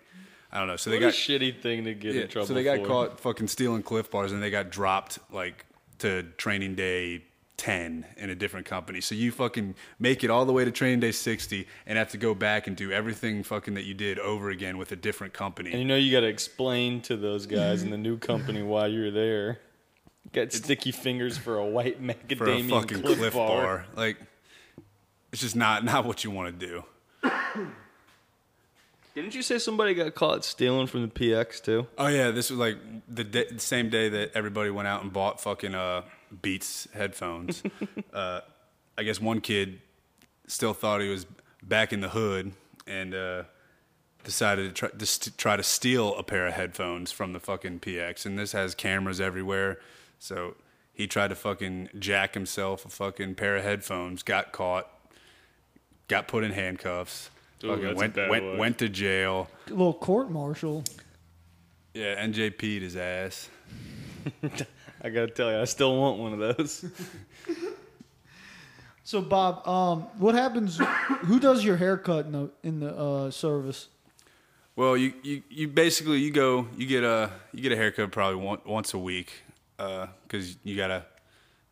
Speaker 2: I don't know. So they
Speaker 3: What a
Speaker 2: got
Speaker 3: shitty thing to get in trouble
Speaker 2: so they got
Speaker 3: for.
Speaker 2: caught fucking stealing Cliff Bars, and they got dropped like to training day ten in a different company. So you fucking make it all the way to training day sixty, and have to go back and do everything fucking that you did over again with a different
Speaker 3: And
Speaker 2: company.
Speaker 3: you know you got to explain to those guys in the new company why you're there. Got sticky fingers for a white macadamia
Speaker 2: for a fucking
Speaker 3: Cliff, bar.
Speaker 2: like it's just not not what you want to do.
Speaker 3: Didn't you say somebody got caught stealing from the PX too?
Speaker 2: Oh yeah, this was like the, day, the same day that everybody went out and bought fucking uh, Beats headphones. uh, I guess one kid still thought he was back in the hood and uh, decided to try, to st- try to steal a pair of headphones from the fucking PX. And this has cameras everywhere, so he tried to fucking jack himself a fucking pair of headphones. Got caught. Got put in handcuffs.
Speaker 3: Ooh,
Speaker 2: fucking
Speaker 3: that's a
Speaker 2: went
Speaker 3: bad
Speaker 2: went,
Speaker 3: look.
Speaker 2: went to jail.
Speaker 1: A little court martial.
Speaker 2: Yeah, NJP'd his ass.
Speaker 3: I gotta tell you, I still want one of those.
Speaker 1: So Bob, um, what happens? who does your haircut in the in the uh, service?
Speaker 2: Well, you, you, you basically you go you get a you get a haircut probably one, once a week because you gotta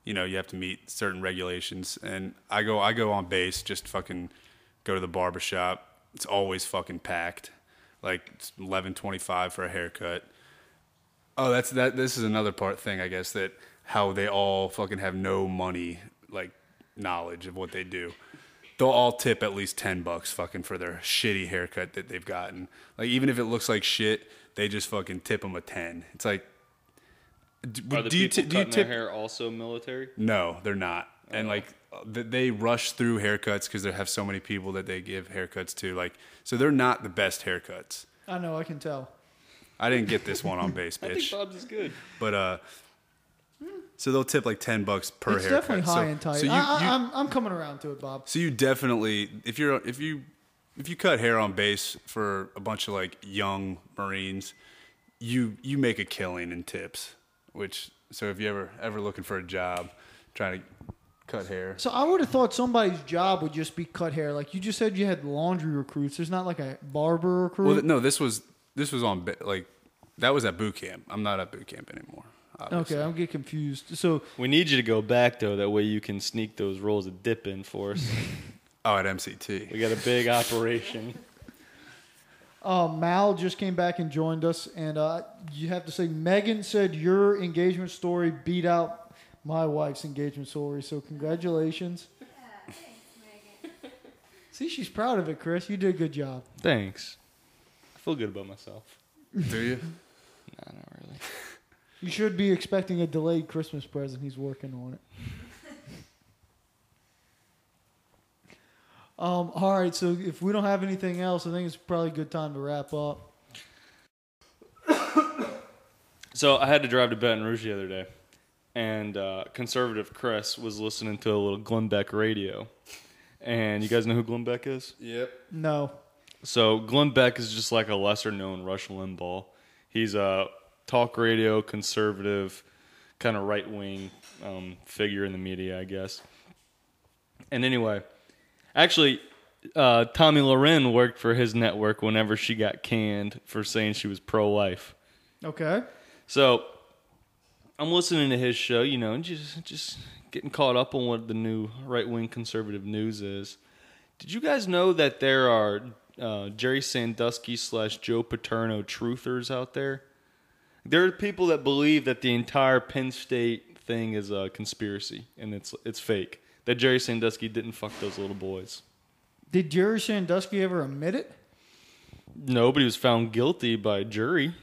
Speaker 2: you know you have to meet certain regulations and I go I go on base just fucking go to the barber shop. It's always fucking packed, like it's eleven twenty five for a haircut. Oh, that's that. This is another part thing, I guess, that how they all fucking have no money, like knowledge of what they do. They'll all tip at least ten bucks fucking for their shitty haircut that they've gotten. Like even if it looks like shit, they just fucking tip them a ten. It's like, d-
Speaker 3: Are the
Speaker 2: do you
Speaker 3: people
Speaker 2: ti- do you
Speaker 3: cutting
Speaker 2: tip?
Speaker 3: their hair Oh. also military?
Speaker 2: No, they're not. And like th- they rush through haircuts because they have so many people that they give haircuts to. Like so, they're not the best haircuts.
Speaker 1: I know, I can tell.
Speaker 2: I didn't get this one on base,
Speaker 3: I
Speaker 2: bitch.
Speaker 3: think Bob's is good.
Speaker 2: But uh, so they'll tip like ten bucks per
Speaker 1: it's
Speaker 2: haircut.
Speaker 1: definitely
Speaker 2: So-
Speaker 1: high and tight.
Speaker 2: So you,
Speaker 1: I,
Speaker 2: you-
Speaker 1: I, I'm I'm coming around to it, Bob.
Speaker 2: so you definitely if you're if you if you cut hair on base for a bunch of like young Marines, you you make a killing in tips. Which so if you ever ever looking for a job, trying to cut hair.
Speaker 1: So I would have thought somebody's job would just be cut hair. Like you just said, you had laundry recruits. There's not like a barber recruit.
Speaker 2: Well, th- no, this was this was on ba- like that was at boot camp. I'm not at boot camp anymore. Uh, obviously.
Speaker 1: okay, I'm getting confused. So
Speaker 3: We need you to go back though. That way you can sneak those rolls of dip in for us.
Speaker 2: Oh, at MCT.
Speaker 3: we got a big operation.
Speaker 1: uh, Mal just came back and joined us, and uh, you have to say Megan said your engagement story beat out my wife's engagement story. So congratulations. See, she's proud of it, Chris. You did a good job.
Speaker 3: Thanks. I feel good about myself.
Speaker 2: Do you?
Speaker 3: Nah, not really.
Speaker 1: You should be expecting a delayed Christmas present. He's working on it. um, all right, so if we don't have anything else, I think it's probably a good time to wrap up.
Speaker 3: So I had to drive to Baton Rouge the other day, and uh, conservative Chris was listening to a little Glenn Beck radio. And you guys know who Glenn Beck is?
Speaker 2: Yep.
Speaker 1: No.
Speaker 3: So Glenn Beck is just like a lesser known Rush Limbaugh. He's a talk radio conservative, kind of right wing um, figure in the media, I guess. And anyway, actually, uh, Tommy Loren worked for his network whenever she got canned for saying she was pro life.
Speaker 1: Okay.
Speaker 3: So I'm listening to his show, you know, and just just getting caught up on what the new right wing conservative news is. Did you guys know that there are uh, Jerry Sandusky slash Joe Paterno truthers out there? There are people that believe that the entire Penn State thing is a conspiracy and it's it's fake. That Jerry Sandusky didn't fuck those little boys.
Speaker 1: Did Jerry Sandusky ever admit it?
Speaker 3: Nobody was found guilty by a jury.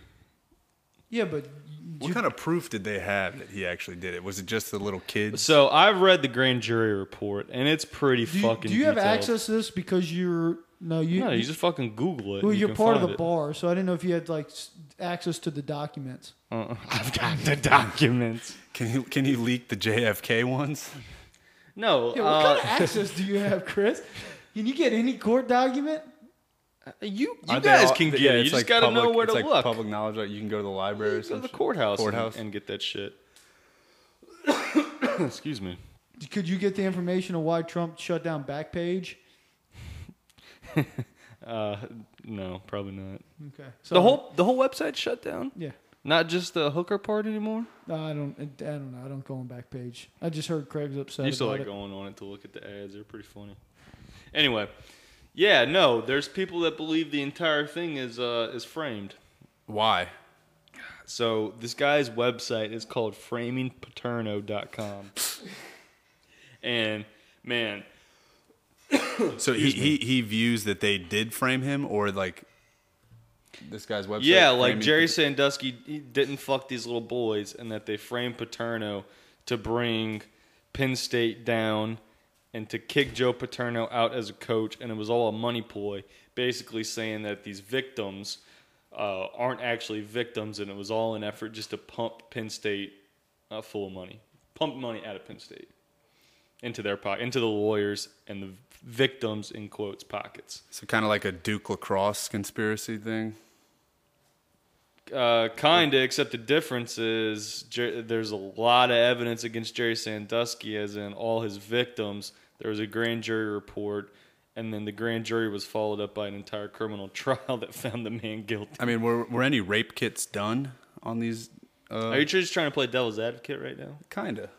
Speaker 1: Yeah, but
Speaker 2: What kind of proof did they have that he actually did it? Was it just the little kids?
Speaker 3: So I've read the grand jury report and it's pretty
Speaker 1: do, you-
Speaker 3: fucking.
Speaker 1: do you have
Speaker 3: detailed.
Speaker 1: access to this because you're no you?
Speaker 3: No, you just fucking Google it.
Speaker 1: well,
Speaker 3: and you
Speaker 1: you're
Speaker 3: can
Speaker 1: part of
Speaker 3: find
Speaker 1: the
Speaker 3: it.
Speaker 1: bar, so I didn't know if you had like s- access to the documents.
Speaker 3: Uh-uh. I've got the documents.
Speaker 2: Can you can you leak the JFK ones?
Speaker 3: No,
Speaker 1: Yeah, what
Speaker 3: uh,
Speaker 1: kind of access do you have, Chris? Can you get any court document?
Speaker 3: you you
Speaker 2: Aren't they
Speaker 3: guys
Speaker 2: all-
Speaker 3: can get
Speaker 2: yeah,
Speaker 3: it. You
Speaker 2: it's
Speaker 3: just
Speaker 2: like
Speaker 3: gotta know
Speaker 2: public-
Speaker 3: where to
Speaker 2: it's like
Speaker 3: look.
Speaker 2: Public knowledge, like you can go to the library or
Speaker 3: Go to the
Speaker 2: something.
Speaker 3: courthouse, and-
Speaker 2: Courthouse.
Speaker 3: And, get that shit. Excuse me.
Speaker 1: Could you get the information on why Trump shut down Backpage?
Speaker 3: Uh, no, probably not.
Speaker 1: Okay, so
Speaker 3: The whole the whole website shut down.
Speaker 1: yeah.
Speaker 3: Not just the hooker part anymore.
Speaker 1: No, I don't. I don't know. I don't go on Backpage. I just heard Craig's upset.
Speaker 3: used to
Speaker 1: about
Speaker 3: like
Speaker 1: it.
Speaker 3: going on it to look at the ads. They're pretty funny. Anyway, yeah, no. There's people that believe the entire thing is uh is framed.
Speaker 2: Why?
Speaker 3: So this guy's website is called framingpaterno.com. and man,
Speaker 2: So he, he he views that they did frame him, or like this guy's website.
Speaker 3: yeah, like
Speaker 2: framing
Speaker 3: Jerry
Speaker 2: people-
Speaker 3: Sandusky he didn't fuck these little boys, and that they framed Paterno to bring Penn State down and to kick Joe Paterno out as a coach, and it was all a money ploy, basically saying that these victims uh, aren't actually victims, and it was all an effort just to pump Penn State uh, full of money, pump money out of Penn State into their pocket, into the lawyers and the victims in quotes pockets.
Speaker 2: So kind of like a Duke lacrosse conspiracy thing.
Speaker 3: Uh, kinda, except the difference is Jer- there's a lot of evidence against Jerry Sandusky, as in all his victims. There was a grand jury report, and then the grand jury was followed up by an entire criminal trial that found the man guilty.
Speaker 2: I mean, were were any rape kits done on these? Uh,
Speaker 3: Are you just trying to play devil's advocate right now?
Speaker 2: kinda.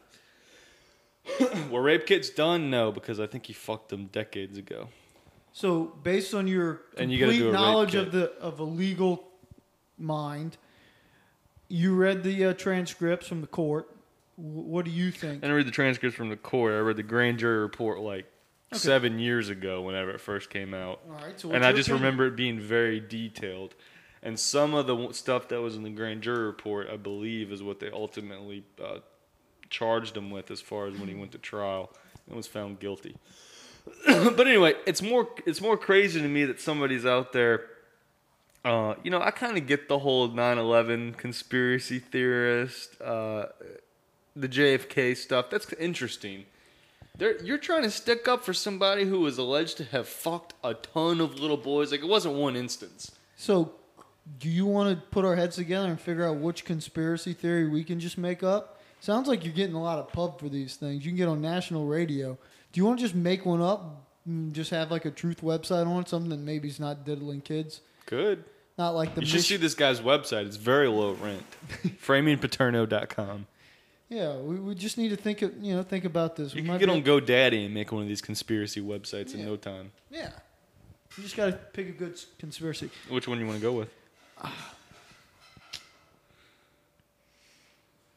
Speaker 3: Were rape kits done? No, because I think he fucked them decades ago.
Speaker 1: So based on your
Speaker 3: And you gotta
Speaker 1: complete
Speaker 3: do a rape
Speaker 1: knowledge of
Speaker 3: kit.
Speaker 1: the of a legal mind, you read the uh, transcripts from the court. W- what do you think?
Speaker 3: I didn't read the transcripts from the court. I read the grand jury report like seven years ago, whenever it first came out.
Speaker 1: All right, so what's
Speaker 3: and I
Speaker 1: your
Speaker 3: just
Speaker 1: opinion?
Speaker 3: remember it being very detailed. And some of the w- stuff that was in the grand jury report, I believe, is what they ultimately uh, charged him with as far as when he went to trial and was found guilty. but anyway, it's more it's more crazy to me that somebody's out there. Uh, you know, I kind of get the whole 9/11 conspiracy theorist, uh, the JFK stuff. That's interesting. They're, you're trying to stick up for somebody who was alleged to have fucked a ton of little boys. Like it wasn't one instance.
Speaker 1: So, do you want to put our heads together and figure out which conspiracy theory we can just make up? Sounds like you're getting a lot of pub for these things. You can get on national radio. Do you want to just make one up? And just have like a truth website on it, something that maybe is not diddling kids,
Speaker 3: Good.
Speaker 1: not like the
Speaker 3: You should
Speaker 1: Mich-
Speaker 3: see this guy's website. It's very low rent. FramingPaterno.com.
Speaker 1: Yeah, we, we just need to think of you know think about this.
Speaker 3: You
Speaker 1: we
Speaker 3: can
Speaker 1: might
Speaker 3: get
Speaker 1: be-
Speaker 3: on GoDaddy and make one of these conspiracy websites in
Speaker 1: Yeah.
Speaker 3: no time.
Speaker 1: Yeah, you just gotta pick a good s- conspiracy.
Speaker 3: Which one you want to go with?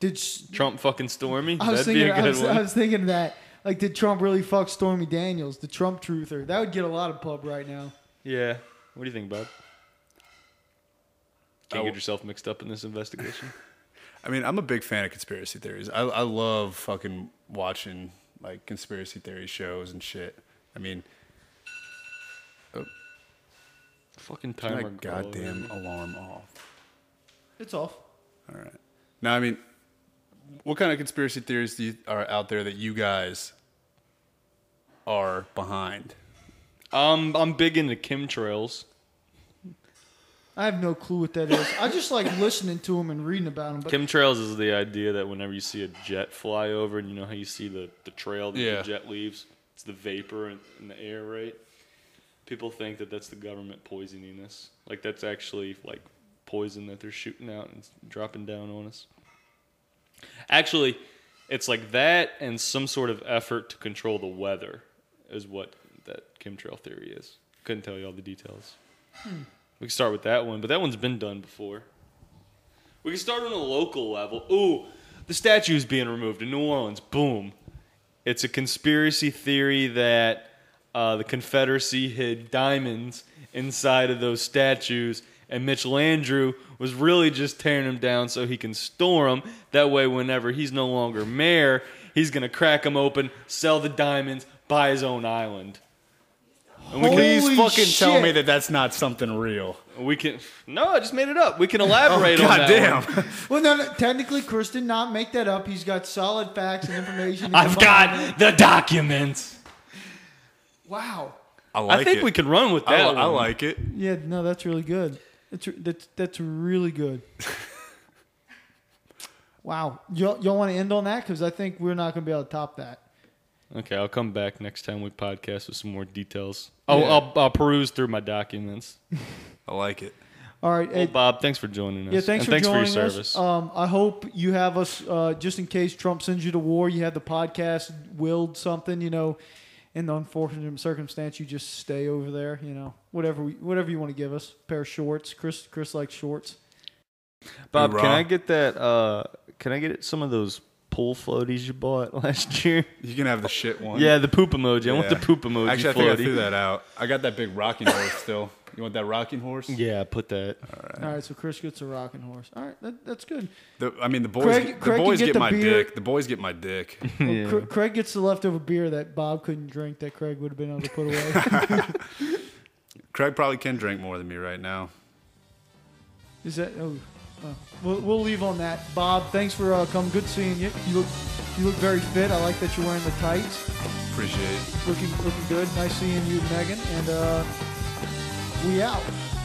Speaker 1: Did s-
Speaker 3: Trump fucking Stormy?
Speaker 1: I was
Speaker 3: That'd
Speaker 1: thinking
Speaker 3: be a good
Speaker 1: I was, I
Speaker 3: one.
Speaker 1: was thinking that like did Trump really fuck Stormy Daniels, the Trump truther? That would get a lot of pub right now.
Speaker 3: Yeah. What do you think, Bob? Can't
Speaker 2: Oh.
Speaker 3: get yourself mixed up in this investigation.
Speaker 2: I mean, I'm a big fan of conspiracy theories. I, I love fucking watching like conspiracy theory shows and shit. I mean,
Speaker 3: fucking
Speaker 2: turn
Speaker 3: timer.
Speaker 2: my goddamn alarm off.
Speaker 1: It's off.
Speaker 2: All right. Now, I mean, what kind of conspiracy theories do you, are out there that you guys are behind?
Speaker 3: Um, I'm big into chemtrails.
Speaker 1: I have no clue what that is. I just like listening to him and reading about him. But
Speaker 3: Chemtrails is the idea that whenever you see a jet fly over, and you know how you see the, the trail that
Speaker 2: Yeah.
Speaker 3: the jet leaves, it's the vapor in, in the air, right? People think that that's the government poisoning us. Like that's actually like poison that they're shooting out and dropping down on us. Actually, it's like that and some sort of effort to control the weather is what that chemtrail theory is. Couldn't tell you all the details. We can start with that one, but that one's been done before. We can start on a local level. Ooh, the statue is being removed in New Orleans. Boom. It's a conspiracy theory that uh, the Confederacy hid diamonds inside of those statues, and Mitchell Andrew was really just tearing them down so he can store them. That way, whenever he's no longer mayor, he's going to crack them open, sell the diamonds, buy his own island. And we can
Speaker 1: Holy
Speaker 2: Please fucking tell
Speaker 1: shit.
Speaker 2: me that that's not something real.
Speaker 3: We can no, I just made it up. We
Speaker 2: Oh,
Speaker 3: can elaborate on
Speaker 2: God
Speaker 3: that.
Speaker 2: damn.
Speaker 3: one.
Speaker 1: Well, no, no, technically, Chris did not make that up. He's got solid facts and information. to
Speaker 3: I've
Speaker 1: combine it.
Speaker 3: got the documents.
Speaker 1: Wow.
Speaker 2: I like
Speaker 3: I think
Speaker 2: it.
Speaker 3: we can run with
Speaker 2: I,
Speaker 3: that.
Speaker 2: li- I
Speaker 3: one.
Speaker 2: like it.
Speaker 1: Yeah, no, that's really good. That's that's that's really good. wow. Y'all, y'all want to end on that because I think we're not going to be able to top that.
Speaker 3: Okay, I'll come back next time we podcast with some more details. Oh,
Speaker 1: Yeah.
Speaker 3: I'll, I'll peruse through my documents.
Speaker 2: I like it.
Speaker 1: All right,
Speaker 3: Well,
Speaker 1: Ed,
Speaker 3: Bob, thanks for joining us.
Speaker 1: Yeah, thanks
Speaker 3: and
Speaker 1: for
Speaker 3: thanks
Speaker 1: joining
Speaker 3: for your
Speaker 1: us.
Speaker 3: service.
Speaker 1: Um, I hope you have us uh, just in case Trump sends you to war. You have the podcast willed something, you know. In the unfortunate circumstance, you just stay over there, you know. Whatever, we, whatever you want to give us. pair of shorts. Chris, Chris likes shorts.
Speaker 3: Bob, can
Speaker 2: Hoorah.
Speaker 3: I get that? Uh, can I get some of those pool floaties you bought last year?
Speaker 2: You can have the shit one.
Speaker 3: Yeah, the poop emoji. I want the
Speaker 2: Yeah.
Speaker 3: poop emoji
Speaker 2: Actually, I
Speaker 3: floaty.
Speaker 2: think I threw that out. I got that big rocking horse still. You want that rocking horse?
Speaker 3: Yeah, put that.
Speaker 1: All right, so Chris gets a rocking horse. All right, that, that's good.
Speaker 2: The, I mean, the boys.
Speaker 1: Craig-
Speaker 2: get- the
Speaker 1: Craig can
Speaker 2: boys
Speaker 1: get
Speaker 2: get,
Speaker 1: the
Speaker 2: my
Speaker 1: beer.
Speaker 2: dick. The boys get my dick.
Speaker 3: Yeah.
Speaker 1: Cra- Craig gets the leftover beer that Bob couldn't drink that Craig would have been able to put away.
Speaker 2: Craig probably can drink more than me right now.
Speaker 1: Is that? Oh, oh. We'll, we'll leave on that. Bob, thanks for uh, coming. Good seeing you. You look, you look very fit. I like that you're wearing the tights.
Speaker 2: Appreciate. it.
Speaker 1: Looking, looking good. Nice seeing you, Megan. And uh, we out.